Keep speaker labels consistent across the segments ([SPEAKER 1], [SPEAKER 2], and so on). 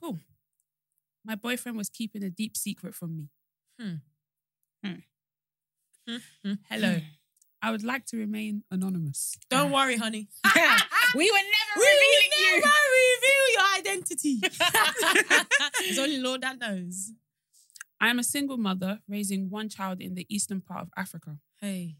[SPEAKER 1] Cool. My boyfriend was keeping a deep secret from me.
[SPEAKER 2] Hmm.
[SPEAKER 1] Hello. I would like to remain anonymous.
[SPEAKER 2] hmm.
[SPEAKER 1] Uh,
[SPEAKER 2] Don't worry, honey.
[SPEAKER 3] we were never
[SPEAKER 2] We
[SPEAKER 3] revealing
[SPEAKER 2] will never reveal your
[SPEAKER 3] you.
[SPEAKER 2] identity. it's only Lord that knows.
[SPEAKER 1] I am a single mother raising one child in the eastern part of Africa.
[SPEAKER 2] Hey.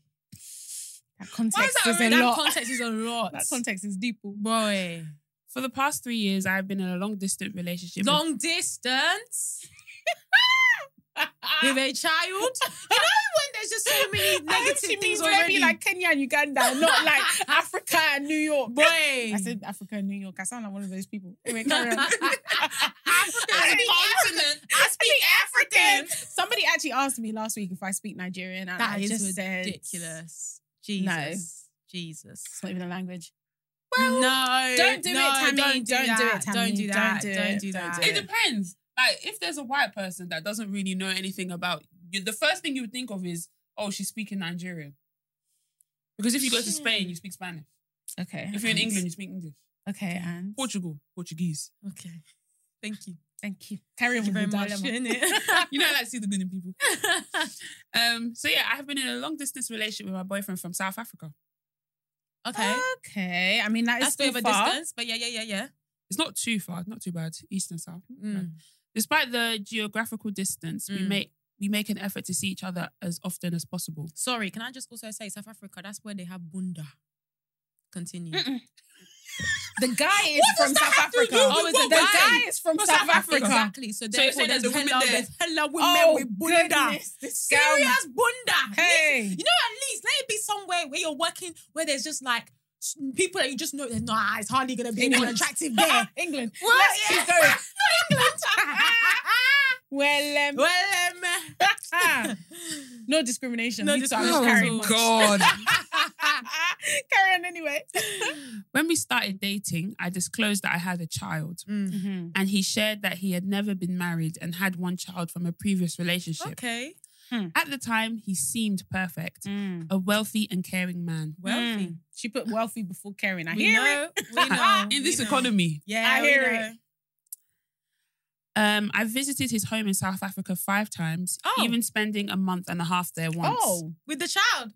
[SPEAKER 3] That
[SPEAKER 2] Why is
[SPEAKER 3] context
[SPEAKER 2] that,
[SPEAKER 3] is, a
[SPEAKER 2] that
[SPEAKER 3] lot.
[SPEAKER 2] context is a lot.
[SPEAKER 3] that context is deep. oh.
[SPEAKER 2] Boy.
[SPEAKER 1] For the past three years, I have been in a long distance relationship. with-
[SPEAKER 2] Long distance.
[SPEAKER 3] Ah,
[SPEAKER 2] With a child. You know when there's just so many
[SPEAKER 3] I hope she
[SPEAKER 2] negative
[SPEAKER 3] means
[SPEAKER 2] things
[SPEAKER 3] maybe
[SPEAKER 2] already?
[SPEAKER 3] like Kenya and Uganda, not like Africa and New York.
[SPEAKER 2] Boy.
[SPEAKER 3] I said Africa and New York. I sound like one of those people. Anyway, carry on.
[SPEAKER 2] I speak African.
[SPEAKER 3] I speak African. Somebody actually asked me last week if I speak Nigerian, and
[SPEAKER 2] That
[SPEAKER 3] I
[SPEAKER 2] is
[SPEAKER 3] just said
[SPEAKER 2] ridiculous. Jesus. Jesus.
[SPEAKER 3] It's not even a language.
[SPEAKER 2] no.
[SPEAKER 3] don't do it,
[SPEAKER 2] no,
[SPEAKER 3] Tammy.
[SPEAKER 2] Don't do
[SPEAKER 3] Don't do
[SPEAKER 2] that.
[SPEAKER 3] it, Tammy.
[SPEAKER 2] Don't do
[SPEAKER 3] Don't
[SPEAKER 2] that.
[SPEAKER 3] do it.
[SPEAKER 2] Don't do
[SPEAKER 3] Don't
[SPEAKER 2] that.
[SPEAKER 3] do
[SPEAKER 1] It depends. Like if there's a white person that doesn't really know anything about you, the first thing you would think of is, oh, she's speaking Nigerian. Because if you go to Spain, you speak Spanish.
[SPEAKER 3] Okay.
[SPEAKER 1] If you're in England, you speak English.
[SPEAKER 3] okay, and
[SPEAKER 1] Portugal, Portuguese.
[SPEAKER 2] Okay. Thank you.
[SPEAKER 3] Thank you. Carry on
[SPEAKER 2] Thank you
[SPEAKER 3] with
[SPEAKER 2] very
[SPEAKER 3] the
[SPEAKER 2] much.
[SPEAKER 3] dilemma.
[SPEAKER 2] innit?
[SPEAKER 1] You know, I like to see the good in people. Um, so yeah, I have been in a long distance relationship with my boyfriend from South Africa.
[SPEAKER 2] okay.
[SPEAKER 3] Okay. I mean, that
[SPEAKER 2] That's
[SPEAKER 3] is
[SPEAKER 2] a bit
[SPEAKER 3] still
[SPEAKER 2] of a
[SPEAKER 3] far.
[SPEAKER 2] distance, but yeah, yeah, yeah, yeah.
[SPEAKER 1] It's not too far, not too bad, east and south.
[SPEAKER 2] Mm.
[SPEAKER 1] Despite the geographical distance, we
[SPEAKER 2] Mm.
[SPEAKER 1] make we make an effort to see each other as often as possible.
[SPEAKER 2] Sorry, can I just also say South Africa? That's where they have bunda. Continue.
[SPEAKER 3] The guy is from South Africa.
[SPEAKER 2] Oh, it's a
[SPEAKER 3] the
[SPEAKER 2] guy.
[SPEAKER 3] guy is from
[SPEAKER 2] From
[SPEAKER 3] South Africa.
[SPEAKER 2] Exactly. So
[SPEAKER 1] you're
[SPEAKER 2] therefore,
[SPEAKER 1] saying
[SPEAKER 2] there's,
[SPEAKER 1] that the women
[SPEAKER 2] hella,
[SPEAKER 1] there-
[SPEAKER 2] there's hella women
[SPEAKER 3] Oh,
[SPEAKER 2] with bunda.
[SPEAKER 3] goodness, this girl.
[SPEAKER 2] Serious bunda.
[SPEAKER 3] Hey.
[SPEAKER 2] You know, at least let it be somewhere where you're working where there's just like s- people that you just know that nah, it's hardly gonna be anyone attractive there.
[SPEAKER 3] England.
[SPEAKER 2] What?
[SPEAKER 3] Let's keep
[SPEAKER 2] Yeah.
[SPEAKER 3] going.
[SPEAKER 2] England.
[SPEAKER 3] Well, um,
[SPEAKER 2] well, um,
[SPEAKER 3] ah, no discrimination.
[SPEAKER 2] No
[SPEAKER 3] Me too, I'm
[SPEAKER 2] discrimination.
[SPEAKER 3] carrying
[SPEAKER 2] Oh,
[SPEAKER 3] much.
[SPEAKER 1] God.
[SPEAKER 3] Carry on anyway.
[SPEAKER 1] When we started dating, I disclosed that I had a child. and he shared that he had never been married and had one child from a previous relationship.
[SPEAKER 2] okay. Mm.
[SPEAKER 1] At the time, he seemed perfect, a wealthy and caring man.
[SPEAKER 2] Wealthy.
[SPEAKER 3] Mm. She put wealthy before caring. I
[SPEAKER 2] we
[SPEAKER 3] hear
[SPEAKER 2] know,
[SPEAKER 3] it.
[SPEAKER 2] We
[SPEAKER 3] ah,
[SPEAKER 2] know.
[SPEAKER 1] In
[SPEAKER 2] we
[SPEAKER 1] this
[SPEAKER 2] know.
[SPEAKER 1] economy,
[SPEAKER 2] Yeah,
[SPEAKER 3] I
[SPEAKER 2] we
[SPEAKER 3] hear
[SPEAKER 2] know.
[SPEAKER 3] it.
[SPEAKER 1] um, I visited his home in South Africa five times,
[SPEAKER 2] Oh.
[SPEAKER 1] even spending a month and a half there once.
[SPEAKER 3] Oh,
[SPEAKER 2] With the child.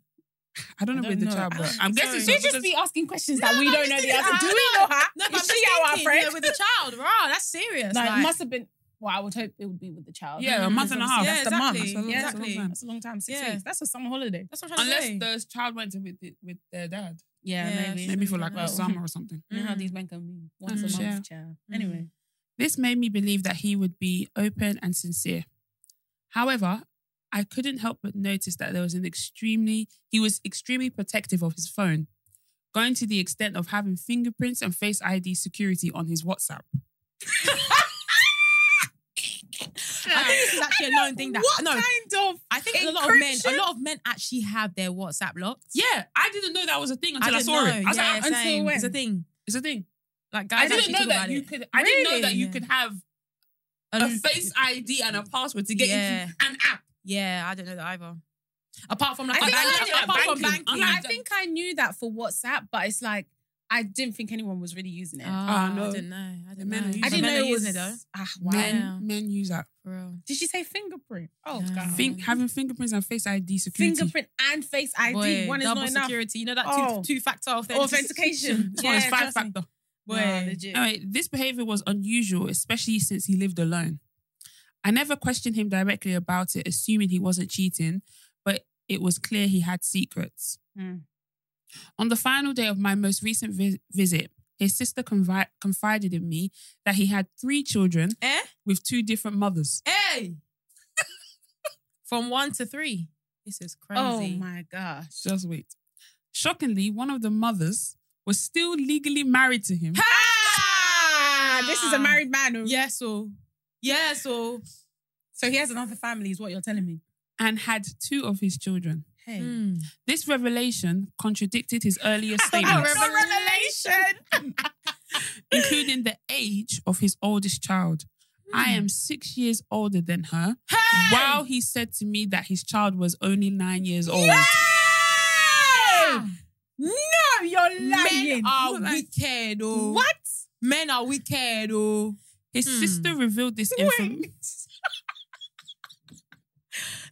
[SPEAKER 1] I don't know
[SPEAKER 3] I
[SPEAKER 1] with
[SPEAKER 3] don't
[SPEAKER 1] the
[SPEAKER 3] know.
[SPEAKER 1] child, but
[SPEAKER 2] Ah,
[SPEAKER 1] I'm guessing
[SPEAKER 2] sorry.
[SPEAKER 1] so
[SPEAKER 3] she just
[SPEAKER 1] because-
[SPEAKER 3] be asking questions
[SPEAKER 2] No,
[SPEAKER 3] that we
[SPEAKER 2] no,
[SPEAKER 3] don't
[SPEAKER 2] I'm
[SPEAKER 3] know
[SPEAKER 2] just
[SPEAKER 3] the answer.
[SPEAKER 2] thinking-
[SPEAKER 3] Do
[SPEAKER 2] I
[SPEAKER 3] we
[SPEAKER 2] know.
[SPEAKER 3] know her?
[SPEAKER 2] No, but
[SPEAKER 3] is
[SPEAKER 2] I'm
[SPEAKER 3] she
[SPEAKER 2] just
[SPEAKER 3] our
[SPEAKER 2] thinking,
[SPEAKER 3] friend?
[SPEAKER 2] Yeah, with a child, right? That's serious.
[SPEAKER 3] no,
[SPEAKER 2] like,
[SPEAKER 3] it must have been. Well, I would hope it would be with the child. Mm-hmm.
[SPEAKER 1] Yeah, a month and a half.
[SPEAKER 2] Yeah,
[SPEAKER 3] That's the month.
[SPEAKER 2] exactly.
[SPEAKER 3] yeah,
[SPEAKER 2] Exactly.
[SPEAKER 3] That's a long time. Six
[SPEAKER 2] Yeah.
[SPEAKER 3] weeks. That's a summer holiday.
[SPEAKER 2] That's what I'm trying to
[SPEAKER 1] unless
[SPEAKER 2] say.
[SPEAKER 1] the child went with it, with their dad,
[SPEAKER 3] Yeah,
[SPEAKER 2] Yeah,
[SPEAKER 3] maybe.
[SPEAKER 1] maybe for like
[SPEAKER 3] Oh.
[SPEAKER 2] Well,
[SPEAKER 1] a summer or something.
[SPEAKER 3] You know how
[SPEAKER 2] Mm.
[SPEAKER 3] these men can be once
[SPEAKER 1] Mm.
[SPEAKER 3] a
[SPEAKER 1] Yeah.
[SPEAKER 3] month, child. Anyway,
[SPEAKER 1] This made me believe that he would be open and sincere. However, I couldn't help but notice that there was an extremely he was extremely protective of his phone, going to the extent of having fingerprints and face ID security on his WhatsApp.
[SPEAKER 2] I think this is actually a known thing that
[SPEAKER 3] what
[SPEAKER 2] no.
[SPEAKER 3] kind of?
[SPEAKER 2] I think a lot of men, a
[SPEAKER 3] encryption?
[SPEAKER 2] lot of men actually have their WhatsApp locked.
[SPEAKER 1] Yeah, I didn't know that was a thing until I,
[SPEAKER 2] didn't
[SPEAKER 1] saw
[SPEAKER 2] know.
[SPEAKER 1] it. I was
[SPEAKER 2] yeah,
[SPEAKER 1] like,
[SPEAKER 2] same.
[SPEAKER 1] "Until when?"
[SPEAKER 2] It's a thing.
[SPEAKER 1] It's a thing.
[SPEAKER 2] Like guys,
[SPEAKER 1] I didn't
[SPEAKER 2] actually
[SPEAKER 1] know
[SPEAKER 2] talk
[SPEAKER 1] that
[SPEAKER 2] about
[SPEAKER 1] you
[SPEAKER 2] it.
[SPEAKER 1] could. I didn't know
[SPEAKER 3] Really?
[SPEAKER 1] that you
[SPEAKER 2] Yeah.
[SPEAKER 1] could have a
[SPEAKER 2] And-
[SPEAKER 1] face ID and a password to get
[SPEAKER 2] Yeah.
[SPEAKER 1] into an app.
[SPEAKER 2] Yeah, I don't know that either. Apart from like
[SPEAKER 3] I
[SPEAKER 2] a
[SPEAKER 3] think
[SPEAKER 2] bank-
[SPEAKER 3] I did-
[SPEAKER 2] apart from
[SPEAKER 1] banking.
[SPEAKER 2] banking,
[SPEAKER 1] I'm like,
[SPEAKER 3] I think I knew that for WhatsApp, but it's like I didn't think anyone was really using it.
[SPEAKER 1] Ah, no.
[SPEAKER 4] I didn't know. I
[SPEAKER 1] The
[SPEAKER 4] didn't
[SPEAKER 1] men are
[SPEAKER 4] know.
[SPEAKER 1] using
[SPEAKER 3] I didn't
[SPEAKER 1] men
[SPEAKER 3] know it was.
[SPEAKER 4] using it though.
[SPEAKER 3] Ah, wow.
[SPEAKER 1] Men,
[SPEAKER 4] Yeah.
[SPEAKER 1] men use that.
[SPEAKER 4] For real.
[SPEAKER 3] Did she say fingerprint? Oh,
[SPEAKER 4] Yeah.
[SPEAKER 3] God.
[SPEAKER 1] Think having fingerprints and face ID security.
[SPEAKER 3] fingerprint and face ID.
[SPEAKER 4] Boy,
[SPEAKER 3] One is not
[SPEAKER 4] double
[SPEAKER 3] enough.
[SPEAKER 4] security. You know that
[SPEAKER 3] Oh.
[SPEAKER 4] two, two factor
[SPEAKER 3] Authentication.
[SPEAKER 1] This one is
[SPEAKER 3] Yeah,
[SPEAKER 1] five
[SPEAKER 3] trust me.
[SPEAKER 1] factor.
[SPEAKER 3] Boy,
[SPEAKER 4] Nah,
[SPEAKER 3] legit.
[SPEAKER 1] Anyway, this behavior was unusual, especially since he lived alone. I never questioned him directly about it, assuming he wasn't cheating, but it was clear he had secrets.
[SPEAKER 3] Hmm.
[SPEAKER 1] On the final day of my most recent vi- visit, his sister confi- confided in me that he had three children
[SPEAKER 4] Eh?
[SPEAKER 1] with two different mothers.
[SPEAKER 4] Hey! From one to three. This is crazy.
[SPEAKER 3] Oh my gosh.
[SPEAKER 1] Just wait. Shockingly, one of the mothers was still legally married to him.
[SPEAKER 3] Ah, this is a married man. who-
[SPEAKER 4] Yes, so. Yes, so.
[SPEAKER 3] So he has another family, is what you're telling me.
[SPEAKER 1] and had two of his children.
[SPEAKER 3] Hey.
[SPEAKER 4] Mm.
[SPEAKER 1] This revelation contradicted his earlier statements,
[SPEAKER 4] Revel-
[SPEAKER 3] revelation.
[SPEAKER 1] including the age of his oldest child. I
[SPEAKER 3] Hmm.
[SPEAKER 1] am six years older than her. While he said to me that his child was only nine years old.
[SPEAKER 3] No, you're lying.
[SPEAKER 4] Men are
[SPEAKER 3] You're lying.
[SPEAKER 4] wicked, oh.
[SPEAKER 3] What?
[SPEAKER 4] Men are wicked, oh.
[SPEAKER 1] His
[SPEAKER 4] Hmm.
[SPEAKER 1] sister revealed this information.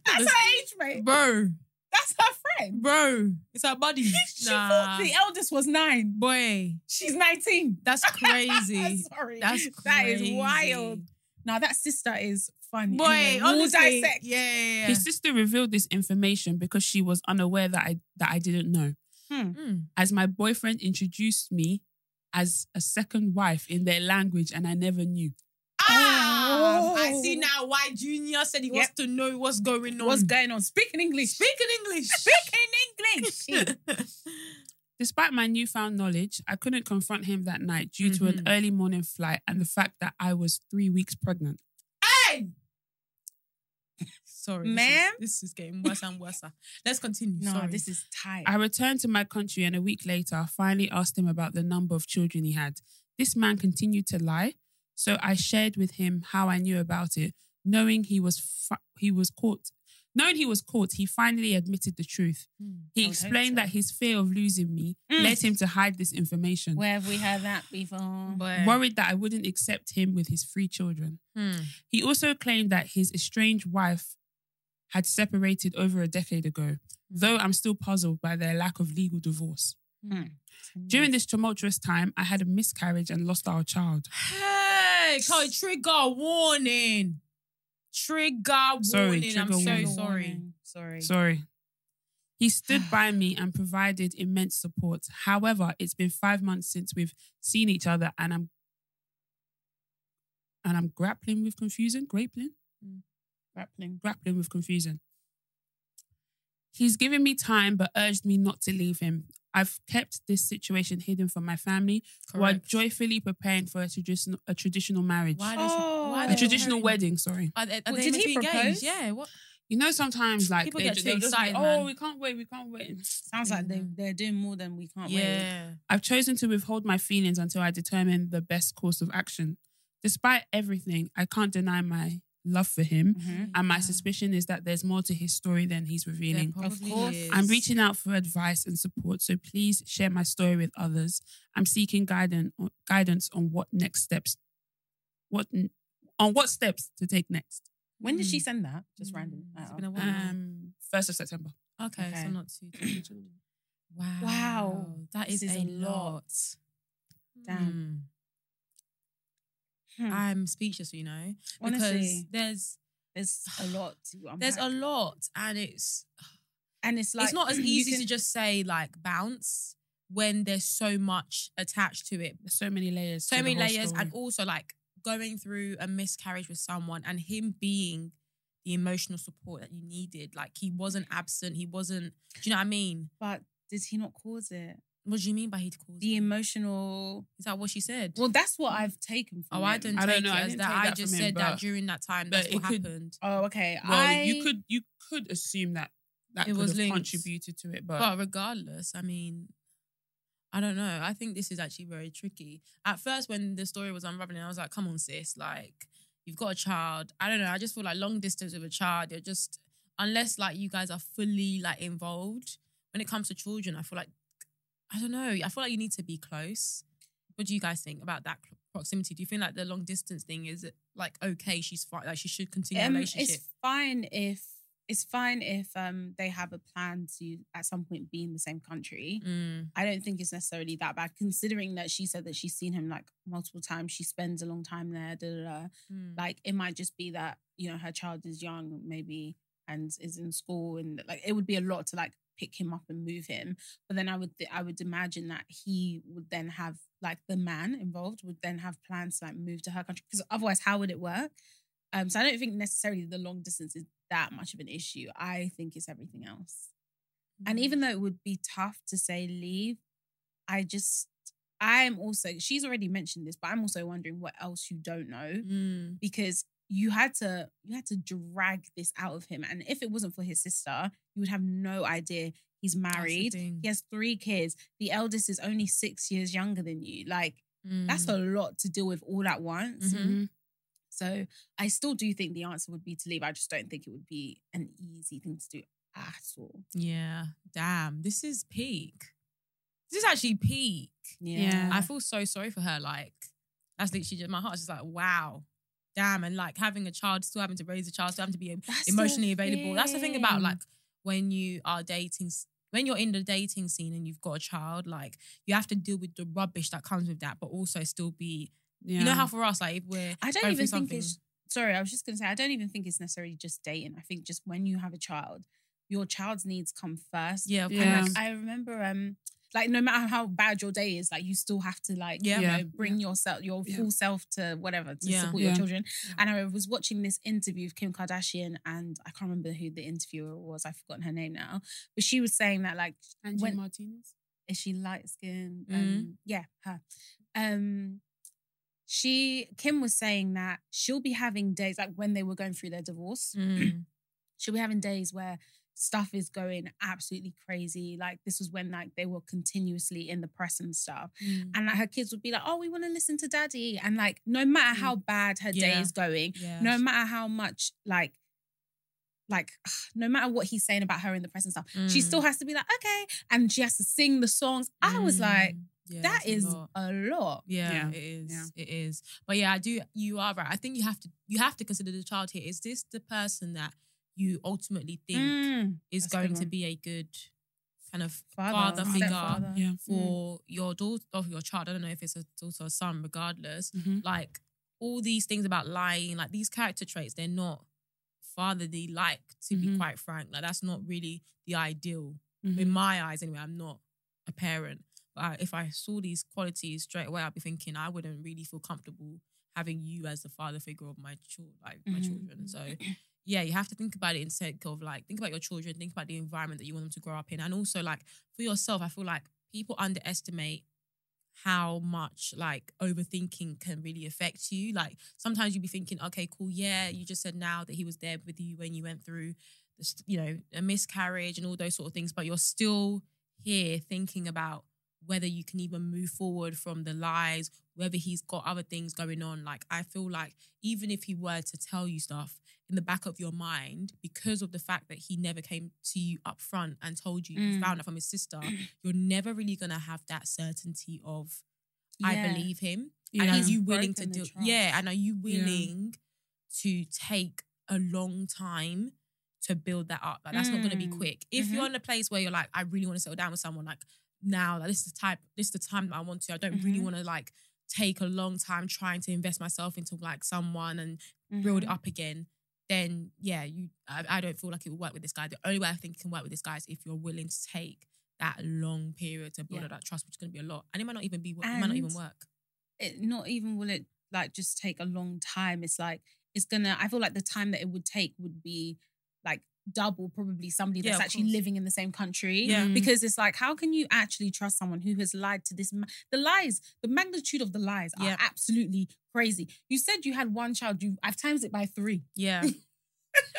[SPEAKER 3] That's her age mate.
[SPEAKER 4] Bro,
[SPEAKER 3] That's her friend.
[SPEAKER 4] bro. It's our buddy.
[SPEAKER 3] She thought the eldest was nine.
[SPEAKER 4] Boy,
[SPEAKER 3] She's 19.
[SPEAKER 4] that's crazy.
[SPEAKER 3] Sorry.
[SPEAKER 4] that's
[SPEAKER 3] That is
[SPEAKER 4] crazy.
[SPEAKER 3] wild. Now that sister is funny.
[SPEAKER 4] Boy,
[SPEAKER 3] Anyway, we'll
[SPEAKER 4] honestly,
[SPEAKER 3] dissect.
[SPEAKER 4] Yeah, yeah, yeah.
[SPEAKER 1] His sister revealed this information because she was unaware that I that I didn't know.
[SPEAKER 3] Hmm.
[SPEAKER 4] Mm.
[SPEAKER 1] As my boyfriend introduced me as a second wife in their language and I never knew.
[SPEAKER 4] Ah,
[SPEAKER 3] Oh.
[SPEAKER 4] I see now why Junior said he wants to know what's going on.
[SPEAKER 3] What's going on? Speaking Mm. English.
[SPEAKER 4] Speaking English.
[SPEAKER 3] Speaking English.
[SPEAKER 1] Despite my newfound knowledge, I couldn't confront him that night due to
[SPEAKER 4] Mm-hmm.
[SPEAKER 1] an early morning flight and the fact that I was three weeks pregnant.
[SPEAKER 4] hey! Sorry. this is-
[SPEAKER 3] Ma'am?
[SPEAKER 4] This is, getting worse and worse. Let's continue.
[SPEAKER 3] no,
[SPEAKER 4] Sorry.
[SPEAKER 3] this is tight.
[SPEAKER 1] I returned to my country and a week later, I finally asked him about the number of children he had. This man continued to lie, so I shared with him how I knew about it, knowing he was fi- he was caught. Knowing he was caught, he finally admitted the truth. He
[SPEAKER 3] Hmm, I would hope
[SPEAKER 1] explained
[SPEAKER 3] so.
[SPEAKER 1] that his fear of losing me
[SPEAKER 3] Mm.
[SPEAKER 1] led him to hide this information,
[SPEAKER 3] Where have we heard that before?
[SPEAKER 4] But-
[SPEAKER 1] worried that I wouldn't accept him with his three children.
[SPEAKER 4] Hmm.
[SPEAKER 1] He also claimed that his estranged wife had separated over a decade ago, though I'm still puzzled by their lack of legal divorce. During this tumultuous time, I had a miscarriage and lost our child.
[SPEAKER 4] Hey, call trigger warning. Trigger
[SPEAKER 1] Sorry,
[SPEAKER 4] warning. I'm
[SPEAKER 1] trigger
[SPEAKER 4] so
[SPEAKER 1] warning.
[SPEAKER 4] sorry.
[SPEAKER 3] Sorry.
[SPEAKER 1] Sorry. He stood by me and provided immense support. However, it's been five months since we've seen each other and I'm and I'm grappling with confusion, grappling.
[SPEAKER 4] Mm.
[SPEAKER 3] Grappling.
[SPEAKER 1] grappling with confusion. He's given me time but urged me not to leave him. I've kept this situation hidden from my family while
[SPEAKER 4] Correct.
[SPEAKER 1] joyfully preparing for a traditional a traditional marriage.
[SPEAKER 4] Why does
[SPEAKER 3] Oh.
[SPEAKER 4] why
[SPEAKER 1] a
[SPEAKER 4] does-
[SPEAKER 1] traditional wedding, sorry.
[SPEAKER 4] Are they, are
[SPEAKER 3] Well,
[SPEAKER 4] they
[SPEAKER 3] did he
[SPEAKER 4] even engaged?
[SPEAKER 3] propose?
[SPEAKER 4] Yeah. What?
[SPEAKER 1] You know, sometimes like
[SPEAKER 4] People
[SPEAKER 1] they
[SPEAKER 4] get
[SPEAKER 1] ju-
[SPEAKER 4] too
[SPEAKER 1] they'll just be,
[SPEAKER 4] excited,
[SPEAKER 1] Oh,
[SPEAKER 4] man.
[SPEAKER 1] we can't wait, we can't wait.
[SPEAKER 3] Sounds like they, they're doing more than we can't wait.
[SPEAKER 4] yeah.
[SPEAKER 1] I've chosen to withhold my feelings until I determine the best course of action. Despite everything, I can't deny my love for him,
[SPEAKER 4] Mm-hmm.
[SPEAKER 3] Mhm.
[SPEAKER 1] and my suspicion is that there's more to his story than he's revealing.
[SPEAKER 4] Of
[SPEAKER 3] course.
[SPEAKER 1] I'm reaching out for advice and support, so please share my story with others. I'm seeking guidance guidance on what next steps, what n- on what steps to take next.
[SPEAKER 3] When did she
[SPEAKER 4] Mm.
[SPEAKER 3] send that? Just random.
[SPEAKER 4] It's
[SPEAKER 3] Oh.
[SPEAKER 4] been a while.
[SPEAKER 1] Um, first of September.
[SPEAKER 4] Okay,
[SPEAKER 3] Okay.
[SPEAKER 4] so not too. too- too- wow.
[SPEAKER 3] Wow.
[SPEAKER 4] That is,
[SPEAKER 3] This is
[SPEAKER 4] a
[SPEAKER 3] a
[SPEAKER 4] lot.
[SPEAKER 3] Damn.
[SPEAKER 4] Hmm.
[SPEAKER 3] Hmm.
[SPEAKER 4] I'm speechless, you know, because
[SPEAKER 3] Honestly.
[SPEAKER 4] there's
[SPEAKER 3] There's a lot to unpack.
[SPEAKER 4] there's a lot, and it's
[SPEAKER 3] And it's like
[SPEAKER 4] it's not as
[SPEAKER 3] you
[SPEAKER 4] easy
[SPEAKER 3] can-
[SPEAKER 4] to just say like bounce when there's so much attached to it,
[SPEAKER 1] There's so many layers.
[SPEAKER 4] so
[SPEAKER 1] to the
[SPEAKER 4] many
[SPEAKER 1] whole
[SPEAKER 4] layers,
[SPEAKER 1] story.
[SPEAKER 4] and also like going through a miscarriage with someone and him being the emotional support that you needed. Like he wasn't absent, he wasn't. Do you know what I mean?
[SPEAKER 3] But did he not cause it?
[SPEAKER 4] What do you mean by he'd cause?
[SPEAKER 3] The emotional.
[SPEAKER 4] Is that what she said?
[SPEAKER 3] Well, that's what I've taken from
[SPEAKER 4] Oh, I
[SPEAKER 3] him.
[SPEAKER 4] didn't
[SPEAKER 1] I don't
[SPEAKER 4] take
[SPEAKER 1] know,
[SPEAKER 4] it
[SPEAKER 1] I
[SPEAKER 4] as
[SPEAKER 1] didn't
[SPEAKER 4] that.
[SPEAKER 1] take
[SPEAKER 4] I
[SPEAKER 1] that
[SPEAKER 4] just
[SPEAKER 1] from him,
[SPEAKER 4] said that
[SPEAKER 1] but-
[SPEAKER 4] during that time,
[SPEAKER 1] but
[SPEAKER 4] that's
[SPEAKER 1] it
[SPEAKER 4] what
[SPEAKER 1] could-
[SPEAKER 4] happened.
[SPEAKER 3] Oh, okay.
[SPEAKER 1] Well,
[SPEAKER 3] I,
[SPEAKER 1] you could you could assume that that
[SPEAKER 4] It
[SPEAKER 1] could
[SPEAKER 4] was
[SPEAKER 1] have
[SPEAKER 4] linked.
[SPEAKER 1] contributed to it, but,
[SPEAKER 4] But regardless, I mean, I don't know. I think this is actually very tricky. At first, when the story was unraveling, I was like, come on, sis, like, you've got a child. I don't know. I just feel like long distance with a child, you're just, unless like you guys are fully like involved when it comes to children, I feel like I don't know. I feel like you need to be close. What do you guys think about that cl- proximity? Do you feel like the long distance thing is like okay? She's fine. Like she should continue the
[SPEAKER 3] Um,
[SPEAKER 4] relationship.
[SPEAKER 3] It's fine if it's fine if um they have a plan to at some point be in the same country.
[SPEAKER 4] Mm,
[SPEAKER 3] I don't think it's necessarily that bad, considering that she said that she's seen him like multiple times. She spends a long time there. Da, da, da.
[SPEAKER 4] mm.
[SPEAKER 3] Like it might just be that you know her child is young, maybe, and is in school, and like it would be a lot to like pick him up and move him. But then I would th- I would imagine that he would then have like the man involved would then have plans to like move to her country because otherwise how would it work? Um, so I don't think necessarily the long distance is that much of an issue. I think it's everything else. And even though it would be tough to say leave, I just, I'm also, she's already mentioned this, but I'm also wondering what else you don't know
[SPEAKER 4] Mm,
[SPEAKER 3] because you had to, you had to drag this out of him. And if it wasn't for his sister, you would have no idea he's
[SPEAKER 4] that's the
[SPEAKER 3] married.
[SPEAKER 4] thing.
[SPEAKER 3] He has three kids. The eldest is only six years younger than you. Like, that's
[SPEAKER 4] Mm.
[SPEAKER 3] a lot to deal with all at once.
[SPEAKER 4] Mhm.
[SPEAKER 3] So I still do think the answer would be to leave. I just don't think it would be an easy thing to do at all.
[SPEAKER 4] Yeah. Damn. This is peak. This is actually peak.
[SPEAKER 1] Yeah.
[SPEAKER 4] I feel so sorry for her. Like, that's literally just my heart's just like, wow. Damn. And like having a child, still having to raise a child, still having to be
[SPEAKER 3] That's the
[SPEAKER 4] emotionally available. That's the thing about
[SPEAKER 3] thing.
[SPEAKER 4] like when you are dating, s- when you're in the dating scene and you've got a child, like you have to deal with the rubbish that comes with that, but also still be,
[SPEAKER 1] Yeah.
[SPEAKER 4] you know, how for us, like if we're,
[SPEAKER 3] I don't
[SPEAKER 4] going
[SPEAKER 3] even
[SPEAKER 4] through
[SPEAKER 3] think it's. Sorry, I was just going to say I don't even think it's necessarily just dating. I think just when you have a child, your child's needs come first.
[SPEAKER 4] yeah, of course.
[SPEAKER 1] Yeah.
[SPEAKER 3] I remember, um, like no matter how bad your day is, like you still have to like
[SPEAKER 4] Yeah.
[SPEAKER 3] you
[SPEAKER 1] Yeah.
[SPEAKER 3] know bring yourself your
[SPEAKER 1] Yeah.
[SPEAKER 3] full self to whatever to
[SPEAKER 4] Yeah.
[SPEAKER 3] support
[SPEAKER 1] Yeah.
[SPEAKER 3] your children. And I was watching this interview of Kim Kardashian, and I can't remember who the interviewer was. I've forgotten her name now, but she was saying that like
[SPEAKER 1] Angie
[SPEAKER 3] when-
[SPEAKER 1] Martinez.
[SPEAKER 3] is she light skinned?
[SPEAKER 4] Mhm.
[SPEAKER 1] Mm-hmm.
[SPEAKER 3] Um, yeah, her. Um, she Kim was saying that she'll be having days like when they were going through their divorce.
[SPEAKER 4] Mm.
[SPEAKER 3] She'll be having days where stuff is going absolutely crazy. Like this was when like they were continuously in the press and stuff,
[SPEAKER 4] Mm.
[SPEAKER 3] and like her kids would be like, "Oh, we want to listen to daddy," and like no matter how bad her day
[SPEAKER 4] Mm. Yeah.
[SPEAKER 3] is going,
[SPEAKER 4] Yeah.
[SPEAKER 3] no matter how much like. Like, no matter what he's saying about her in the press and stuff, she
[SPEAKER 4] Mm.
[SPEAKER 3] still has to be like, okay. And she has to sing the songs. I was like,
[SPEAKER 4] Mm. Yeah,
[SPEAKER 3] that
[SPEAKER 4] it's a
[SPEAKER 3] is
[SPEAKER 4] lot.
[SPEAKER 3] a lot.
[SPEAKER 4] Yeah,
[SPEAKER 1] Yeah.
[SPEAKER 4] it is.
[SPEAKER 1] Yeah.
[SPEAKER 4] It is. But yeah, I do. You are right. I think you have to. You have to consider the child here. Is this the person that you ultimately think
[SPEAKER 3] Mm,
[SPEAKER 4] is
[SPEAKER 3] that's a good
[SPEAKER 4] going to
[SPEAKER 3] one.
[SPEAKER 4] be a good kind of
[SPEAKER 3] Father,
[SPEAKER 4] father figure
[SPEAKER 3] stepfather.
[SPEAKER 1] Yeah.
[SPEAKER 4] for your daughter or your child? I don't know if it's a daughter or son. Regardless,
[SPEAKER 1] Mm-hmm.
[SPEAKER 4] like all these things about lying, like these character traits, they're not fatherly like. To be
[SPEAKER 1] Mhm.
[SPEAKER 4] quite frank, like that's not really the ideal in my eyes anyway i'm not a parent but I, if i saw these qualities straight away i'd be thinking i wouldn't really feel comfortable having you as the father figure of my child like my
[SPEAKER 3] Mhm.
[SPEAKER 4] children so yeah you have to think about it in sake of like think about your children think about the environment that you want them to grow up in and also like for yourself i feel like people underestimate how much like overthinking can really affect you like sometimes you'd be thinking okay cool yeah you just said now that he was there with you when you went through the st- you know, a miscarriage and all those sort of things, but you're still here thinking about whether you can even move forward from the lies, whether he's got other things going on. Like, I feel like even if he were to tell you stuff in the back of your mind, because of the fact that he never came to you up front and told you, you
[SPEAKER 3] Mm.
[SPEAKER 4] found out from his sister, you're never really going to have that certainty of, I
[SPEAKER 3] Yeah.
[SPEAKER 4] believe him.
[SPEAKER 1] Yeah.
[SPEAKER 4] And are
[SPEAKER 3] he's
[SPEAKER 4] you willing to
[SPEAKER 3] broken the
[SPEAKER 4] do?
[SPEAKER 3] trust.
[SPEAKER 4] Yeah, and are you willing to take a long time to build that up? Like that's not going to be
[SPEAKER 3] Mm.
[SPEAKER 4] quick. If you're
[SPEAKER 3] Mhm.
[SPEAKER 4] in a place where you're like, I really want to settle down with someone, like now, like, this is the type, this is the time that I want to. I don't really
[SPEAKER 3] Mhm.
[SPEAKER 4] want to like take a long time trying to invest myself into like someone and
[SPEAKER 3] Mm-hmm.
[SPEAKER 4] build it up again. Then yeah, you, I, I don't feel like it will work with this guy. The only way I think it can work with this guy is if you're willing to take that long period to build
[SPEAKER 3] Yeah.
[SPEAKER 4] up that trust, which is going to be a lot, and it might not even be, it might not even
[SPEAKER 3] And-
[SPEAKER 4] work.
[SPEAKER 3] It, not even will it like just take a long time. It's like, it's gonna, I feel like the time that it would take would be like double probably somebody
[SPEAKER 4] Yeah,
[SPEAKER 3] that's
[SPEAKER 4] of
[SPEAKER 3] actually
[SPEAKER 4] course.
[SPEAKER 3] living in the same country.
[SPEAKER 4] Yeah. Mm.
[SPEAKER 3] Because it's like, how can you actually trust someone who has lied to this? Ma- the lies, the magnitude of the lies
[SPEAKER 4] Yeah.
[SPEAKER 3] are absolutely crazy. You said you had one child, you I've times it by three.
[SPEAKER 4] Yeah. And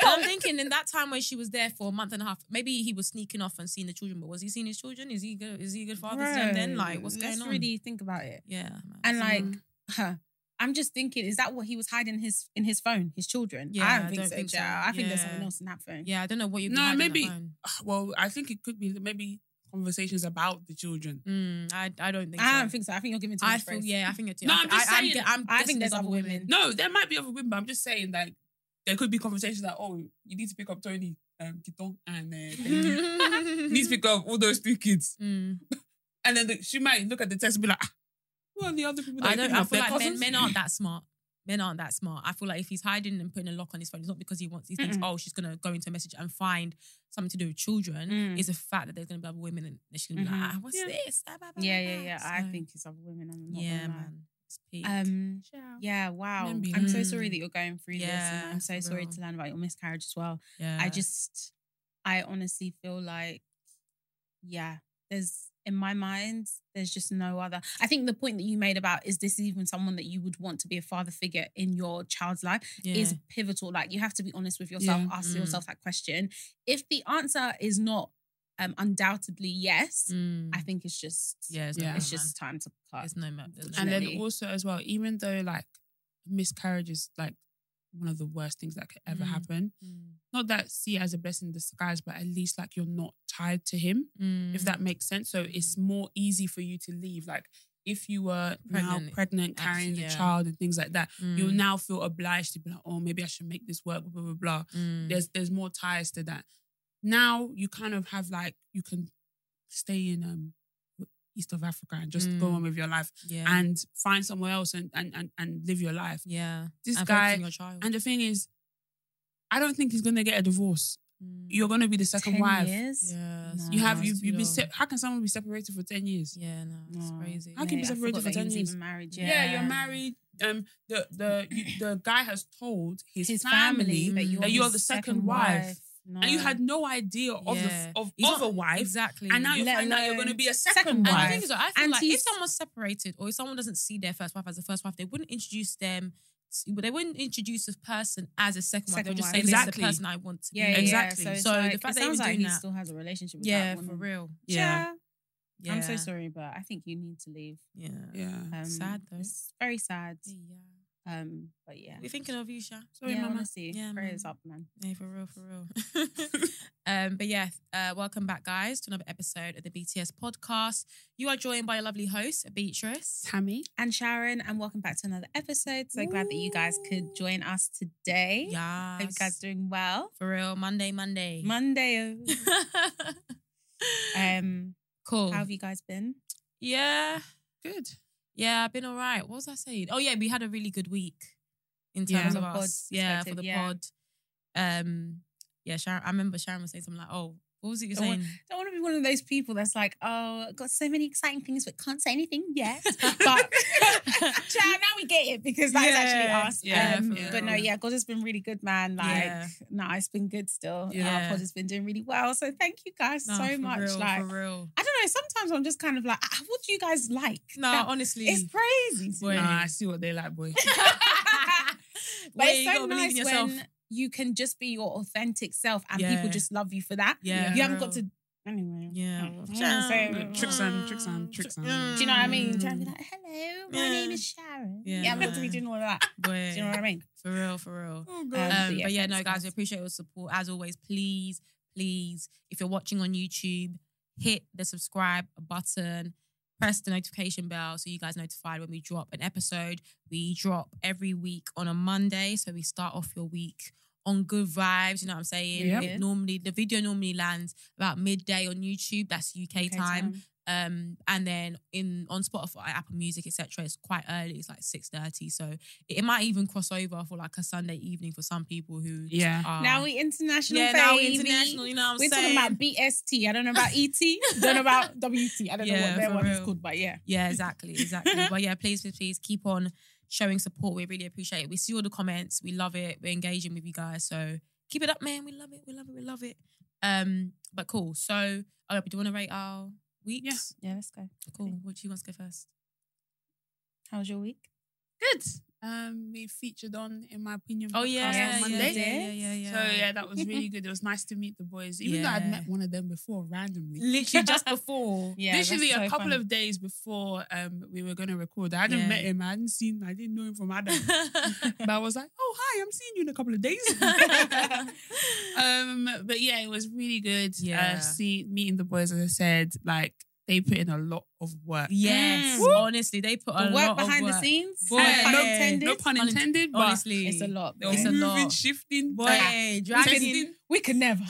[SPEAKER 4] I'm thinking in that time when she was there for a month and a half, maybe he was sneaking off and seeing the children. But was he seeing his children? Is he good? Is he a good father to them? Then
[SPEAKER 3] Bro,
[SPEAKER 4] like, what's
[SPEAKER 3] let's
[SPEAKER 4] going on?
[SPEAKER 3] really think about it.
[SPEAKER 4] yeah, man. Mm.
[SPEAKER 3] And like,
[SPEAKER 1] Mhm.
[SPEAKER 3] huh, I'm just thinking, is that what he was hiding his in his phone, his children?
[SPEAKER 4] Yeah,
[SPEAKER 3] I
[SPEAKER 4] I
[SPEAKER 3] don't think
[SPEAKER 4] don't
[SPEAKER 3] so.
[SPEAKER 4] think so.
[SPEAKER 3] child. I think there's
[SPEAKER 4] Yeah.
[SPEAKER 3] something else in that phone.
[SPEAKER 4] yeah, I don't know what you're.
[SPEAKER 1] No,
[SPEAKER 4] behind on that
[SPEAKER 1] maybe-
[SPEAKER 4] phone.
[SPEAKER 1] Well, I think it could be maybe conversations about the children.
[SPEAKER 4] Mm, I, I don't think
[SPEAKER 3] I
[SPEAKER 4] so.
[SPEAKER 3] don't think so. I think you're giving too much
[SPEAKER 4] I feel,
[SPEAKER 3] praise.
[SPEAKER 4] yeah, I think you're too.
[SPEAKER 1] No,
[SPEAKER 4] I,
[SPEAKER 1] I'm just
[SPEAKER 4] I,
[SPEAKER 1] saying,
[SPEAKER 4] I'm, I'm
[SPEAKER 3] I
[SPEAKER 4] guessing
[SPEAKER 3] think there's other women.
[SPEAKER 1] No, there might be other women, but I'm just saying like there could be conversations like, oh, you need to pick up Tony, um, Kiton, and uh, Benji. You need to pick up all those three kids,
[SPEAKER 4] Mm.
[SPEAKER 1] and then the, she might look at the text and be like, ah, who are the other people? That
[SPEAKER 4] I
[SPEAKER 1] you're
[SPEAKER 4] don't.
[SPEAKER 1] picking
[SPEAKER 4] I
[SPEAKER 1] up?
[SPEAKER 4] feel
[SPEAKER 1] Their
[SPEAKER 4] like men,
[SPEAKER 1] cousins?"
[SPEAKER 4] men aren't that smart. Men aren't that smart. I feel like if he's hiding and putting a lock on his phone, it's not because he wants. He thinks, oh, she's gonna go into a message and find something to do with children.
[SPEAKER 3] Mm.
[SPEAKER 4] It's the fact that there's gonna be other women and she's gonna be like,
[SPEAKER 3] Mhm.
[SPEAKER 4] ah, what's
[SPEAKER 1] Yeah.
[SPEAKER 4] this? Ah, blah, blah,
[SPEAKER 3] yeah,
[SPEAKER 4] blah,
[SPEAKER 3] yeah,
[SPEAKER 4] blah."
[SPEAKER 3] yeah. I
[SPEAKER 4] So,
[SPEAKER 3] think it's other women. I'm not
[SPEAKER 4] Yeah,
[SPEAKER 3] gonna lie.
[SPEAKER 4] man. It's peak.
[SPEAKER 3] Um,
[SPEAKER 4] Shout.
[SPEAKER 3] yeah, wow.
[SPEAKER 1] Don't be
[SPEAKER 3] I'm so
[SPEAKER 4] like-
[SPEAKER 3] sorry that you're going through this.
[SPEAKER 4] Yeah,
[SPEAKER 3] And I'm so
[SPEAKER 4] for
[SPEAKER 3] sorry
[SPEAKER 4] real.
[SPEAKER 3] to learn about your miscarriage as well.
[SPEAKER 4] yeah.
[SPEAKER 3] I just, I honestly feel like, yeah, there's in my mind, there's just no other. I think the point that you made about is this even someone that you would want to be a father figure in your child's life
[SPEAKER 4] yeah.
[SPEAKER 3] is pivotal. Like you have to be honest with yourself,
[SPEAKER 1] Yeah.
[SPEAKER 3] ask
[SPEAKER 4] Mm.
[SPEAKER 3] yourself that question. If the answer is not um, undoubtedly yes,
[SPEAKER 4] Mm.
[SPEAKER 3] I think it's just
[SPEAKER 4] yeah. It's,
[SPEAKER 1] Yeah.
[SPEAKER 4] no,
[SPEAKER 3] it's
[SPEAKER 4] man.
[SPEAKER 3] just time to cut.
[SPEAKER 4] It's no man. There's no
[SPEAKER 1] And then
[SPEAKER 3] Definitely.
[SPEAKER 1] also as well, even though like miscarriage is like one of the worst things that could ever
[SPEAKER 4] Mm.
[SPEAKER 1] happen.
[SPEAKER 4] Mm.
[SPEAKER 1] Not that see it as a blessing in disguise, but at least like you're not tied to him,
[SPEAKER 4] Mm.
[SPEAKER 1] if that makes sense. So it's more easy for you to leave. Like if you were pregnant,
[SPEAKER 4] Pregnant,
[SPEAKER 1] now pregnant,
[SPEAKER 4] actually,
[SPEAKER 1] carrying the
[SPEAKER 4] yeah.
[SPEAKER 1] child and things like that, you'll
[SPEAKER 4] Mm.
[SPEAKER 1] now feel obliged to be like, oh, maybe I should make this work, blah, blah, blah.
[SPEAKER 4] Mm.
[SPEAKER 1] There's there's more ties to that. Now you kind of have like you can stay in um East of Africa and just go
[SPEAKER 4] Mm.
[SPEAKER 1] on with your life
[SPEAKER 4] yeah.
[SPEAKER 1] and find somewhere else and and and, and live your life.
[SPEAKER 4] yeah.
[SPEAKER 1] This
[SPEAKER 4] and focus
[SPEAKER 1] guy
[SPEAKER 4] on your child.
[SPEAKER 1] and the thing is, I don't think he's gonna get a divorce.
[SPEAKER 4] Mm.
[SPEAKER 1] You're gonna be the second
[SPEAKER 3] 10
[SPEAKER 1] wife.
[SPEAKER 3] years?
[SPEAKER 4] yeah.
[SPEAKER 3] No,
[SPEAKER 1] You have
[SPEAKER 3] that's
[SPEAKER 1] you
[SPEAKER 4] too
[SPEAKER 1] you've been
[SPEAKER 4] long.
[SPEAKER 1] se- how can someone be separated for ten years?
[SPEAKER 4] Yeah, no, it's
[SPEAKER 3] No.
[SPEAKER 4] crazy.
[SPEAKER 1] How can you be
[SPEAKER 3] Mate, I
[SPEAKER 1] separated
[SPEAKER 3] forgot
[SPEAKER 1] for
[SPEAKER 3] that he
[SPEAKER 1] 10
[SPEAKER 3] was
[SPEAKER 1] years?
[SPEAKER 3] even married,
[SPEAKER 1] Yeah, you're married. Um, the the you, the guy has told his,
[SPEAKER 3] his
[SPEAKER 1] family,
[SPEAKER 3] family
[SPEAKER 4] mm-hmm.
[SPEAKER 3] that you're,
[SPEAKER 1] that you're
[SPEAKER 3] his
[SPEAKER 1] the second wife.
[SPEAKER 3] No.
[SPEAKER 1] and you had no idea of
[SPEAKER 4] Yeah.
[SPEAKER 1] the, of
[SPEAKER 4] He's
[SPEAKER 1] of
[SPEAKER 4] not-
[SPEAKER 1] a wife,
[SPEAKER 4] Exactly.
[SPEAKER 1] and now
[SPEAKER 4] you
[SPEAKER 1] you
[SPEAKER 3] Let
[SPEAKER 1] find out you're
[SPEAKER 3] alone
[SPEAKER 1] going to be a
[SPEAKER 3] second
[SPEAKER 1] second,
[SPEAKER 4] and
[SPEAKER 1] wife.
[SPEAKER 4] the thing is, I feel
[SPEAKER 3] And
[SPEAKER 4] like if
[SPEAKER 3] he's-
[SPEAKER 4] someone's separated or if someone doesn't see their first wife as a first wife, they wouldn't introduce them. to- They wouldn't introduce this person as a second, wife.
[SPEAKER 3] Second
[SPEAKER 4] They'll just say
[SPEAKER 3] wife.
[SPEAKER 4] this is the
[SPEAKER 1] Exactly.
[SPEAKER 4] person I want to
[SPEAKER 3] yeah,
[SPEAKER 4] be.
[SPEAKER 3] yeah,
[SPEAKER 1] Exactly.
[SPEAKER 3] So, it's
[SPEAKER 4] So the
[SPEAKER 3] like,
[SPEAKER 4] fact that
[SPEAKER 3] it
[SPEAKER 4] he
[SPEAKER 3] sounds
[SPEAKER 4] was
[SPEAKER 3] like
[SPEAKER 4] doing
[SPEAKER 3] he
[SPEAKER 4] that-
[SPEAKER 3] still has a relationship with
[SPEAKER 4] Yeah,
[SPEAKER 3] that
[SPEAKER 4] for
[SPEAKER 3] woman.
[SPEAKER 4] real.
[SPEAKER 1] yeah,
[SPEAKER 4] yeah.
[SPEAKER 3] I'm so sorry, but I think you need to leave.
[SPEAKER 4] Yeah.
[SPEAKER 1] yeah.
[SPEAKER 3] Um,
[SPEAKER 4] Sad though.
[SPEAKER 3] It's very sad.
[SPEAKER 4] Yeah.
[SPEAKER 3] Um, but yeah.
[SPEAKER 4] We're thinking of you, Sha.
[SPEAKER 1] Sorry,
[SPEAKER 3] yeah,
[SPEAKER 1] Mama.
[SPEAKER 3] Honestly,
[SPEAKER 4] Yeah,
[SPEAKER 3] prayers
[SPEAKER 4] man.
[SPEAKER 3] up, man.
[SPEAKER 4] Yeah, for real, for real. um, but yeah, uh, welcome back, guys, to another episode of the BTS podcast. You are joined by your lovely host, Beatrice.
[SPEAKER 1] Tammy.
[SPEAKER 3] And Sharon, and welcome back to another episode. So glad that you guys could join us today.
[SPEAKER 4] Yeah.
[SPEAKER 3] Hope you guys are doing well.
[SPEAKER 4] For real, Monday, Monday.
[SPEAKER 3] Monday. um,
[SPEAKER 4] cool.
[SPEAKER 3] how have you guys been?
[SPEAKER 4] yeah,
[SPEAKER 1] Good.
[SPEAKER 4] yeah, I've been all right. What was I saying? Oh yeah, we had a really good week in
[SPEAKER 1] Yeah.
[SPEAKER 4] terms
[SPEAKER 3] From
[SPEAKER 4] of
[SPEAKER 3] a pod
[SPEAKER 4] us. Yeah, for
[SPEAKER 3] perspective,
[SPEAKER 4] the
[SPEAKER 3] yeah.
[SPEAKER 4] pod. Um, yeah, Sharon. I remember Sharon was saying something like, "Oh, what was it you were
[SPEAKER 3] Don't want-
[SPEAKER 4] saying?"
[SPEAKER 3] Don't want to be one of those people that's like, oh, I've got so many exciting things, but can't say anything yet. but Child, now we get it because that is
[SPEAKER 4] Yeah,
[SPEAKER 3] actually us.
[SPEAKER 4] yeah,
[SPEAKER 3] Um,
[SPEAKER 4] for
[SPEAKER 3] but no,
[SPEAKER 4] real.
[SPEAKER 3] yeah, God has been really good, man. Like,
[SPEAKER 4] Yeah.
[SPEAKER 3] no, it's been good still.
[SPEAKER 4] Yeah.
[SPEAKER 3] Our pod has been doing really well. So thank you guys
[SPEAKER 4] Nah,
[SPEAKER 3] so
[SPEAKER 4] for
[SPEAKER 3] much.
[SPEAKER 4] real,
[SPEAKER 3] like,
[SPEAKER 4] for real.
[SPEAKER 3] I don't know. Sometimes I'm just kind of like, "Ah, what do you guys like?
[SPEAKER 4] No,
[SPEAKER 3] That-
[SPEAKER 4] honestly,
[SPEAKER 3] it's crazy. to
[SPEAKER 4] Boy.
[SPEAKER 3] me.
[SPEAKER 1] Nah, I see what they like, boy.
[SPEAKER 3] but
[SPEAKER 4] Boy, you
[SPEAKER 3] it's so
[SPEAKER 4] gotta believe in
[SPEAKER 3] nice
[SPEAKER 4] yourself.
[SPEAKER 3] when you can just be your authentic self and
[SPEAKER 4] Yeah.
[SPEAKER 3] people just love you for that.
[SPEAKER 4] Yeah,
[SPEAKER 3] you haven't
[SPEAKER 4] for
[SPEAKER 3] got to. Anyway,
[SPEAKER 4] Yeah.
[SPEAKER 3] Mm, I don't know, so-
[SPEAKER 1] Tricks and- tricks and- tricks and-
[SPEAKER 3] Do you know what I mean? Trying to be
[SPEAKER 4] Mm.
[SPEAKER 3] like, hello, my
[SPEAKER 4] Yeah.
[SPEAKER 3] name is Sharon.
[SPEAKER 4] Yeah.
[SPEAKER 3] Yeah, I'm going to be doing all of that.
[SPEAKER 4] Boy,
[SPEAKER 3] Do you know what I mean?
[SPEAKER 4] For real, for real.
[SPEAKER 1] oh
[SPEAKER 3] Um,
[SPEAKER 4] Um,
[SPEAKER 3] so yeah,
[SPEAKER 4] but yeah,
[SPEAKER 3] thanks,
[SPEAKER 4] no, guys,
[SPEAKER 3] guys.
[SPEAKER 4] we appreciate your support. As always, please, please, if you're watching on YouTube, hit the subscribe button, press the notification bell so you guys notified when we drop an episode. We drop every week on a Monday. So we start off your week on good vibes, you know what I'm saying?
[SPEAKER 1] Yep.
[SPEAKER 4] It normally the video normally lands about midday on YouTube. That's UK,
[SPEAKER 3] Okay,
[SPEAKER 4] time. Um, and then in on Spotify, Apple Music, etc. It's quite early. It's like six thirty, so it, it might even cross over for like a Sunday evening for some people who
[SPEAKER 1] Yeah.
[SPEAKER 4] are
[SPEAKER 3] Now we international.
[SPEAKER 4] yeah now we
[SPEAKER 3] baby.
[SPEAKER 4] international. You know what I'm
[SPEAKER 3] We're
[SPEAKER 4] saying?
[SPEAKER 3] talking about BST. I don't know about ET. don't know about WT. I don't know
[SPEAKER 4] Yeah,
[SPEAKER 3] what their
[SPEAKER 4] for
[SPEAKER 3] one is
[SPEAKER 4] real.
[SPEAKER 3] called, but yeah.
[SPEAKER 4] yeah, exactly, exactly. but yeah, please, please, please keep on showing support. We really appreciate it. We see all the comments. We love it. We're engaging with you guys, so keep it up, man. We love it. We love it. We love it. Um, but cool. So, oh, do you want to rate our weeks?
[SPEAKER 3] Yeah, let's go.
[SPEAKER 4] Cool. What do you want to go first?
[SPEAKER 3] How was your week?
[SPEAKER 1] Good. um we featured on in my opinion
[SPEAKER 4] Oh
[SPEAKER 1] podcast
[SPEAKER 4] yeah,
[SPEAKER 1] on
[SPEAKER 4] yeah,
[SPEAKER 1] Monday.
[SPEAKER 4] yeah, yeah, yeah, yeah.
[SPEAKER 1] So yeah, that was really good. It was nice to meet the boys, even though I'd
[SPEAKER 4] Yeah.
[SPEAKER 1] met one of them before randomly.
[SPEAKER 2] Literally just before.
[SPEAKER 3] Yeah, that's
[SPEAKER 1] Literally a
[SPEAKER 3] so
[SPEAKER 1] couple
[SPEAKER 3] funny.
[SPEAKER 1] of days before um we were gonna record. I hadn't
[SPEAKER 4] Yeah.
[SPEAKER 1] met him, I hadn't seen I didn't know him from Adam. but I was like, oh hi, I'm seeing you in a couple of days. um, but yeah, it was really good.
[SPEAKER 4] Yeah.
[SPEAKER 1] Uh, see meeting the boys, as I said, like they put in a lot of work.
[SPEAKER 4] yes,
[SPEAKER 3] Woo.
[SPEAKER 4] honestly, they put a
[SPEAKER 3] the
[SPEAKER 4] lot
[SPEAKER 3] work
[SPEAKER 4] of
[SPEAKER 3] behind
[SPEAKER 4] work.
[SPEAKER 3] the scenes.
[SPEAKER 4] Mm. Boy,
[SPEAKER 3] no
[SPEAKER 1] Yeah.
[SPEAKER 3] Mm-hmm. pun
[SPEAKER 1] no-
[SPEAKER 3] intended.
[SPEAKER 1] no pun intended, but
[SPEAKER 4] honestly,
[SPEAKER 3] it's a lot.
[SPEAKER 1] They were
[SPEAKER 3] bro.
[SPEAKER 4] It's a
[SPEAKER 1] moving,
[SPEAKER 4] lot.
[SPEAKER 1] shifting,
[SPEAKER 4] Boy,
[SPEAKER 1] like,
[SPEAKER 3] We
[SPEAKER 4] dragging.
[SPEAKER 3] can, we can never.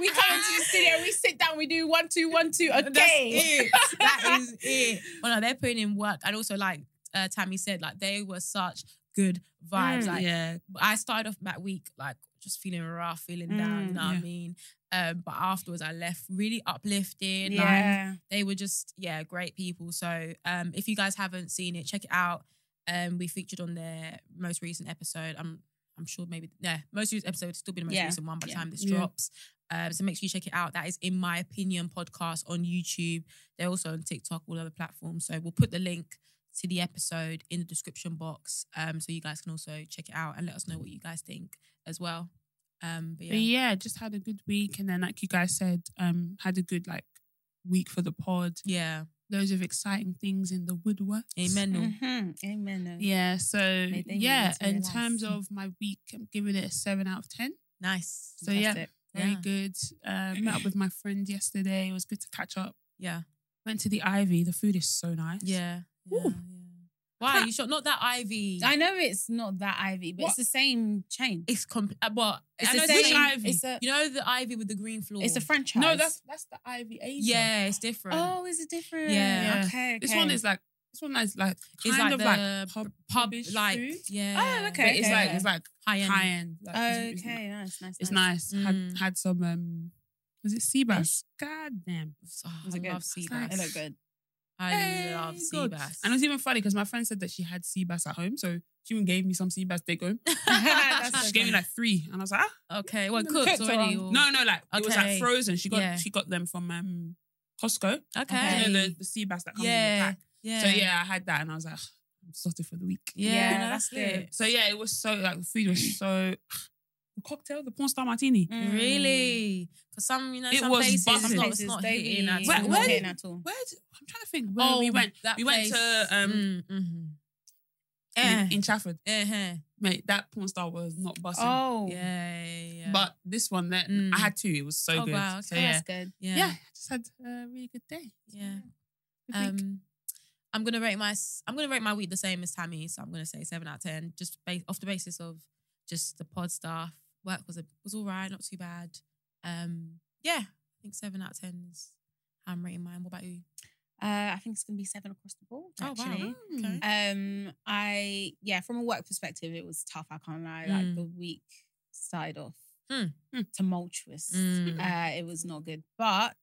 [SPEAKER 3] we come into the studio, we sit down, we do one, two, one, two. Okay.
[SPEAKER 4] That's it. that is it. Well, no, they're putting in work, and also like uh, Tammy said, like they were such good vibes.
[SPEAKER 3] Mm.
[SPEAKER 4] like
[SPEAKER 1] yeah,
[SPEAKER 4] I started off that week like just feeling rough, feeling down. You
[SPEAKER 3] Mm,
[SPEAKER 4] know what I
[SPEAKER 1] yeah.
[SPEAKER 4] mean? Um, but afterwards, I left really uplifted. Like
[SPEAKER 3] Yeah.
[SPEAKER 4] they were just yeah great people so um if you guys haven't seen it check it out um we featured on their most recent episode i'm i'm sure maybe yeah most recent episode still be the most
[SPEAKER 3] Yeah.
[SPEAKER 4] recent one by the
[SPEAKER 3] Yeah.
[SPEAKER 4] time this
[SPEAKER 1] Yeah.
[SPEAKER 4] drops um so make sure you check it out that is in my opinion podcast on youtube they're also on tiktok all other platforms so we'll put the link to the episode in the description box um so you guys can also check it out and let us know what you guys think as well um but yeah,
[SPEAKER 1] But yeah, just had a good week, and then like you guys said, um, had a good like week for the pod.
[SPEAKER 4] yeah.
[SPEAKER 1] Loads of exciting things in the woodwork.
[SPEAKER 4] amen Noel.
[SPEAKER 3] Mhm. Amen.
[SPEAKER 1] Yeah, so
[SPEAKER 3] May they
[SPEAKER 1] yeah, Uh, in
[SPEAKER 3] materialise.
[SPEAKER 1] terms of my week, I'm giving it a seven out of ten.
[SPEAKER 4] nice
[SPEAKER 1] So yeah,
[SPEAKER 3] Fantastic.
[SPEAKER 1] very
[SPEAKER 4] Yeah.
[SPEAKER 1] good. Uh, met up with my friend yesterday. It was good to catch up.
[SPEAKER 4] yeah
[SPEAKER 1] Went to the Ivy. The food is so nice.
[SPEAKER 4] Yeah.
[SPEAKER 1] Ooh.
[SPEAKER 4] yeah, yeah. Why you shot not that Ivy?
[SPEAKER 3] I know it's not that Ivy, but
[SPEAKER 1] What?
[SPEAKER 3] it's the same chain.
[SPEAKER 4] it's com- uh, well,
[SPEAKER 3] It's
[SPEAKER 4] I
[SPEAKER 3] the
[SPEAKER 4] know
[SPEAKER 3] same.
[SPEAKER 4] which Ivy.
[SPEAKER 3] It's a,
[SPEAKER 4] you know the Ivy with the green floor.
[SPEAKER 3] it's a franchise.
[SPEAKER 1] No, that's that's the Ivy Asia.
[SPEAKER 4] yeah, it's different.
[SPEAKER 3] Oh, is it different?
[SPEAKER 4] Yeah.
[SPEAKER 1] Yeah.
[SPEAKER 3] Okay, okay.
[SPEAKER 1] This one is like this one is like
[SPEAKER 4] it's
[SPEAKER 1] kind
[SPEAKER 4] like
[SPEAKER 1] of
[SPEAKER 4] the
[SPEAKER 1] like pub,
[SPEAKER 4] pub
[SPEAKER 1] pubish
[SPEAKER 4] like
[SPEAKER 1] food.
[SPEAKER 4] yeah.
[SPEAKER 3] Oh, okay,
[SPEAKER 1] But it's
[SPEAKER 3] okay.
[SPEAKER 1] like it's like
[SPEAKER 4] high end.
[SPEAKER 1] high end. Like,
[SPEAKER 3] Okay,
[SPEAKER 1] it's- it's
[SPEAKER 3] nice, nice.
[SPEAKER 1] It's nice. Had
[SPEAKER 4] Mm.
[SPEAKER 1] had some um was it sea bass? God damn.
[SPEAKER 4] Oh,
[SPEAKER 3] Was
[SPEAKER 4] I
[SPEAKER 3] it good?
[SPEAKER 4] love sea
[SPEAKER 1] Nice.
[SPEAKER 4] bass.
[SPEAKER 3] It looked good.
[SPEAKER 4] I
[SPEAKER 1] Hey,
[SPEAKER 4] love sea
[SPEAKER 1] God.
[SPEAKER 4] bass.
[SPEAKER 1] And it was even funny because my friend said that she had sea bass at home, so she even gave me some sea bass take home.
[SPEAKER 3] That's
[SPEAKER 1] she
[SPEAKER 3] so
[SPEAKER 1] gave me
[SPEAKER 3] funny.
[SPEAKER 1] like three, and I was like, ah.
[SPEAKER 4] okay, well,
[SPEAKER 1] Mm,
[SPEAKER 4] cooked
[SPEAKER 1] cooked
[SPEAKER 4] already.
[SPEAKER 3] or-
[SPEAKER 4] or-
[SPEAKER 1] no, no, like it was
[SPEAKER 4] Okay.
[SPEAKER 1] like frozen. She got
[SPEAKER 4] Yeah.
[SPEAKER 1] she got them from um Costco.
[SPEAKER 4] Okay.
[SPEAKER 1] You know, the, the sea bass that comes in
[SPEAKER 4] Yeah.
[SPEAKER 1] the pack. So yeah, I had that, and I was like, "Ugh, I'm sorted for the week.
[SPEAKER 4] Yeah,
[SPEAKER 3] Yeah,
[SPEAKER 4] no,
[SPEAKER 3] that's
[SPEAKER 4] that's
[SPEAKER 3] good.
[SPEAKER 4] good.
[SPEAKER 1] So yeah, it was so like the food was so. The cocktail, the porn star martini.
[SPEAKER 3] Mm.
[SPEAKER 4] Really? Because some, you know,
[SPEAKER 1] It
[SPEAKER 4] some
[SPEAKER 1] was
[SPEAKER 4] places,
[SPEAKER 1] buzzing.
[SPEAKER 4] it's not, it's
[SPEAKER 3] Places,
[SPEAKER 4] not
[SPEAKER 3] they-
[SPEAKER 4] hitting at
[SPEAKER 1] Where-
[SPEAKER 4] all.
[SPEAKER 1] where
[SPEAKER 3] hitting
[SPEAKER 1] did-
[SPEAKER 3] at all.
[SPEAKER 1] Where? did- I'm trying to think. Where
[SPEAKER 4] Oh,
[SPEAKER 1] we went.
[SPEAKER 4] that
[SPEAKER 1] we went to
[SPEAKER 4] place.
[SPEAKER 1] um
[SPEAKER 4] Mm, mhm.
[SPEAKER 1] in-
[SPEAKER 4] Eh.
[SPEAKER 1] in Chafford.
[SPEAKER 4] Uh-huh.
[SPEAKER 1] mate, that porn star was not busting.
[SPEAKER 3] Oh,
[SPEAKER 4] Yeah, yeah, yeah.
[SPEAKER 1] But this one, that
[SPEAKER 4] Mm.
[SPEAKER 1] I had two. It was so
[SPEAKER 4] Oh,
[SPEAKER 1] good.
[SPEAKER 4] wow,
[SPEAKER 1] So,
[SPEAKER 4] okay.
[SPEAKER 1] yeah.
[SPEAKER 3] that's good.
[SPEAKER 4] yeah,
[SPEAKER 1] yeah, I just had a really good day.
[SPEAKER 4] yeah.
[SPEAKER 1] Good week.
[SPEAKER 4] Um, I'm gonna rate my s- I'm gonna rate my week the same as Tammy, so I'm gonna say seven out of ten, just based off the basis of just the pod staff. Work was a, was all right, not too bad. Um, yeah, I think seven out of ten is how I'm rating mine. What about you?
[SPEAKER 3] Uh, I think it's gonna be seven across the board.
[SPEAKER 4] oh,
[SPEAKER 3] Actually.
[SPEAKER 4] okay.
[SPEAKER 3] Um, I yeah, from a work perspective, it was tough. I can't lie. Like
[SPEAKER 4] Mm.
[SPEAKER 3] the week started off
[SPEAKER 4] Mm.
[SPEAKER 1] Mm.
[SPEAKER 3] tumultuous.
[SPEAKER 4] Mm.
[SPEAKER 3] Uh, it was not good, but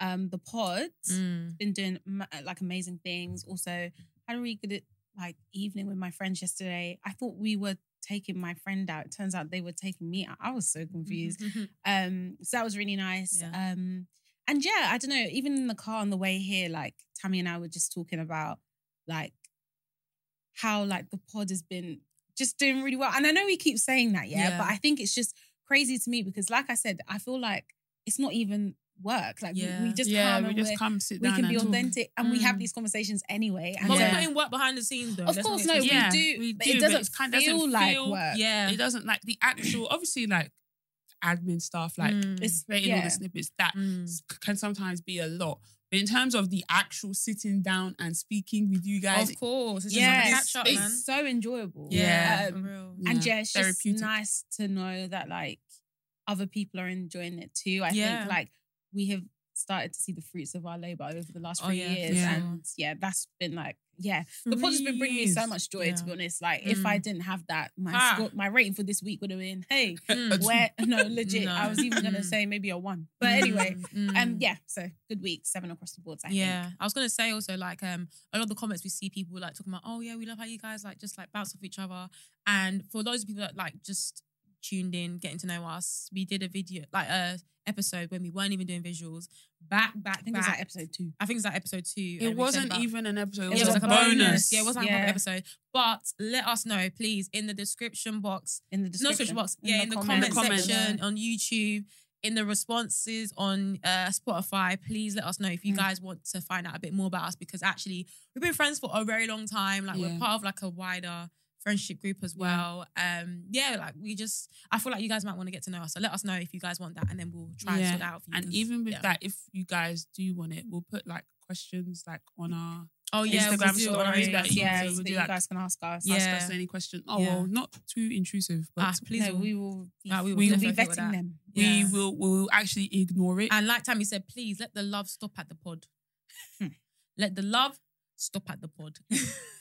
[SPEAKER 3] um, the pods
[SPEAKER 4] Mm.
[SPEAKER 3] been doing ma- uh, like amazing things. Also, had a really good uh, like evening with my friends yesterday. I thought we were taking my friend out. It turns out they were taking me out. I was so confused. Um, so that was really nice.
[SPEAKER 4] Mm-hmm. Yeah.
[SPEAKER 3] Um, and yeah, I don't know, even in the car on the way here, like Tammy and I were just talking about like how like the pod has been just doing really well. And I know we keep saying that, yeah,
[SPEAKER 4] Yeah.
[SPEAKER 3] but I think it's just crazy to me because like I said, I feel like it's not even work. Like we-
[SPEAKER 4] Yeah.
[SPEAKER 3] we, just
[SPEAKER 1] yeah,
[SPEAKER 3] come
[SPEAKER 1] we
[SPEAKER 3] and
[SPEAKER 1] just
[SPEAKER 3] we're-
[SPEAKER 1] come sit
[SPEAKER 3] we
[SPEAKER 1] down.
[SPEAKER 3] can
[SPEAKER 1] and
[SPEAKER 3] be
[SPEAKER 1] talk.
[SPEAKER 3] authentic and we have
[SPEAKER 4] Mm.
[SPEAKER 3] these conversations anyway. And
[SPEAKER 4] But
[SPEAKER 1] Yeah.
[SPEAKER 4] we're putting work behind the scenes though.
[SPEAKER 3] Of
[SPEAKER 4] Let's not
[SPEAKER 3] course,
[SPEAKER 4] get
[SPEAKER 3] no,
[SPEAKER 4] twisted.
[SPEAKER 1] Yeah,
[SPEAKER 3] we do.
[SPEAKER 1] we
[SPEAKER 3] but
[SPEAKER 1] do,
[SPEAKER 3] it
[SPEAKER 1] but
[SPEAKER 3] doesn't
[SPEAKER 1] it's kind-
[SPEAKER 3] feel
[SPEAKER 1] doesn't
[SPEAKER 3] like
[SPEAKER 1] feel-
[SPEAKER 3] work.
[SPEAKER 4] Yeah.
[SPEAKER 1] It doesn't like the actual, obviously, like admin stuff, like
[SPEAKER 4] Mm.
[SPEAKER 3] It's-
[SPEAKER 1] creating all
[SPEAKER 3] yeah.
[SPEAKER 1] the snippets. That
[SPEAKER 4] Mm.
[SPEAKER 1] s- can sometimes be a lot. But in terms of the actual sitting down and speaking with you guys, uh,
[SPEAKER 4] Of course. It's
[SPEAKER 3] Yes,
[SPEAKER 4] just a catch up,
[SPEAKER 3] it's
[SPEAKER 4] man.
[SPEAKER 3] so enjoyable.
[SPEAKER 1] Yeah.
[SPEAKER 3] Um,
[SPEAKER 4] for real.
[SPEAKER 3] and
[SPEAKER 1] Yeah,
[SPEAKER 3] yeah, it's just
[SPEAKER 1] therapeutic.
[SPEAKER 3] nice to know that like other people are enjoying it too. I
[SPEAKER 4] Yeah.
[SPEAKER 3] think like we have started to see the fruits of our labor over the last
[SPEAKER 4] Oh,
[SPEAKER 3] few
[SPEAKER 4] yeah, for
[SPEAKER 3] years,
[SPEAKER 1] sure.
[SPEAKER 3] and yeah, that's been like yeah, the pod has
[SPEAKER 1] Three
[SPEAKER 3] been bringing me so
[SPEAKER 1] years.
[SPEAKER 3] much joy. To
[SPEAKER 4] Yeah.
[SPEAKER 3] be honest, like if I
[SPEAKER 4] Mm.
[SPEAKER 3] didn't have that, my
[SPEAKER 1] Ah.
[SPEAKER 3] score, my rating for this week would have been hey,
[SPEAKER 1] uh,
[SPEAKER 4] Mm.
[SPEAKER 3] where no legit. I
[SPEAKER 4] No.
[SPEAKER 3] was even gonna
[SPEAKER 4] Mm.
[SPEAKER 3] say maybe a one, but anyway,
[SPEAKER 4] Mm.
[SPEAKER 3] um, yeah, so good week, seven across the board. I think.
[SPEAKER 4] yeah, I was gonna say also like um a lot of the comments we see people like talking about oh yeah we love how you guys like just like bounce off each other and for those people that like just tuned in, getting to know us. We did a video, like a episode when we weren't even doing visuals. Back, back,
[SPEAKER 3] I think it
[SPEAKER 4] back.
[SPEAKER 3] was like episode two.
[SPEAKER 4] I think it was like episode two. and we
[SPEAKER 1] It
[SPEAKER 4] said
[SPEAKER 1] wasn't
[SPEAKER 4] about-
[SPEAKER 1] even an episode. It was,
[SPEAKER 4] Yeah,
[SPEAKER 3] was
[SPEAKER 1] a
[SPEAKER 3] like
[SPEAKER 1] bonus.
[SPEAKER 4] Yeah, it wasn't like a proper
[SPEAKER 3] Yeah.
[SPEAKER 4] episode. But let us know, please, in the description box.
[SPEAKER 3] In the
[SPEAKER 4] No
[SPEAKER 3] description.
[SPEAKER 4] description box. Yeah, in the, comment,
[SPEAKER 1] comment comment
[SPEAKER 4] section
[SPEAKER 1] section.
[SPEAKER 4] on YouTube, in the responses on uh, Spotify. Please let us know if you
[SPEAKER 3] Mm.
[SPEAKER 4] guys want to find out a bit more about us because actually we've been friends for a very long time. Like
[SPEAKER 1] Yeah.
[SPEAKER 4] we're part of like a wider friendship group as well. Um, yeah, like we just I feel like you guys might want to get to know us. So let us know if you guys want that, and then we'll try
[SPEAKER 1] Yeah.
[SPEAKER 4] and sort that out for you.
[SPEAKER 1] And
[SPEAKER 4] 'cause-
[SPEAKER 1] even with
[SPEAKER 4] yeah.
[SPEAKER 1] that, if you guys do want it, we'll put like questions like on our
[SPEAKER 4] oh yeah,
[SPEAKER 1] Instagram
[SPEAKER 4] we'll do
[SPEAKER 1] stories,
[SPEAKER 4] alright.
[SPEAKER 1] that you-
[SPEAKER 3] Yeah,
[SPEAKER 1] so we'll
[SPEAKER 3] so
[SPEAKER 1] do
[SPEAKER 3] you
[SPEAKER 1] that.
[SPEAKER 3] guys can ask us.
[SPEAKER 4] Yeah.
[SPEAKER 1] ask us any question. Oh
[SPEAKER 4] Yeah.
[SPEAKER 1] well, not too intrusive, but
[SPEAKER 4] Ah, please,
[SPEAKER 3] no,
[SPEAKER 4] will.
[SPEAKER 3] we will. Be,
[SPEAKER 4] Ah, we will
[SPEAKER 3] we will be
[SPEAKER 4] definitely do
[SPEAKER 3] vetting
[SPEAKER 4] that.
[SPEAKER 3] them.
[SPEAKER 1] we
[SPEAKER 4] Yeah. Ah.
[SPEAKER 1] will will actually ignore it.
[SPEAKER 4] And like Tammy said, please let the love stop at the pod.
[SPEAKER 1] Hmm.
[SPEAKER 4] let the love stop at the pod.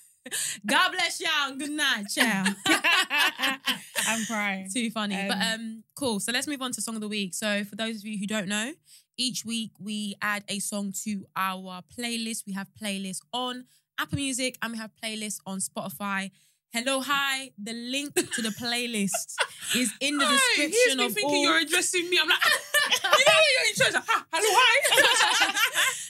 [SPEAKER 4] God bless y'all. Good night. Ciao.
[SPEAKER 3] I'm crying.
[SPEAKER 4] Too funny. but
[SPEAKER 3] Um,
[SPEAKER 4] um, cool. So let's move on to song of the week. So for those of you who don't know, each week we add a song to our playlist. We have playlists on Apple Music and we have playlists on Spotify. Hello, hi. The link to the playlist is in the
[SPEAKER 1] Hey,
[SPEAKER 4] description
[SPEAKER 1] here's me
[SPEAKER 4] of
[SPEAKER 1] thinking
[SPEAKER 4] all
[SPEAKER 1] you're addressing me. I'm like, you know, you're in charge. Like, ah, hello, hi.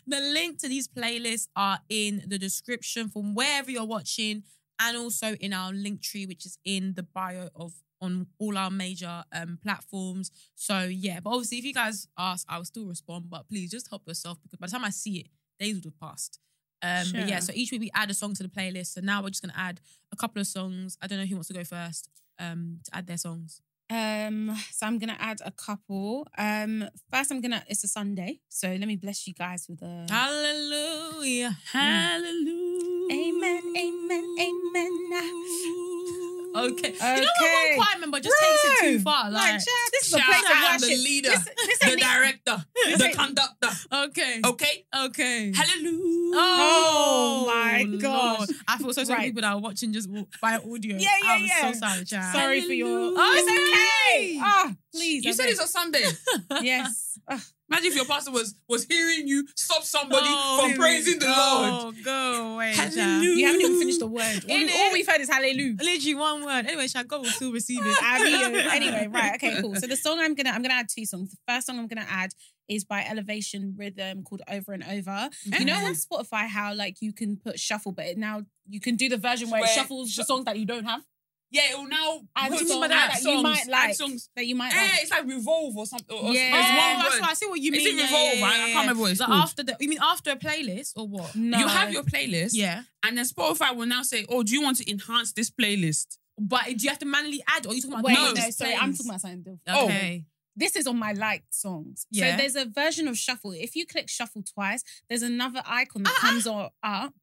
[SPEAKER 4] the link to these playlists are in the description from wherever you're watching and also in our link tree which is in the bio of on all our major um platforms so yeah but obviously if you guys ask i will still respond but please just help yourself because by the time i see it days would have passed um but yeah
[SPEAKER 3] Sure.
[SPEAKER 4] so each week we add a song to the playlist so now we're just going to add a couple of songs i don't know who wants to go first um to add their songs
[SPEAKER 3] Um, so I'm gonna add a couple. Um, first I'm gonna. It's a Sunday, so let me bless you guys with a.
[SPEAKER 4] Ah. hallelujah hallelujah
[SPEAKER 3] Amen, amen, amen.
[SPEAKER 4] Okay. You know what?
[SPEAKER 3] Okay.
[SPEAKER 4] One choir member just takes it too
[SPEAKER 3] Bro,
[SPEAKER 4] far. Like,
[SPEAKER 3] child, this is a
[SPEAKER 1] Shout
[SPEAKER 3] place of
[SPEAKER 1] out the
[SPEAKER 3] worship.
[SPEAKER 1] leader,
[SPEAKER 3] This, this
[SPEAKER 1] the
[SPEAKER 3] ain't
[SPEAKER 1] director, the
[SPEAKER 3] ain't-
[SPEAKER 1] conductor.
[SPEAKER 4] okay,
[SPEAKER 1] Okay,
[SPEAKER 4] okay.
[SPEAKER 1] hallelujah.
[SPEAKER 4] Oh,
[SPEAKER 3] Oh my
[SPEAKER 4] Lord.
[SPEAKER 3] gosh.
[SPEAKER 4] I feel so sorry for
[SPEAKER 3] Right.
[SPEAKER 4] people that are watching just w- by audio.
[SPEAKER 3] Yeah, yeah,
[SPEAKER 4] I'm
[SPEAKER 3] yeah.
[SPEAKER 4] so sorry, child.
[SPEAKER 3] Sorry for your.
[SPEAKER 4] Hallelujah.
[SPEAKER 3] Oh, it's okay. Ah, please.
[SPEAKER 1] You
[SPEAKER 3] I
[SPEAKER 1] said
[SPEAKER 3] beg.
[SPEAKER 1] it's a Sunday.
[SPEAKER 3] yes. Ugh.
[SPEAKER 1] Imagine if your pastor was was hearing you stop somebody
[SPEAKER 3] Oh,
[SPEAKER 1] from
[SPEAKER 4] dude.
[SPEAKER 1] praising the Lord.
[SPEAKER 4] Oh, go away, child.
[SPEAKER 3] You haven't even finished the word. All,
[SPEAKER 4] Ain't
[SPEAKER 3] we, all
[SPEAKER 4] it?
[SPEAKER 3] we've heard is hallelujah.
[SPEAKER 4] Literally one word. Anyway, child, God will still receive it.
[SPEAKER 3] Adios. anyway, right. Okay, cool. So the song I'm gonna I'm gonna add two songs. The first song I'm gonna add is by Elevation Rhythm called Over and Over. You know on Spotify how like you can put shuffle, but it now you can do the version where,
[SPEAKER 1] Where-
[SPEAKER 3] it shuffles the songs that you don't have.
[SPEAKER 1] Yeah, it will now
[SPEAKER 3] Add
[SPEAKER 1] put
[SPEAKER 3] songs
[SPEAKER 1] songs, add
[SPEAKER 3] that
[SPEAKER 1] songs,
[SPEAKER 3] you might
[SPEAKER 1] add
[SPEAKER 3] like.
[SPEAKER 1] songs.
[SPEAKER 3] That you might
[SPEAKER 1] Eh,
[SPEAKER 3] like.
[SPEAKER 1] it's like revolve or something. Or, or-
[SPEAKER 3] Yeah.
[SPEAKER 1] it's
[SPEAKER 4] Oh,
[SPEAKER 1] one
[SPEAKER 4] that's
[SPEAKER 1] word.
[SPEAKER 4] why I see what you
[SPEAKER 1] Is
[SPEAKER 4] mean.
[SPEAKER 1] it
[SPEAKER 4] Yeah,
[SPEAKER 1] Revolve?
[SPEAKER 4] yeah,
[SPEAKER 1] I- I
[SPEAKER 4] yeah,
[SPEAKER 1] can't
[SPEAKER 4] yeah.
[SPEAKER 1] remember what it's
[SPEAKER 4] Like
[SPEAKER 1] called.
[SPEAKER 4] after the, you mean after a playlist or what?
[SPEAKER 3] No.
[SPEAKER 1] You have your playlist,
[SPEAKER 4] Yeah,
[SPEAKER 1] and then Spotify will now say, "Oh, do you want to enhance this playlist?"
[SPEAKER 4] but do you have to manually add, or are you talking about
[SPEAKER 3] Wait,
[SPEAKER 1] No,
[SPEAKER 3] no,
[SPEAKER 4] just
[SPEAKER 3] sorry, I'm
[SPEAKER 4] plays?
[SPEAKER 3] talking about something different. Oh,
[SPEAKER 4] Okay.
[SPEAKER 3] this is on my liked songs.
[SPEAKER 4] Yeah.
[SPEAKER 3] So there's a version of shuffle. If you click shuffle twice, there's another icon
[SPEAKER 1] Ah,
[SPEAKER 3] that comes on up.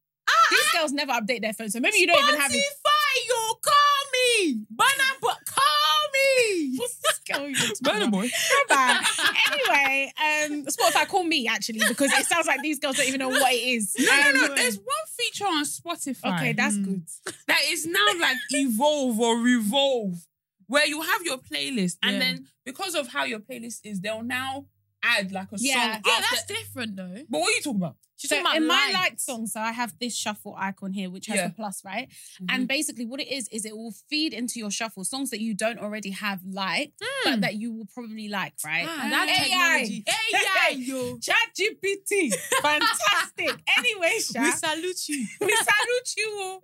[SPEAKER 3] These girls never update their phone, so maybe you don't even have it.
[SPEAKER 4] Spotify, you call me. Banana, but call me.
[SPEAKER 3] What's this girl you're talking
[SPEAKER 1] Burner
[SPEAKER 3] about?
[SPEAKER 1] boy.
[SPEAKER 3] Bye. anyway, um, Spotify call me actually because it sounds like these girls don't even know what it is.
[SPEAKER 1] No, no, no.
[SPEAKER 3] Um,
[SPEAKER 1] There's one feature on Spotify.
[SPEAKER 3] okay,
[SPEAKER 4] Hmm.
[SPEAKER 3] that's good.
[SPEAKER 1] that is now like evolve or revolve, where you have your playlist, and
[SPEAKER 4] Yeah.
[SPEAKER 1] then because of how your playlist is, they'll now add like a
[SPEAKER 3] Yeah.
[SPEAKER 1] song.
[SPEAKER 4] Yeah,
[SPEAKER 1] after-
[SPEAKER 4] that's different though.
[SPEAKER 1] But what are you talking about?
[SPEAKER 4] She's
[SPEAKER 3] So
[SPEAKER 4] talking about
[SPEAKER 3] in my
[SPEAKER 4] likes.
[SPEAKER 3] liked songs, so I have this shuffle icon here, which has
[SPEAKER 1] Yeah.
[SPEAKER 3] a plus, right?
[SPEAKER 4] Mm-hmm.
[SPEAKER 3] And basically, what it is is it will feed into your shuffle songs that you don't already have liked, but that you will probably like, right?
[SPEAKER 4] Hmm. Ah, that technology. AI, yo.
[SPEAKER 3] Chat GPT. Fantastic. anyway, Sha,
[SPEAKER 4] We
[SPEAKER 3] we,
[SPEAKER 4] salute you.
[SPEAKER 3] salute you. all.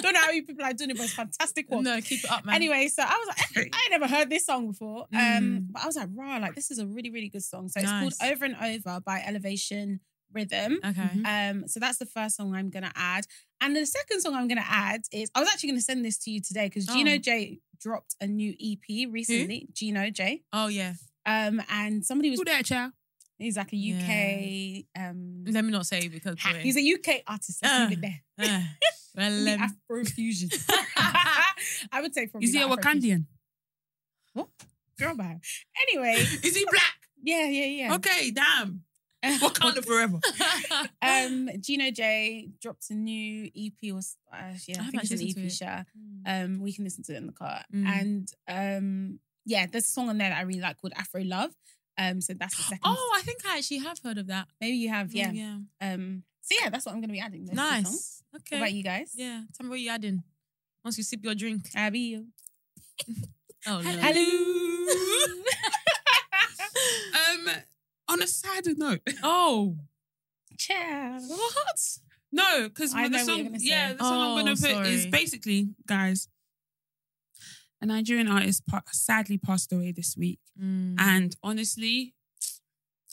[SPEAKER 3] Don't know how you people are doing it, but it's fantastic work.
[SPEAKER 4] no, keep it up, man.
[SPEAKER 3] Anyway, so I was like, I ain't never heard this song before. Um, but I was like, rah, like this is a really, really good song. So it's
[SPEAKER 4] Mm. Nice.
[SPEAKER 3] called Over and Over by Elevation Rhythm.
[SPEAKER 4] Okay.
[SPEAKER 3] Um, so that's the first song I'm gonna add. And the second song I'm gonna add is I was actually gonna send this to you today because
[SPEAKER 4] Oh.
[SPEAKER 3] Gino J dropped a new EP recently. Gino J.
[SPEAKER 4] Oh yeah.
[SPEAKER 3] Um, and somebody was
[SPEAKER 1] Who that child?
[SPEAKER 3] he's like a UK um
[SPEAKER 4] Let me not say because boy.
[SPEAKER 3] he's a UK artist. Let's leave it there.
[SPEAKER 4] Ah, well,
[SPEAKER 3] The
[SPEAKER 4] um,
[SPEAKER 3] Afrofusion. I would say probably
[SPEAKER 1] Is he a
[SPEAKER 3] like Afrofusion.
[SPEAKER 1] Wakandian?
[SPEAKER 3] Girl, bye. Anyway,
[SPEAKER 1] Is he black?
[SPEAKER 3] yeah, yeah, yeah.
[SPEAKER 1] Okay, damn. Wakanda forever.
[SPEAKER 3] um, Gino J dropped a new EP or s- uh, yeah,
[SPEAKER 4] I
[SPEAKER 3] I,
[SPEAKER 4] haven't
[SPEAKER 3] think it's an
[SPEAKER 4] listened to
[SPEAKER 3] EP
[SPEAKER 4] it. Hmm.
[SPEAKER 3] share. Um, we can listen to it in the car.
[SPEAKER 4] Mm.
[SPEAKER 3] And um, yeah, there's a song on there that I really like called Afro Love. Um, so that's the second.
[SPEAKER 4] oh, I think I actually have heard of that. Mm,
[SPEAKER 3] maybe you have, yeah.
[SPEAKER 4] yeah.
[SPEAKER 3] Um, so yeah, that's what I'm gonna be adding. Those two songs.
[SPEAKER 4] Nice.
[SPEAKER 3] What
[SPEAKER 4] Okay.
[SPEAKER 3] about you guys?
[SPEAKER 4] Yeah. Tell me what you adding once you sip your drink.
[SPEAKER 3] I be you.
[SPEAKER 4] Oh, no.
[SPEAKER 2] Hello.
[SPEAKER 1] Um, on a sadder note,
[SPEAKER 4] Oh.
[SPEAKER 3] Ciao.
[SPEAKER 1] what? No, because
[SPEAKER 2] I
[SPEAKER 1] the
[SPEAKER 2] know what you're
[SPEAKER 1] song,
[SPEAKER 2] gonna say.
[SPEAKER 1] yeah, the song I'm
[SPEAKER 4] Oh,
[SPEAKER 1] gonna put is
[SPEAKER 4] sorry.
[SPEAKER 1] basically, guys. A Nigerian artist pa- sadly passed away this week, and honestly,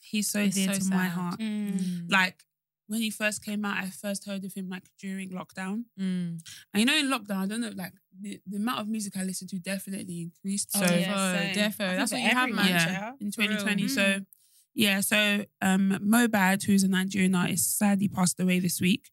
[SPEAKER 1] he's so
[SPEAKER 4] It's
[SPEAKER 1] dear
[SPEAKER 4] so
[SPEAKER 1] to my
[SPEAKER 4] sad.
[SPEAKER 1] heart.
[SPEAKER 4] Mm.
[SPEAKER 1] Like when he first came out, I first heard of him like during lockdown.
[SPEAKER 4] Mm.
[SPEAKER 1] And you know, in lockdown, I don't know, like the, the amount of music I listened to definitely increased. So
[SPEAKER 3] Oh, yeah, same.
[SPEAKER 4] Defo, defo.
[SPEAKER 3] I think
[SPEAKER 4] That's
[SPEAKER 3] for
[SPEAKER 4] what you have,
[SPEAKER 3] everyone,
[SPEAKER 4] man.
[SPEAKER 1] yeah,
[SPEAKER 3] child.
[SPEAKER 1] in
[SPEAKER 3] For real. Mm.
[SPEAKER 1] 2020. So yeah, so um Mobad, who's a Nigerian artist, sadly passed away this week.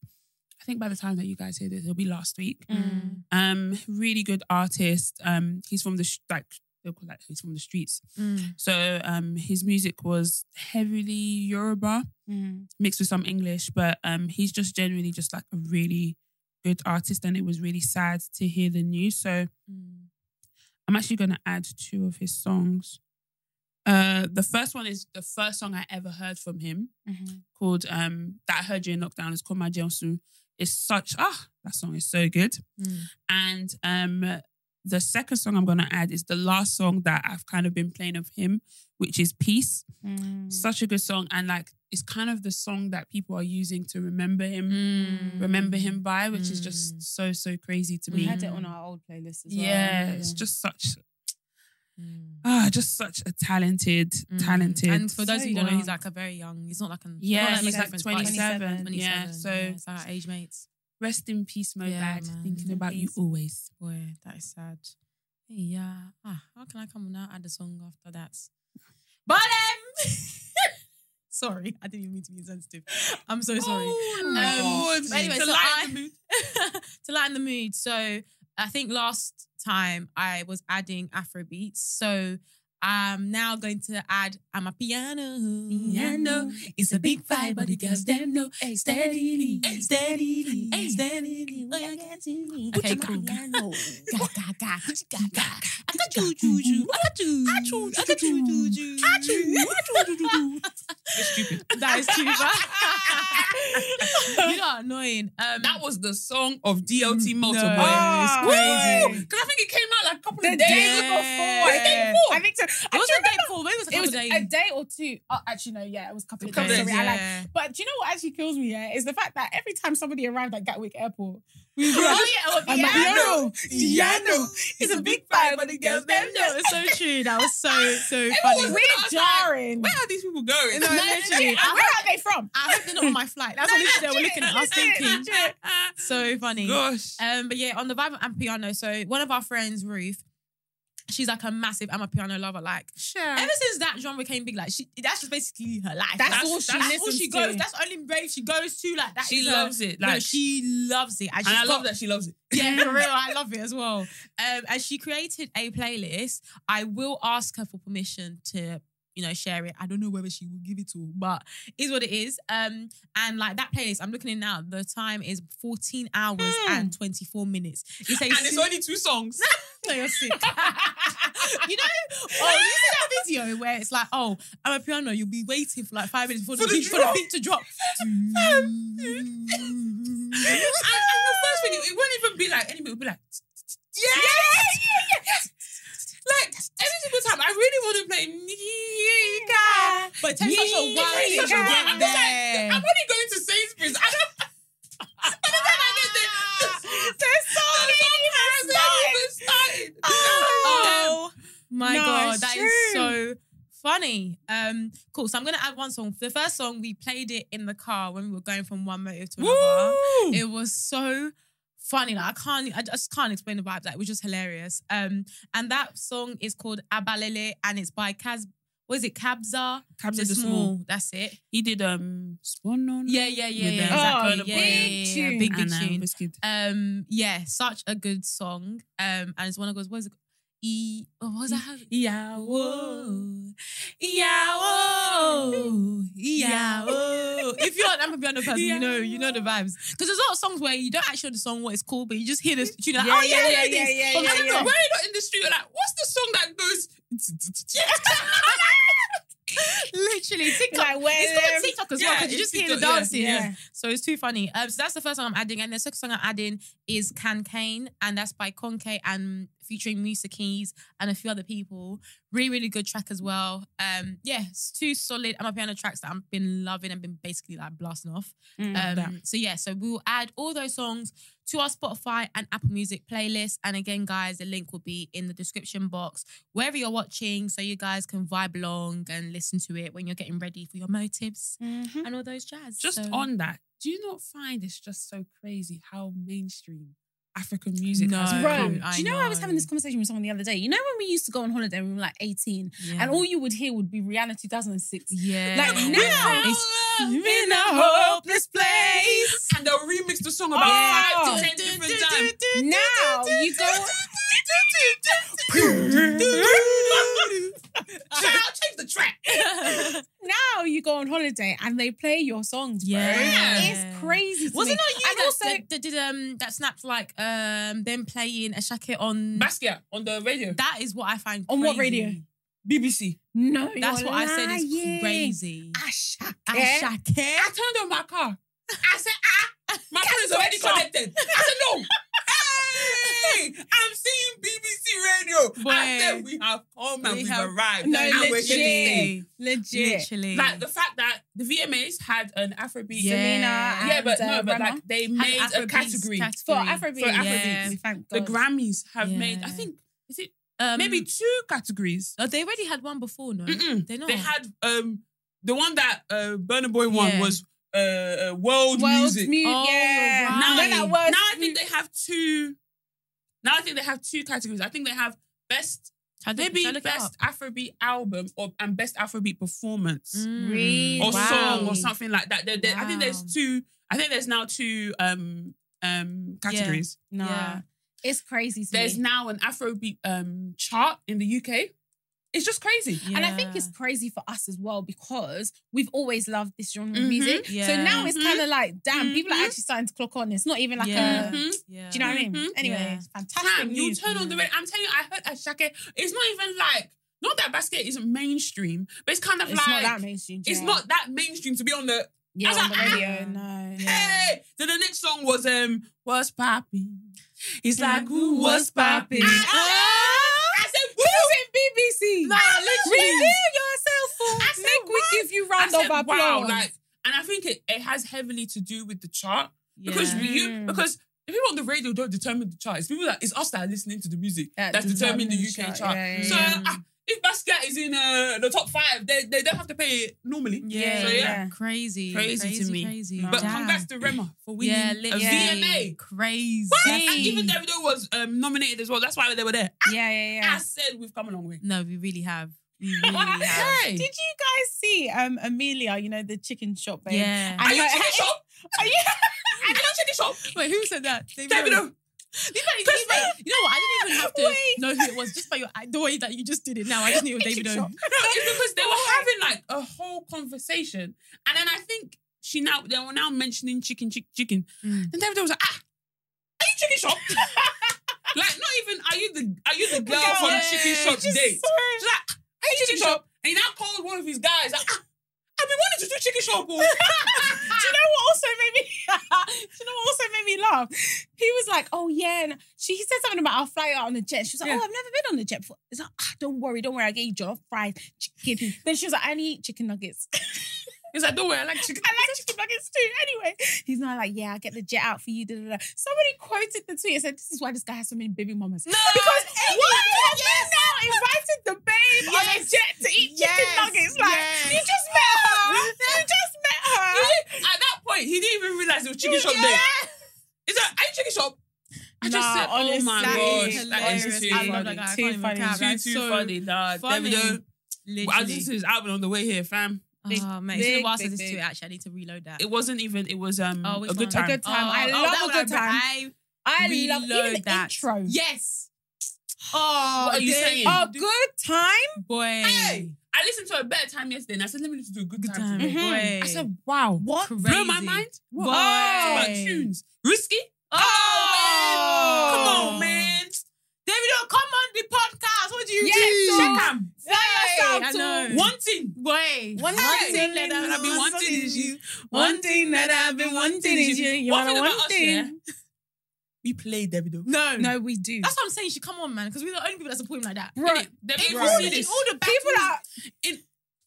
[SPEAKER 1] I think by the time that you guys hear this, it'll be last week.
[SPEAKER 4] Mm.
[SPEAKER 1] Um, really good artist. Um, he's from the sh- like they'll call that he's from the streets.
[SPEAKER 4] Mm.
[SPEAKER 1] So um, his music was heavily Yoruba mixed with some English, but um, he's just genuinely just like a really good artist, and it was really sad to hear the news. So I'm actually going to add two of his songs. Uh, the first one is the first song I ever heard from him, called um, "That I Heard You in Lockdown." It's called "My Jeonsu." It's such ah, that song is so good.
[SPEAKER 4] Mm.
[SPEAKER 1] And um, the second song I'm going to add is the last song that I've kind of been playing of him, which is "Peace."
[SPEAKER 3] Mm.
[SPEAKER 1] Such a good song, and like it's kind of the song that people are using to remember him,
[SPEAKER 4] Mm.
[SPEAKER 1] remember him by, which is
[SPEAKER 4] Mm.
[SPEAKER 1] just so so crazy to
[SPEAKER 3] We
[SPEAKER 1] me.
[SPEAKER 3] had it on our old playlist as well.
[SPEAKER 1] yeah, it's just such Ah, just such a talented,
[SPEAKER 4] Mm.
[SPEAKER 1] talented.
[SPEAKER 4] And for those
[SPEAKER 3] So
[SPEAKER 4] who don't know, he's
[SPEAKER 3] young.
[SPEAKER 4] like a very young. He's not like an
[SPEAKER 1] yeah,
[SPEAKER 3] like
[SPEAKER 1] he's
[SPEAKER 3] my
[SPEAKER 1] like
[SPEAKER 3] reference, but
[SPEAKER 1] 27.
[SPEAKER 3] 27,
[SPEAKER 1] Yeah, so
[SPEAKER 4] it's our age mates.
[SPEAKER 1] rest in peace, Mobad.
[SPEAKER 4] Yeah, man.
[SPEAKER 1] Thinking
[SPEAKER 4] In
[SPEAKER 1] about you
[SPEAKER 4] peace.
[SPEAKER 1] always.
[SPEAKER 4] Boy, that is sad. Yeah. Ah, how can I come now? Add a song after that. But um, sorry, I didn't even mean to be insensitive. I'm so sorry.
[SPEAKER 1] Lord.
[SPEAKER 4] but anyway,
[SPEAKER 1] To
[SPEAKER 4] Oh so
[SPEAKER 1] lighten the
[SPEAKER 4] I, to lighten the mood. So I think last time I was adding Afro beats. So I'm now going to add I'm a piano.
[SPEAKER 2] Piano. It's a big fight, but the girls them know. Steadily, steadily,
[SPEAKER 4] Hey.
[SPEAKER 2] steadily.
[SPEAKER 3] Oh,
[SPEAKER 2] we are getting it.
[SPEAKER 4] Okay, cool.
[SPEAKER 2] Piano. Ga, ga, ga, ga, ga.
[SPEAKER 4] Choo, choo, choo. Ah, choo.
[SPEAKER 2] choo,
[SPEAKER 4] Ah, choo, choo, choo.
[SPEAKER 2] Ah, choo. Ah, choo, choo, choo.
[SPEAKER 4] That is too bad. you are annoying. Um, Mm,
[SPEAKER 1] That was the song of DLT
[SPEAKER 4] No,
[SPEAKER 1] Multiple.
[SPEAKER 4] it's crazy.
[SPEAKER 1] Because I think it came out like a couple
[SPEAKER 3] The
[SPEAKER 1] of
[SPEAKER 3] day
[SPEAKER 1] days
[SPEAKER 4] Yeah.
[SPEAKER 1] ago.
[SPEAKER 3] before.
[SPEAKER 1] The day
[SPEAKER 4] before.
[SPEAKER 3] I think so.
[SPEAKER 4] it
[SPEAKER 3] I
[SPEAKER 4] wasn't day four, maybe it was a
[SPEAKER 3] It
[SPEAKER 4] couple
[SPEAKER 3] was
[SPEAKER 4] days.
[SPEAKER 3] a day or two. Oh, actually, no, yeah, it was a couple of
[SPEAKER 1] Couple
[SPEAKER 3] days.
[SPEAKER 1] days,
[SPEAKER 3] Sorry, I lied.
[SPEAKER 4] Yeah.
[SPEAKER 3] But do you know what actually kills me? Yeah, is the fact that every time somebody arrived at Gatwick Airport, we were like,
[SPEAKER 4] Oh,
[SPEAKER 3] I'm
[SPEAKER 4] yeah,
[SPEAKER 3] a piano, piano. It's a big fight, but the girls them know.
[SPEAKER 4] It's so true. That was so so
[SPEAKER 3] We're
[SPEAKER 4] funny.
[SPEAKER 3] jarring.
[SPEAKER 1] Where are these people going?
[SPEAKER 4] No, literally.
[SPEAKER 3] And where are they from?
[SPEAKER 4] I hope they're not on my flight. That's what literally they were looking at us thinking. So funny.
[SPEAKER 1] Gosh.
[SPEAKER 4] Um, but yeah, on the vibe and piano. So one of our friends, Ruth, she's like a massive I'm a piano lover. Like ever since that genre came big, like she that's just basically her life.
[SPEAKER 3] That's all she
[SPEAKER 4] that's all
[SPEAKER 3] listens
[SPEAKER 4] she goes.
[SPEAKER 3] to.
[SPEAKER 4] That's the only rave she goes to. Like that.
[SPEAKER 1] She
[SPEAKER 4] is
[SPEAKER 1] loves
[SPEAKER 4] her,
[SPEAKER 1] it,
[SPEAKER 4] no,
[SPEAKER 1] like-
[SPEAKER 4] she loves it.
[SPEAKER 1] And I love that she loves it.
[SPEAKER 4] Yeah, for real. I love it as well. Um, and she created a playlist. I will ask her for permission to, you know, share it. I don't know whether she will give it to, but is what it is. Um, and like that playlist, I'm looking in now. The time is 14 hours and 24 minutes. It's a
[SPEAKER 1] Hmm. And it's only two songs.
[SPEAKER 4] no, you're sick. you know, oh, you see that video where it's like, oh, I'm a piano, you'll be waiting for like five minutes for, the,
[SPEAKER 1] the
[SPEAKER 4] beat, for the
[SPEAKER 1] drop.
[SPEAKER 4] beat to drop.
[SPEAKER 1] and, and the first thing, it won't even be like anybody would be like, yeah, Like every single time, I really want to play Nika.
[SPEAKER 4] But it takes such a while to
[SPEAKER 1] Nika.
[SPEAKER 4] get
[SPEAKER 1] I'm just
[SPEAKER 4] there.
[SPEAKER 1] like, I'm only going to Sainsbury's. I don't. By the time I get there, there's so many even started.
[SPEAKER 4] Oh my
[SPEAKER 3] No,
[SPEAKER 4] god,
[SPEAKER 3] it's
[SPEAKER 4] that is so funny. Um, cool. So I'm gonna add one song. The first song we played it in the car when we were going from one motive to another.
[SPEAKER 1] Woo!
[SPEAKER 4] It was so funny. Like I can't, I just can't explain the vibe. Like it was just hilarious. Um, and that song is called Abalele, and it's by Kaz. Was it Kabza?
[SPEAKER 1] Cabs
[SPEAKER 4] The small. That's it.
[SPEAKER 1] He did um Spawn on.
[SPEAKER 4] Yeah, yeah, yeah,
[SPEAKER 1] With
[SPEAKER 4] yeah.
[SPEAKER 1] them.
[SPEAKER 4] Exactly.
[SPEAKER 1] Oh,
[SPEAKER 4] yeah, um,
[SPEAKER 3] big
[SPEAKER 4] yeah, yeah,
[SPEAKER 3] tune.
[SPEAKER 4] Big big tune.
[SPEAKER 1] Biscuit.
[SPEAKER 4] Um, yeah, such a good song. Um, and it's one of goes, what is it? E, oh, what was that? Yawo, yawo, yawo. If you're an Amber Piano person, you know you know the vibes. Because there's a lot of songs where you don't actually understand what it's called, but you just hear this tune. Like, oh yeah, yeah, yeah, yeah,
[SPEAKER 1] But when you're not in the street, you're like, what's the song that goes?
[SPEAKER 4] Literally, TikTok.
[SPEAKER 3] Like, where
[SPEAKER 4] it's called
[SPEAKER 3] them-
[SPEAKER 4] TikTok as well
[SPEAKER 1] Yeah,
[SPEAKER 4] because you
[SPEAKER 1] it's
[SPEAKER 4] just hear the
[SPEAKER 1] TikTok, yeah,
[SPEAKER 4] dancing.
[SPEAKER 3] yeah.
[SPEAKER 4] So it's too funny. Um, so that's the first song I'm adding, and the second song I'm adding is Can Kane, and that's by Conke and featuring Musa Keys and a few other people. Really, really good track as well. Um, yeah, it's two solid Am I Piano tracks that I've been loving and been basically like blasting off.
[SPEAKER 3] Mm.
[SPEAKER 4] Um, so yeah, so we'll add all those songs to our Spotify and Apple Music playlist. And again, guys, the link will be in the description box wherever you're watching, so you guys can vibe along and listen to it when you're getting ready for your motives
[SPEAKER 3] Mm-hmm.
[SPEAKER 4] and all those jazz.
[SPEAKER 1] Just
[SPEAKER 4] So-
[SPEAKER 1] on that, do you not find it's just so crazy how mainstream African music
[SPEAKER 4] No.
[SPEAKER 1] has
[SPEAKER 4] I
[SPEAKER 1] become?
[SPEAKER 3] Bro, do
[SPEAKER 4] know, I
[SPEAKER 3] you know, I was
[SPEAKER 4] know.
[SPEAKER 3] having this conversation with someone the other day? You know when we used to go on holiday when we were like 18
[SPEAKER 4] Yeah.
[SPEAKER 3] and all you would hear would be Rihanna 2006.
[SPEAKER 4] yeah,
[SPEAKER 3] Like now,
[SPEAKER 4] It's-
[SPEAKER 3] I'm in a hopeless place.
[SPEAKER 2] And they'll remix the song about
[SPEAKER 3] Oh.
[SPEAKER 2] five to ten different times.
[SPEAKER 3] Now you go.
[SPEAKER 2] Child, change the track.
[SPEAKER 3] Now you go on holiday and they play your songs. bro.
[SPEAKER 4] Yeah.
[SPEAKER 3] it's crazy. to me.
[SPEAKER 4] Wasn't that you
[SPEAKER 3] And
[SPEAKER 4] that,
[SPEAKER 3] also-
[SPEAKER 4] that, that did um that snapped like um them playing a shacket on
[SPEAKER 1] Basquiat on the radio.
[SPEAKER 4] that is what I find
[SPEAKER 3] On what
[SPEAKER 4] crazy.
[SPEAKER 3] radio?
[SPEAKER 1] BBC.
[SPEAKER 3] No,
[SPEAKER 4] That's
[SPEAKER 3] you're
[SPEAKER 4] what I said is
[SPEAKER 3] lying.
[SPEAKER 4] crazy.
[SPEAKER 3] Ashake.
[SPEAKER 4] A
[SPEAKER 1] I
[SPEAKER 4] shacket.
[SPEAKER 1] turned on my car. I said, ah, my car is already connected. I said, no. Hey, I'm seeing BBC Radio. I
[SPEAKER 4] Boy.
[SPEAKER 1] said, we have come and
[SPEAKER 4] We
[SPEAKER 1] we have
[SPEAKER 4] have-
[SPEAKER 1] arrived.
[SPEAKER 3] No,
[SPEAKER 1] And we're
[SPEAKER 3] legit.
[SPEAKER 1] here to
[SPEAKER 3] Legit.
[SPEAKER 4] Literally.
[SPEAKER 1] stay. Like the fact that the VMAs had an Afrobeat.
[SPEAKER 4] Yeah.
[SPEAKER 3] Selena
[SPEAKER 1] Yeah,
[SPEAKER 3] and,
[SPEAKER 1] but no,
[SPEAKER 3] uh,
[SPEAKER 1] but
[SPEAKER 3] Rema.
[SPEAKER 1] like they
[SPEAKER 4] Had
[SPEAKER 1] made a
[SPEAKER 4] Afrobeats
[SPEAKER 1] category.
[SPEAKER 3] for
[SPEAKER 1] For
[SPEAKER 3] Afrobeat.
[SPEAKER 1] Afrobeat.
[SPEAKER 3] We thank
[SPEAKER 1] The
[SPEAKER 3] God.
[SPEAKER 1] Grammys have made, I
[SPEAKER 4] Oh Yeah.
[SPEAKER 1] think, is it
[SPEAKER 4] Um,
[SPEAKER 1] maybe two categories.
[SPEAKER 4] Oh, they already had one before, no?
[SPEAKER 1] Mm-mm.
[SPEAKER 4] They're not.
[SPEAKER 1] They had um the one that uh Burner Boy won
[SPEAKER 4] Yeah.
[SPEAKER 1] was uh, uh world,
[SPEAKER 3] World
[SPEAKER 1] music.
[SPEAKER 3] mu-
[SPEAKER 4] Oh,
[SPEAKER 3] yeah.
[SPEAKER 4] right.
[SPEAKER 1] Now,
[SPEAKER 3] When
[SPEAKER 1] I
[SPEAKER 3] that
[SPEAKER 1] think,
[SPEAKER 3] world
[SPEAKER 1] now I
[SPEAKER 3] mu-
[SPEAKER 1] think they have two. Now I think they have two categories. I think they have best
[SPEAKER 4] Shall I look-
[SPEAKER 1] maybe
[SPEAKER 4] shall I look it up?
[SPEAKER 1] best Afrobeat album or and best Afrobeat performance
[SPEAKER 4] Mm.
[SPEAKER 3] Really?
[SPEAKER 1] or
[SPEAKER 3] Wow.
[SPEAKER 1] song or something like that. There, there- I think there's
[SPEAKER 4] Wow.
[SPEAKER 1] two. I think there's now two um um categories.
[SPEAKER 3] Nah.
[SPEAKER 4] Yeah.
[SPEAKER 3] It's crazy to
[SPEAKER 1] There's
[SPEAKER 3] me.
[SPEAKER 1] now an Afrobeat um chart in the UK. It's just crazy.
[SPEAKER 3] And I think it's
[SPEAKER 4] Yeah.
[SPEAKER 3] crazy for us as well because we've always loved this genre of
[SPEAKER 1] Mhm.
[SPEAKER 3] music. So
[SPEAKER 4] Mm-hmm. Yeah. Mm-hmm.
[SPEAKER 3] now it's
[SPEAKER 1] Mhm.
[SPEAKER 3] kind of like, damn, people are
[SPEAKER 1] Mhm.
[SPEAKER 3] actually starting to clock on. It's not even like
[SPEAKER 4] Yeah.
[SPEAKER 3] a. Do
[SPEAKER 1] Mhm.
[SPEAKER 4] Yeah.
[SPEAKER 3] you know what I mean?
[SPEAKER 1] Mhm.
[SPEAKER 3] Anyway,
[SPEAKER 4] Yeah.
[SPEAKER 3] it's fantastic.
[SPEAKER 1] Fam, you
[SPEAKER 3] news.
[SPEAKER 1] turn on the radio. I'm telling you, I heard Ashake. It's not even like not that basket isn't mainstream, but it's kind of
[SPEAKER 3] It's
[SPEAKER 1] like
[SPEAKER 3] not that mainstream.
[SPEAKER 1] it's
[SPEAKER 3] yeah.
[SPEAKER 1] not that mainstream to be on the
[SPEAKER 3] Yeah,
[SPEAKER 1] I was
[SPEAKER 3] on the
[SPEAKER 1] like, ah.
[SPEAKER 3] radio. No.
[SPEAKER 1] hey. Then the next song was um what's popping. It's like who was popping.
[SPEAKER 3] Ah,
[SPEAKER 1] I said who
[SPEAKER 3] Who's in BBC?
[SPEAKER 1] Nah, literally.
[SPEAKER 3] Reveal yourself for.
[SPEAKER 1] I said,
[SPEAKER 3] Make we
[SPEAKER 1] what?
[SPEAKER 3] give you
[SPEAKER 1] I
[SPEAKER 3] round
[SPEAKER 1] said,
[SPEAKER 3] of applause.
[SPEAKER 1] wow, like, and I think it, it has heavily to do with the chart because
[SPEAKER 4] Yeah.
[SPEAKER 1] we you
[SPEAKER 3] Mm.
[SPEAKER 1] because. The people on the radio don't determine the chart. It's people that it's us that are listening to the music
[SPEAKER 3] That
[SPEAKER 1] that's determining the
[SPEAKER 3] determines
[SPEAKER 1] UK
[SPEAKER 3] the chart.
[SPEAKER 1] chart.
[SPEAKER 3] Yeah, yeah,
[SPEAKER 1] so
[SPEAKER 4] yeah.
[SPEAKER 1] ah, if Basquiat is in uh, the top five, they, they don't have to pay it normally.
[SPEAKER 4] Yeah,
[SPEAKER 1] So, yeah.
[SPEAKER 3] yeah.
[SPEAKER 4] Crazy,
[SPEAKER 1] Crazy to me.
[SPEAKER 4] crazy.
[SPEAKER 1] But
[SPEAKER 4] Damn.
[SPEAKER 1] congrats to Rema for winning
[SPEAKER 4] yeah,
[SPEAKER 1] a
[SPEAKER 4] literally.
[SPEAKER 1] VMA.
[SPEAKER 4] crazy.
[SPEAKER 1] What? And even Davido was um, nominated as well. That's why they were there.
[SPEAKER 3] Yeah, yeah, yeah. Mm,
[SPEAKER 1] I said we've come a long way.
[SPEAKER 4] No, we really have. We really
[SPEAKER 1] What?
[SPEAKER 4] have.
[SPEAKER 1] Hey.
[SPEAKER 3] Did you guys see um Amelia, you know, the chicken shop babe?
[SPEAKER 4] Yeah.
[SPEAKER 3] And
[SPEAKER 1] Are you
[SPEAKER 3] her-
[SPEAKER 1] chicken shop?
[SPEAKER 3] Are you-
[SPEAKER 1] Are you chicken shop?
[SPEAKER 4] Wait, who said that?
[SPEAKER 1] Davido.
[SPEAKER 4] You know, you know what? You know what? I didn't even have to
[SPEAKER 3] Wait.
[SPEAKER 4] know who it was just by your the way that you just did it. Now I just knew it was
[SPEAKER 3] Keep
[SPEAKER 4] David.
[SPEAKER 3] shop.
[SPEAKER 1] No, it's because they were having like a whole conversation, and then I think she now they were now mentioning chicken, chick, chicken,
[SPEAKER 4] Mm.
[SPEAKER 1] and David was like, "Ah, are you chicken shop? like, not even are you the are you the girl
[SPEAKER 3] Girl,
[SPEAKER 1] from
[SPEAKER 4] yeah,
[SPEAKER 1] chicken shop
[SPEAKER 3] just
[SPEAKER 1] date?
[SPEAKER 3] saw it.
[SPEAKER 1] She's like, "Ah, are you chicken shop? And he now called one of his guys. Like, ah, I've been wanting to do chicken shop.
[SPEAKER 3] do you know what also made me do you know what also made me laugh? He was like, Oh yeah, and she he said something about our flight out on the jet. She was like,
[SPEAKER 1] Yeah.
[SPEAKER 3] Oh, I've never been on the jet before. It's like, ah, don't worry, don't worry, I get you jollof fries, chicken. then she was like, I only eat chicken nuggets.
[SPEAKER 1] He's like, don't worry, I like chicken.
[SPEAKER 3] I like chicken nuggets too. Anyway, he's not like, yeah, I'll get the jet out for you. Da, da, da. Somebody quoted the tweet and said, this is why this guy has so many baby mamas. No, because why have you now invited the babe on a
[SPEAKER 4] Yes.
[SPEAKER 3] jet to eat chicken
[SPEAKER 4] Yes.
[SPEAKER 3] nuggets? Like,
[SPEAKER 4] Yes.
[SPEAKER 3] you just met her. You just met her.
[SPEAKER 1] At that point, he didn't even realize it was chicken shop day. He's like, are you chicken shop? I just
[SPEAKER 3] Nah,
[SPEAKER 1] said, oh my
[SPEAKER 3] honestly,
[SPEAKER 1] gosh, that is
[SPEAKER 3] hilarious.
[SPEAKER 1] too
[SPEAKER 3] I love
[SPEAKER 1] funny.
[SPEAKER 3] that guy. Too funny.
[SPEAKER 1] Too, too funny. Nah,
[SPEAKER 4] funny.
[SPEAKER 1] Davido. I listened to
[SPEAKER 4] Literally.
[SPEAKER 1] his album on the way here, fam.
[SPEAKER 3] Big,
[SPEAKER 4] oh, mate. It's been a
[SPEAKER 3] big,
[SPEAKER 4] while
[SPEAKER 3] big,
[SPEAKER 4] since this
[SPEAKER 3] big.
[SPEAKER 4] too, actually. I need to reload that.
[SPEAKER 1] It wasn't even. It was um
[SPEAKER 4] Oh,
[SPEAKER 1] a
[SPEAKER 4] which
[SPEAKER 1] good
[SPEAKER 4] one?
[SPEAKER 1] time.
[SPEAKER 3] A good time.
[SPEAKER 4] Oh,
[SPEAKER 3] I
[SPEAKER 4] oh,
[SPEAKER 3] love
[SPEAKER 4] that
[SPEAKER 3] a
[SPEAKER 4] one
[SPEAKER 3] good time.
[SPEAKER 4] I-
[SPEAKER 3] I love
[SPEAKER 4] Reload
[SPEAKER 3] even the
[SPEAKER 4] that.
[SPEAKER 3] intro.
[SPEAKER 4] Yes. Oh,
[SPEAKER 1] What are you
[SPEAKER 4] Dave,
[SPEAKER 1] saying?
[SPEAKER 3] A good time.
[SPEAKER 4] boy.
[SPEAKER 1] Hey, I listened to a better time yesterday, and I said, let me listen to a good,
[SPEAKER 4] Good
[SPEAKER 1] time.
[SPEAKER 4] time,
[SPEAKER 3] Mm-hmm.
[SPEAKER 1] today.
[SPEAKER 4] boy.
[SPEAKER 1] I said, wow,
[SPEAKER 4] What?
[SPEAKER 1] Blow my
[SPEAKER 4] Crazy.
[SPEAKER 1] mind. What?
[SPEAKER 4] Boy.
[SPEAKER 1] Talk about tunes, risky. Oh, man, come
[SPEAKER 3] Oh!
[SPEAKER 1] on, man. Davido, come on the podcast. What do you
[SPEAKER 3] Yes,
[SPEAKER 1] do?
[SPEAKER 3] so-
[SPEAKER 1] Check him.
[SPEAKER 3] Sign
[SPEAKER 4] I
[SPEAKER 3] yourself to
[SPEAKER 4] know.
[SPEAKER 1] Wanting.
[SPEAKER 4] Boy.
[SPEAKER 3] One
[SPEAKER 1] Hey,
[SPEAKER 3] thing that
[SPEAKER 1] that I've been wanting is you.
[SPEAKER 3] One thing that I've been wanting is you. You
[SPEAKER 1] One
[SPEAKER 3] wanna
[SPEAKER 1] thing about
[SPEAKER 3] want
[SPEAKER 1] us, yeah,
[SPEAKER 3] thing.
[SPEAKER 2] we play Davido.
[SPEAKER 4] No,
[SPEAKER 3] No, we do.
[SPEAKER 4] That's what I'm saying. She come on, man, because we're the only people that support him like that.
[SPEAKER 3] Bruh,
[SPEAKER 4] Innit?
[SPEAKER 1] Davido
[SPEAKER 4] If you
[SPEAKER 1] is-
[SPEAKER 4] see this- all the
[SPEAKER 3] people
[SPEAKER 4] battles-
[SPEAKER 3] are in.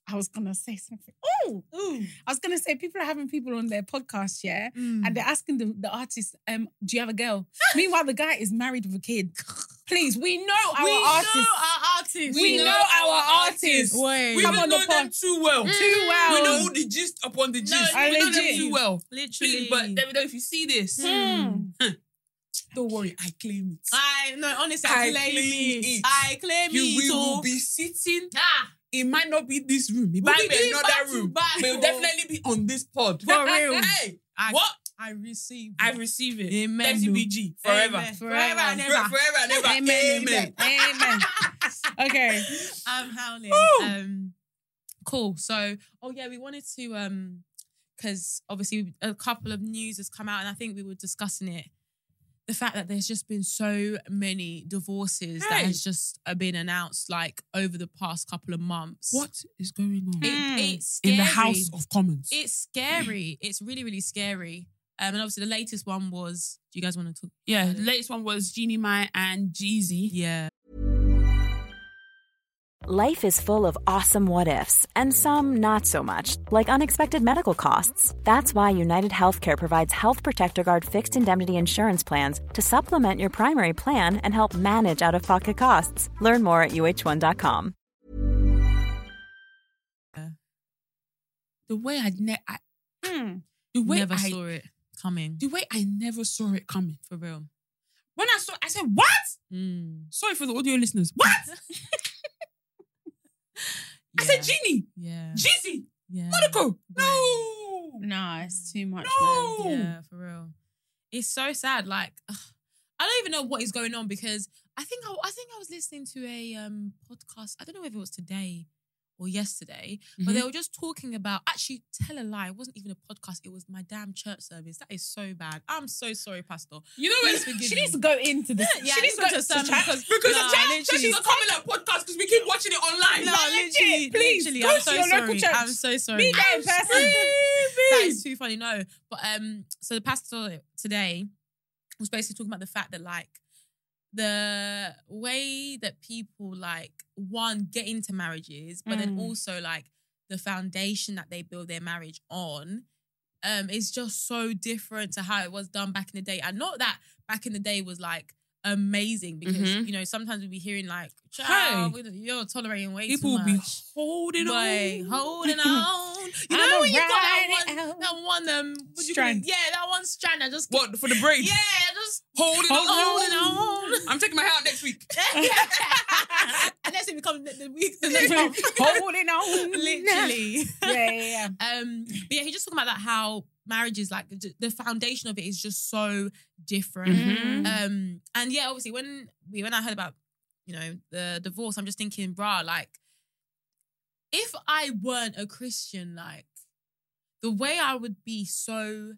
[SPEAKER 3] I was gonna say something. Oh, I was gonna say people are having people on their podcast, yeah,
[SPEAKER 4] Mm.
[SPEAKER 3] and they're asking the, the artist, um, "Do you have a girl?" Meanwhile, the guy is married with a kid. Please, we know our
[SPEAKER 4] we
[SPEAKER 3] artists.
[SPEAKER 4] know our artists.
[SPEAKER 3] we, know, our artists.
[SPEAKER 1] Wait.
[SPEAKER 2] We
[SPEAKER 3] Come
[SPEAKER 2] even
[SPEAKER 3] on
[SPEAKER 2] know
[SPEAKER 3] the Mm.
[SPEAKER 2] them
[SPEAKER 3] pod.
[SPEAKER 2] too well.
[SPEAKER 3] Too well.
[SPEAKER 2] We know all the gist upon the
[SPEAKER 4] No,
[SPEAKER 2] gist.
[SPEAKER 4] I
[SPEAKER 2] we know them
[SPEAKER 3] legit-
[SPEAKER 2] too well.
[SPEAKER 4] Literally,
[SPEAKER 2] Please, but Davido, if you see this,
[SPEAKER 3] Mm.
[SPEAKER 2] don't worry, I claim it.
[SPEAKER 4] I no, honestly, I,
[SPEAKER 2] I
[SPEAKER 4] claim
[SPEAKER 2] claim
[SPEAKER 4] it.
[SPEAKER 2] it.
[SPEAKER 4] I claim
[SPEAKER 2] you
[SPEAKER 4] it.
[SPEAKER 2] will
[SPEAKER 4] oh.
[SPEAKER 2] be sitting.
[SPEAKER 4] ah,
[SPEAKER 2] It might not be this room. It
[SPEAKER 4] We'll
[SPEAKER 2] might
[SPEAKER 4] be
[SPEAKER 2] be
[SPEAKER 4] doing back
[SPEAKER 2] another
[SPEAKER 4] to
[SPEAKER 2] room.
[SPEAKER 4] back. oh.
[SPEAKER 2] But it'll definitely be on this pod.
[SPEAKER 4] For real.
[SPEAKER 2] hey,
[SPEAKER 4] I-
[SPEAKER 2] what?
[SPEAKER 4] I receive.
[SPEAKER 2] I receive it.
[SPEAKER 4] Amen. oh.
[SPEAKER 2] Thanks, UBG. Forever.
[SPEAKER 4] Amen.
[SPEAKER 2] For-
[SPEAKER 4] Forever and
[SPEAKER 2] Forever
[SPEAKER 4] ever.
[SPEAKER 2] and ever.
[SPEAKER 3] Amen.
[SPEAKER 2] Amen.
[SPEAKER 3] Amen. Amen. okay.
[SPEAKER 4] I'm howling.
[SPEAKER 2] Woo!
[SPEAKER 4] Um, cool. So, oh yeah, we wanted to um, because obviously a couple of news has come out, and I think we were discussing it. The fact that there's just been so many divorces that
[SPEAKER 2] Hey.
[SPEAKER 4] has just uh, been announced like over the past couple of months.
[SPEAKER 1] What is going on
[SPEAKER 4] It-
[SPEAKER 3] Mm.
[SPEAKER 4] it's
[SPEAKER 1] in the
[SPEAKER 4] scary.
[SPEAKER 1] House of Commons?
[SPEAKER 4] It's scary. It's really, really scary. Um, and obviously the latest one was. Do you guys want to talk?
[SPEAKER 1] yeah,
[SPEAKER 4] about it?
[SPEAKER 1] latest one was Jeannie Mai and Jeezy.
[SPEAKER 4] yeah.
[SPEAKER 5] Life is full of awesome what ifs, and some not so much, like unexpected medical costs. That's why United Healthcare provides Health Protector Guard fixed indemnity insurance plans to supplement your primary plan and help manage out of pocket costs. Learn more at uh1.com.
[SPEAKER 1] The way I ne- I,
[SPEAKER 3] Hmm.
[SPEAKER 1] the way
[SPEAKER 4] Never
[SPEAKER 1] I,
[SPEAKER 4] saw it coming.
[SPEAKER 1] the way I never saw it coming.
[SPEAKER 4] For real.
[SPEAKER 1] When I saw, I said, "What?"
[SPEAKER 4] Mm.
[SPEAKER 1] Sorry for the audio listeners. What? I said,
[SPEAKER 4] Yeah.
[SPEAKER 1] Jeannie,
[SPEAKER 4] Yeah.
[SPEAKER 1] Jeezy,
[SPEAKER 4] yeah.
[SPEAKER 1] Monaco. No.
[SPEAKER 3] Nah, it's too much.
[SPEAKER 1] No.
[SPEAKER 3] man.
[SPEAKER 4] Yeah, for real. It's so sad. Like, ugh, I don't even know what is going on because I think I, I think I was listening to a um, podcast. I don't know if it was today or yesterday, but
[SPEAKER 3] Mm-hmm.
[SPEAKER 4] they were just talking about. Actually, tell a lie. It wasn't even a podcast. It was my damn church service. That is so bad. I'm so sorry, Pastor.
[SPEAKER 1] You know
[SPEAKER 4] Please
[SPEAKER 1] what?
[SPEAKER 4] forgive
[SPEAKER 3] She
[SPEAKER 4] me.
[SPEAKER 3] needs to go into this.
[SPEAKER 4] Yeah,
[SPEAKER 3] she
[SPEAKER 4] I
[SPEAKER 3] needs to
[SPEAKER 4] need
[SPEAKER 3] go
[SPEAKER 4] to
[SPEAKER 3] to
[SPEAKER 4] go to sermon
[SPEAKER 3] church.
[SPEAKER 4] because-
[SPEAKER 2] Because
[SPEAKER 4] Nah,
[SPEAKER 2] the church
[SPEAKER 4] literally.
[SPEAKER 2] churches are coming like podcast because we keep watching it online.
[SPEAKER 4] No,
[SPEAKER 3] Nah,
[SPEAKER 4] literally,
[SPEAKER 3] legit, please,
[SPEAKER 4] literally,
[SPEAKER 3] go
[SPEAKER 4] I'm
[SPEAKER 3] to
[SPEAKER 4] so
[SPEAKER 3] your
[SPEAKER 4] sorry.
[SPEAKER 3] local church.
[SPEAKER 4] I'm so sorry.
[SPEAKER 3] Meet there in person.
[SPEAKER 4] that is too funny. No, but um, so the pastor today was basically talking about the fact that like the way that people like one get into marriages, but then
[SPEAKER 3] Mm.
[SPEAKER 4] also like the foundation that they build their marriage on. Um, is just so different to how it was done back in the day, and not that back in the day was like amazing because
[SPEAKER 1] Mhm.
[SPEAKER 4] you know sometimes we'd be hearing like, "Child,
[SPEAKER 1] Hey.
[SPEAKER 4] we- you're tolerating way
[SPEAKER 1] People
[SPEAKER 4] too
[SPEAKER 1] will
[SPEAKER 4] much."
[SPEAKER 1] be holding
[SPEAKER 4] Wait,
[SPEAKER 1] on.
[SPEAKER 4] holding on. You
[SPEAKER 3] I'ma
[SPEAKER 4] know when you got that
[SPEAKER 3] ride it
[SPEAKER 4] one,
[SPEAKER 3] out.
[SPEAKER 4] that one, um, what do you call it?
[SPEAKER 3] Strand.
[SPEAKER 4] Yeah, that one strand. I just
[SPEAKER 2] What, for the break?
[SPEAKER 4] Yeah, just
[SPEAKER 2] Holding
[SPEAKER 4] holding
[SPEAKER 2] on.
[SPEAKER 4] on.
[SPEAKER 2] I'm taking my hair out next week.
[SPEAKER 4] and that's it becomes the, the week. The next month.
[SPEAKER 3] Holding on.
[SPEAKER 4] Literally.
[SPEAKER 3] Yeah, yeah, yeah.
[SPEAKER 4] Um, but yeah, he just talking about that how marriage is like the the foundation of it is just so different.
[SPEAKER 1] Mhm.
[SPEAKER 4] Um, and yeah, obviously when we when I heard about you know the divorce, I'm just thinking, brah, like if I weren't a Christian, like the way I would be so, and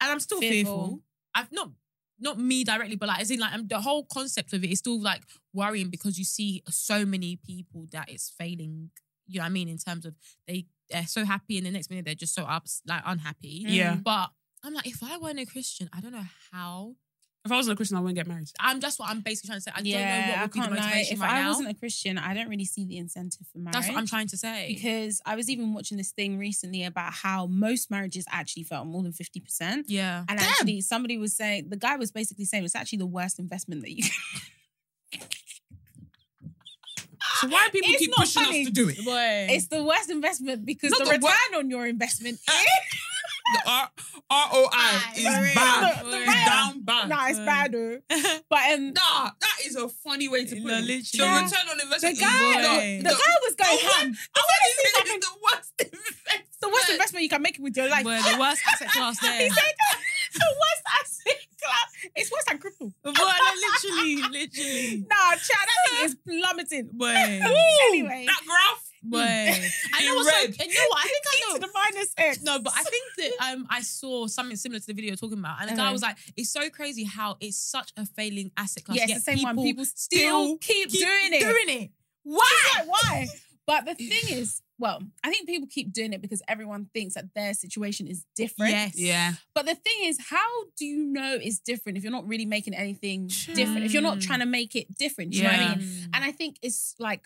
[SPEAKER 4] I'm still fearful.
[SPEAKER 3] Fearful.
[SPEAKER 4] I've not not me directly, but like as in like I'm, the whole concept of it is still like worrying because you see so many people that it's failing. You know what I mean? In terms of they they're so happy and the next minute they're just so ups like unhappy.
[SPEAKER 1] Yeah.
[SPEAKER 4] But I'm like, if I weren't a Christian, I don't know how.
[SPEAKER 1] If I wasn't a Christian, I wouldn't get married.
[SPEAKER 4] I'm that's what I'm basically trying to say. I
[SPEAKER 3] yeah,
[SPEAKER 4] don't know what would
[SPEAKER 3] I can't
[SPEAKER 4] be the
[SPEAKER 3] lie.
[SPEAKER 4] motivation
[SPEAKER 3] If
[SPEAKER 4] right
[SPEAKER 3] I
[SPEAKER 4] now.
[SPEAKER 3] wasn't a Christian, I don't really see the incentive for marriage.
[SPEAKER 4] that's what I'm trying to say.
[SPEAKER 3] Because I was even watching this thing recently about how most marriages actually fell more than 50%. And
[SPEAKER 4] yeah.
[SPEAKER 3] actually, somebody was saying, the guy was basically saying it's actually the worst investment that you can.
[SPEAKER 2] So why people
[SPEAKER 3] It's
[SPEAKER 2] keep
[SPEAKER 3] not
[SPEAKER 2] pushing
[SPEAKER 3] funny.
[SPEAKER 2] us to do it?
[SPEAKER 4] Boy.
[SPEAKER 3] It's the worst investment because
[SPEAKER 2] Not
[SPEAKER 3] the,
[SPEAKER 2] the wor-
[SPEAKER 3] return on your investment is.
[SPEAKER 2] The R- ROI is
[SPEAKER 4] for real.
[SPEAKER 2] bad.
[SPEAKER 4] For real.
[SPEAKER 2] it's down
[SPEAKER 4] Oh,
[SPEAKER 2] bad.
[SPEAKER 3] Nah, it's bad. though. But um,
[SPEAKER 2] Nah, that is a funny way to put
[SPEAKER 4] No,
[SPEAKER 2] it.
[SPEAKER 4] literally.
[SPEAKER 2] The return on
[SPEAKER 3] the
[SPEAKER 2] investment
[SPEAKER 3] guy,
[SPEAKER 2] is
[SPEAKER 3] the guy was going ham.
[SPEAKER 2] I want to see the worst investment.
[SPEAKER 3] The worst investment you can make with your life.
[SPEAKER 4] Boy, the worst asset class there.
[SPEAKER 3] He said the worst asset class. It's worse than cripple.
[SPEAKER 4] Boy, no, literally, literally.
[SPEAKER 3] Nah, child, that thing is plummeting.
[SPEAKER 4] Boy.
[SPEAKER 3] anyway, Hmm.
[SPEAKER 2] That graph.
[SPEAKER 4] Boy. I know what's
[SPEAKER 2] red.
[SPEAKER 4] so, you know what? I think I know.
[SPEAKER 3] to the minus X.
[SPEAKER 4] No, but I think that um, I saw something similar to the video you're talking about, and the guy
[SPEAKER 3] Uh-huh.
[SPEAKER 4] was like, "It's so crazy how it's such a failing asset class."
[SPEAKER 3] yes,
[SPEAKER 4] yet
[SPEAKER 3] the same one. People still keep,
[SPEAKER 4] keep
[SPEAKER 3] doing it.
[SPEAKER 4] Doing it.
[SPEAKER 3] Why? why? But the thing is, well, I think people keep doing it because everyone thinks that their situation is different.
[SPEAKER 1] Yeah.
[SPEAKER 3] But the thing is, how do you know it's different if you're not really making anything different? If you're not trying to make it different, do you know what I
[SPEAKER 1] Yeah.
[SPEAKER 3] mean? And I think it's like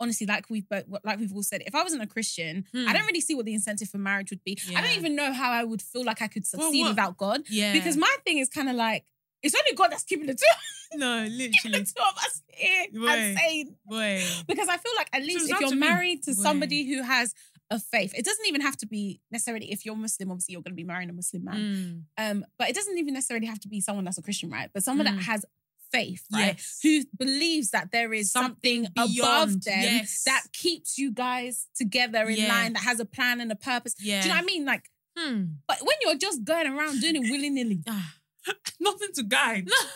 [SPEAKER 3] honestly, like we've both, like we've all said, if I wasn't a Christian, I don't really see what the incentive for marriage would be. I
[SPEAKER 4] Hmm. Yeah.
[SPEAKER 3] don't even know how I would feel like I could
[SPEAKER 1] Well,
[SPEAKER 3] succeed
[SPEAKER 1] what-
[SPEAKER 3] without God.
[SPEAKER 4] Yeah.
[SPEAKER 3] Because my thing is kind of like, it's only God that's keeping the two,
[SPEAKER 4] no,
[SPEAKER 3] the
[SPEAKER 4] literally,
[SPEAKER 3] two of us here.
[SPEAKER 4] Hmm. Right.
[SPEAKER 3] I'm saying
[SPEAKER 4] boy.
[SPEAKER 3] because I feel like at least
[SPEAKER 1] it's
[SPEAKER 3] if
[SPEAKER 1] up
[SPEAKER 3] you're
[SPEAKER 1] to me.
[SPEAKER 3] married to
[SPEAKER 4] Right.
[SPEAKER 3] somebody who has a faith, it doesn't even have to be necessarily if you're Muslim. Obviously, you're going to be marrying a Muslim man.
[SPEAKER 4] Mm.
[SPEAKER 3] Um, but it doesn't even necessarily have to be someone that's a Christian, right? But someone
[SPEAKER 4] Mm.
[SPEAKER 3] that has faith, right?
[SPEAKER 4] Yes.
[SPEAKER 3] Who believes that there is something, above
[SPEAKER 4] beyond,
[SPEAKER 3] them
[SPEAKER 4] yes.
[SPEAKER 3] that keeps you guys together in
[SPEAKER 4] Yeah.
[SPEAKER 3] line, that has a plan and a purpose.
[SPEAKER 4] Yeah.
[SPEAKER 3] Do you know what I mean? Like,
[SPEAKER 4] Hmm.
[SPEAKER 3] but when you're just going around doing it willy nilly,
[SPEAKER 1] Oh,
[SPEAKER 4] Ah,
[SPEAKER 1] Nothing to guide.
[SPEAKER 3] Ah,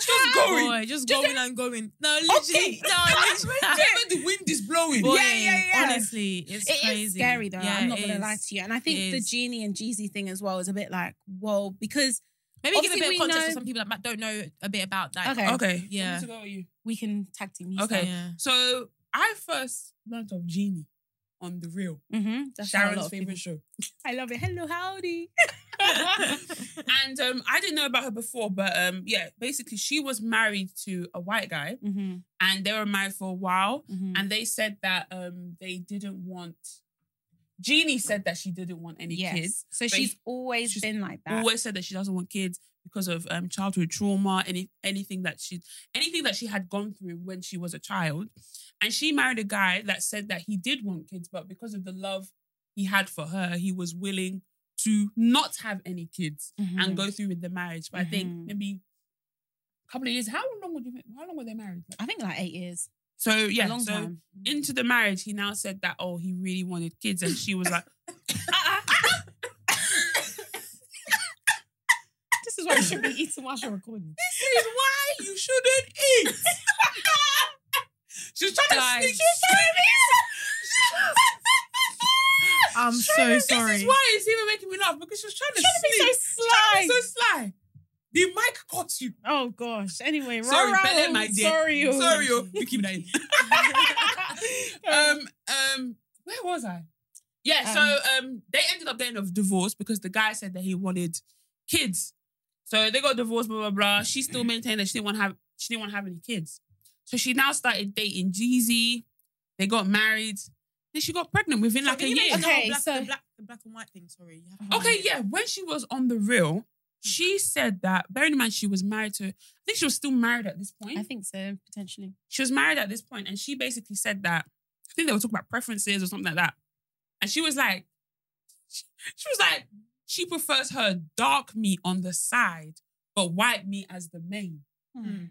[SPEAKER 4] just
[SPEAKER 1] going.
[SPEAKER 4] Boy, just going and going. No, literally.
[SPEAKER 3] Okay.
[SPEAKER 4] No, literally.
[SPEAKER 1] Even the wind is blowing.
[SPEAKER 4] Boy,
[SPEAKER 3] Yeah, yeah, yeah.
[SPEAKER 4] Honestly, it's
[SPEAKER 3] It is
[SPEAKER 4] crazy.
[SPEAKER 3] scary though.
[SPEAKER 4] Yeah,
[SPEAKER 3] I'm not
[SPEAKER 4] it
[SPEAKER 3] gonna lie
[SPEAKER 4] is.
[SPEAKER 3] to you. And I think
[SPEAKER 4] It
[SPEAKER 3] the
[SPEAKER 4] is.
[SPEAKER 3] genie and Jeezy thing as well is a bit like, whoa, because
[SPEAKER 4] Maybe give a
[SPEAKER 3] Obviously,
[SPEAKER 4] bit
[SPEAKER 3] we
[SPEAKER 4] of context
[SPEAKER 3] know-
[SPEAKER 4] for some people that might- don't know a bit about that.
[SPEAKER 3] Okay.
[SPEAKER 1] Okay.
[SPEAKER 4] Yeah.
[SPEAKER 1] So, what are you?
[SPEAKER 3] we can tag team you.
[SPEAKER 1] Okay.
[SPEAKER 4] Yeah.
[SPEAKER 1] So I first learned of Genie on the real
[SPEAKER 3] Mm-hmm. That's how a lot
[SPEAKER 1] Sharon's
[SPEAKER 3] of people-
[SPEAKER 1] favorite show.
[SPEAKER 3] I love it. Hello, howdy.
[SPEAKER 1] and um, I didn't know about her before, but um, yeah, basically she was married to a white guy,
[SPEAKER 3] Mm-hmm.
[SPEAKER 1] and they were married for a while.
[SPEAKER 3] Mhm.
[SPEAKER 1] And they said that um, they didn't want. Jeannie said that she didn't want any
[SPEAKER 3] Yes.
[SPEAKER 1] kids.
[SPEAKER 3] So
[SPEAKER 1] but
[SPEAKER 3] she's always
[SPEAKER 1] she's
[SPEAKER 3] been like that.
[SPEAKER 1] always said that she doesn't want kids because of um, childhood trauma, any anything that she anything that she had gone through when she was a child. And she married a guy that said that he did want kids, but because of the love he had for her, he was willing to not have any kids and
[SPEAKER 3] Mhm.
[SPEAKER 1] go through with the marriage. But I think
[SPEAKER 3] Mhm.
[SPEAKER 1] maybe a couple of years. How long would you? How long were they married? Like-
[SPEAKER 3] I think like eight years.
[SPEAKER 1] so yeah,
[SPEAKER 3] a long
[SPEAKER 1] so
[SPEAKER 3] time.
[SPEAKER 1] into the marriage, he now said that oh, he really wanted kids, and she was like,
[SPEAKER 3] This is why you should be eating whilst you're recording.
[SPEAKER 1] this is why you shouldn't eat. She's trying
[SPEAKER 4] Guys.
[SPEAKER 1] to sneak you through this.
[SPEAKER 4] I'm so
[SPEAKER 1] this This
[SPEAKER 4] sorry.
[SPEAKER 1] is why it's even making me laugh because she's trying to,
[SPEAKER 3] Trying to be
[SPEAKER 1] sneak.
[SPEAKER 3] so
[SPEAKER 1] Trying to be
[SPEAKER 3] sly.
[SPEAKER 1] so sly. The mic caught you.
[SPEAKER 3] Oh gosh. Anyway,
[SPEAKER 1] Sorry,
[SPEAKER 3] Roro,
[SPEAKER 1] Belen, my dear.
[SPEAKER 3] Sorry. oh.
[SPEAKER 1] Sorry, oh. you keep that in. um, um, where was I? Yeah, so um, they ended up getting a divorce because the guy said that he wanted kids. So they got divorced, blah blah blah. She still maintained that she didn't want to have she didn't want to have any kids. So she now started dating Jeezy. They got married. Then she got pregnant within like a
[SPEAKER 4] Can you
[SPEAKER 1] year.
[SPEAKER 4] mention the
[SPEAKER 3] Okay,
[SPEAKER 4] black-
[SPEAKER 3] so-
[SPEAKER 4] the black, the black and white thing. Sorry. You have to-
[SPEAKER 1] Okay, yeah. When she was on the real, she said that bearing in mind she was married to, I think she was still married at this point
[SPEAKER 3] I think so, potentially.
[SPEAKER 1] she was married at this point and she basically said that I think they were talking about preferences or something like that. And she was like, she, she was like, she prefers her dark meat on the side, but white meat as the main.
[SPEAKER 4] Hmm.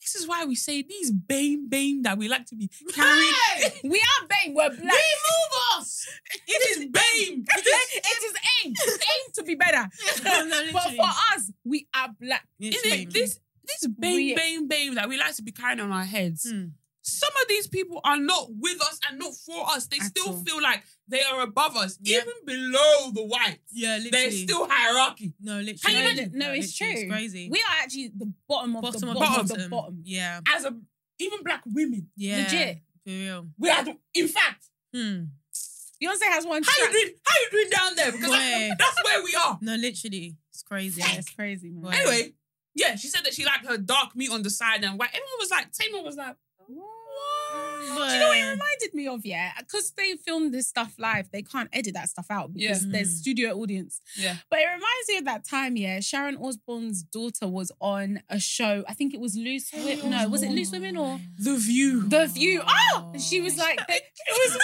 [SPEAKER 1] This is why we say these bane bane that we like to be carried.
[SPEAKER 3] We are babe. We're black. We move us.
[SPEAKER 1] It is bane.
[SPEAKER 3] it is aim. aim to be better.
[SPEAKER 4] No, no,
[SPEAKER 3] but
[SPEAKER 4] literally.
[SPEAKER 3] for us, we are black.
[SPEAKER 1] It is this this bane
[SPEAKER 3] We-
[SPEAKER 1] bane bane that we like to be carrying on our heads.
[SPEAKER 4] Hmm.
[SPEAKER 1] Some of these people are not with us and not for us. They
[SPEAKER 3] At
[SPEAKER 1] still
[SPEAKER 3] all.
[SPEAKER 1] feel like they are above us,
[SPEAKER 4] Yeah.
[SPEAKER 1] even below the whites.
[SPEAKER 4] Yeah, literally.
[SPEAKER 1] There's still hierarchy.
[SPEAKER 4] No, literally.
[SPEAKER 1] Can you
[SPEAKER 3] No,
[SPEAKER 1] imagine?
[SPEAKER 3] No, it's true.
[SPEAKER 4] literally, It's crazy.
[SPEAKER 3] We are actually the bottom of the
[SPEAKER 4] bottom,
[SPEAKER 3] bottom,
[SPEAKER 4] bottom
[SPEAKER 3] of the bottom.
[SPEAKER 4] Yeah.
[SPEAKER 1] As a even black women,
[SPEAKER 4] Yeah.
[SPEAKER 3] Legit.
[SPEAKER 4] For real.
[SPEAKER 1] we are. The, in fact,
[SPEAKER 4] Hmm.
[SPEAKER 3] Beyonce has one
[SPEAKER 1] how
[SPEAKER 3] track.
[SPEAKER 1] you doing? How you doing down there? Because
[SPEAKER 4] Boy.
[SPEAKER 1] that's, that's where we are.
[SPEAKER 4] No, literally. It's crazy.
[SPEAKER 3] Yeah, it's crazy, man.
[SPEAKER 4] Right.
[SPEAKER 1] Anyway, yeah, she said that she liked her dark meat on the side and white. Everyone was like, Tamer was like,
[SPEAKER 4] Mm,
[SPEAKER 3] What? Do you know what it reminded me of? Yeah, because they filmed this stuff live, they can't edit that stuff out because
[SPEAKER 1] Yeah.
[SPEAKER 3] there's studio audience.
[SPEAKER 1] yeah,
[SPEAKER 3] But it reminds me of that time, yeah. Sharon Osbourne's daughter was on a show. I think it was Loose Women. No, was it Loose Women or
[SPEAKER 1] the view.
[SPEAKER 3] The View? Oh, and she was like, they- it was no,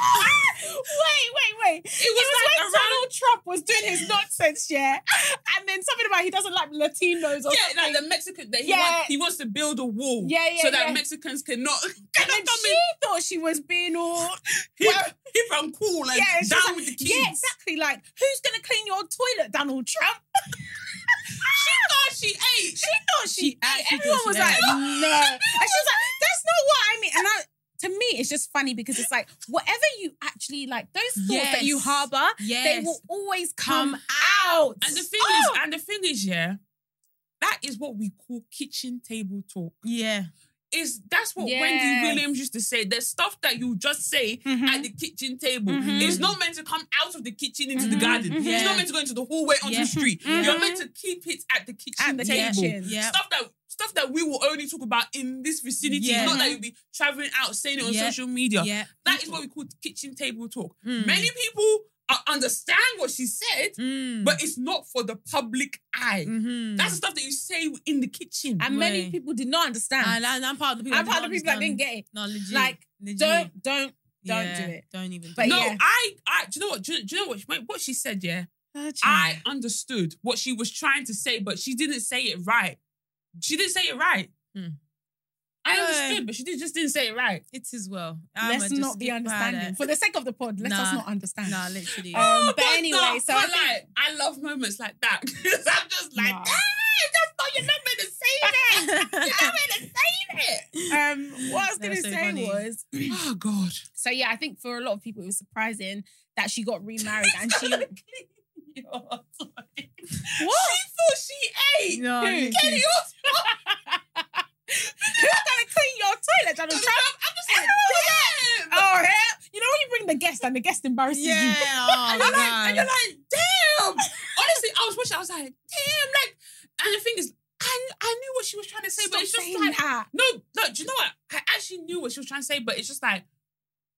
[SPEAKER 3] wait, wait, wait, wait. It was,
[SPEAKER 1] like
[SPEAKER 3] when
[SPEAKER 1] around-
[SPEAKER 3] Donald Trump was doing his nonsense, yeah. And then something about he doesn't like Latinos or
[SPEAKER 1] yeah,
[SPEAKER 3] something.
[SPEAKER 1] like the Mexican. That he,
[SPEAKER 3] Yeah.
[SPEAKER 1] wants, he wants to build a wall.
[SPEAKER 3] Yeah, yeah,
[SPEAKER 1] So that
[SPEAKER 3] yeah.
[SPEAKER 1] Mexicans cannot.
[SPEAKER 3] and
[SPEAKER 1] cannot
[SPEAKER 3] then
[SPEAKER 1] come
[SPEAKER 3] she
[SPEAKER 1] in.
[SPEAKER 3] thought she was being all
[SPEAKER 1] Hip, hip and cool and
[SPEAKER 3] yeah, and she was
[SPEAKER 1] down
[SPEAKER 3] like,
[SPEAKER 1] with the kids.
[SPEAKER 3] yeah, exactly. Like, who's gonna clean your toilet, Donald Trump?
[SPEAKER 1] She thought she ate.
[SPEAKER 3] She thought she,
[SPEAKER 4] She
[SPEAKER 3] ate.
[SPEAKER 4] actually
[SPEAKER 3] Everyone
[SPEAKER 4] thought she
[SPEAKER 3] was like,
[SPEAKER 4] ate.
[SPEAKER 3] no. And she was like, that's not what I mean. And I, to me, it's just funny because it's like whatever you actually like, those thoughts that you
[SPEAKER 4] Yes.
[SPEAKER 3] harbor,
[SPEAKER 4] Yes.
[SPEAKER 3] they will always
[SPEAKER 4] Come
[SPEAKER 3] come, out. Oh!
[SPEAKER 1] And the thing is,
[SPEAKER 4] Oh!
[SPEAKER 1] and the thing is, yeah, that is what we call kitchen table talk.
[SPEAKER 4] Yeah.
[SPEAKER 1] is that's what
[SPEAKER 6] Yes.
[SPEAKER 1] Wendy Williams used to say. There's stuff that you just say at the kitchen table. It's not meant to come out of the kitchen into the garden. It's
[SPEAKER 4] Yeah.
[SPEAKER 1] not meant to go into the hallway onto
[SPEAKER 4] Yeah.
[SPEAKER 1] the street. You're meant to keep it at the kitchen
[SPEAKER 6] the
[SPEAKER 1] table.
[SPEAKER 6] kitchen.
[SPEAKER 4] Yeah.
[SPEAKER 1] Stuff that stuff that we will only talk about in this vicinity.
[SPEAKER 4] Yeah.
[SPEAKER 1] Not that you'll be traveling out saying it on
[SPEAKER 4] Yeah.
[SPEAKER 1] social media.
[SPEAKER 4] Yeah.
[SPEAKER 1] That is what we call kitchen table talk.
[SPEAKER 3] Hmm.
[SPEAKER 4] Mm.
[SPEAKER 1] Many people uh, understand what she said,
[SPEAKER 3] Hmm.
[SPEAKER 4] Mm.
[SPEAKER 1] but it's not for the public eye.
[SPEAKER 4] Mhm.
[SPEAKER 1] That's the stuff that you say in the kitchen.
[SPEAKER 3] Mm-hmm. And
[SPEAKER 4] Way.
[SPEAKER 3] many people did not understand.
[SPEAKER 4] and, and I'm part of the people.
[SPEAKER 3] I'm
[SPEAKER 4] that
[SPEAKER 3] part of
[SPEAKER 4] don't
[SPEAKER 3] the people that didn't
[SPEAKER 4] understand.
[SPEAKER 3] get it.
[SPEAKER 4] No, legit.
[SPEAKER 3] Like,
[SPEAKER 4] legit.
[SPEAKER 3] Don't, don't, don't
[SPEAKER 4] Yeah,
[SPEAKER 3] do it.
[SPEAKER 4] Don't even.
[SPEAKER 3] But
[SPEAKER 4] do
[SPEAKER 1] no,
[SPEAKER 4] it.
[SPEAKER 3] yeah.
[SPEAKER 1] I, I, do you know what? Do you, do you know what? She, what she said, yeah, I understood what she was trying to say, but she didn't say it right. She didn't say it right.
[SPEAKER 4] Hmm.
[SPEAKER 1] I
[SPEAKER 4] No.
[SPEAKER 1] understood, but she did, just didn't say it right.
[SPEAKER 4] It is well. I'ma
[SPEAKER 3] Let's
[SPEAKER 4] just
[SPEAKER 3] not be
[SPEAKER 4] skip round
[SPEAKER 3] understanding.
[SPEAKER 4] it.
[SPEAKER 3] For the sake of the pod, let us
[SPEAKER 4] Nah.
[SPEAKER 3] not understand.
[SPEAKER 4] Nah, literally.
[SPEAKER 3] Um, but
[SPEAKER 1] no,
[SPEAKER 3] anyway, so I
[SPEAKER 1] Oh but
[SPEAKER 3] think-
[SPEAKER 1] like, I love moments like that. 'Cause I'm just like,
[SPEAKER 6] Nah.
[SPEAKER 1] "Ah, that's not you're not meant to say that. you're not meant to say that.
[SPEAKER 3] Um, what I was
[SPEAKER 4] That
[SPEAKER 3] going to
[SPEAKER 4] was so
[SPEAKER 3] say
[SPEAKER 4] funny.
[SPEAKER 3] was,
[SPEAKER 1] Oh God.
[SPEAKER 6] So yeah, I think for a lot of people it was surprising that she got remarried and she
[SPEAKER 1] what? She thought she ate.
[SPEAKER 4] No,
[SPEAKER 1] Kelly,
[SPEAKER 4] literally.
[SPEAKER 1] you're
[SPEAKER 3] who's going to clean your toilet, Donald
[SPEAKER 1] I'm
[SPEAKER 3] Trump?
[SPEAKER 1] just like, damn.
[SPEAKER 3] Oh, hell. You know when you bring the guest and the guest embarrasses
[SPEAKER 4] yeah.
[SPEAKER 3] you?
[SPEAKER 4] Oh,
[SPEAKER 1] and, you're like,
[SPEAKER 4] God.
[SPEAKER 1] and you're like, damn. Honestly, I was watching, I was like, damn. Like, and the thing is, I, I knew what she was trying to say, but
[SPEAKER 3] Stop
[SPEAKER 1] it's just
[SPEAKER 3] saying
[SPEAKER 1] like,
[SPEAKER 3] that.
[SPEAKER 1] no, no, do you know what? I actually knew what she was trying to say, but it's just like,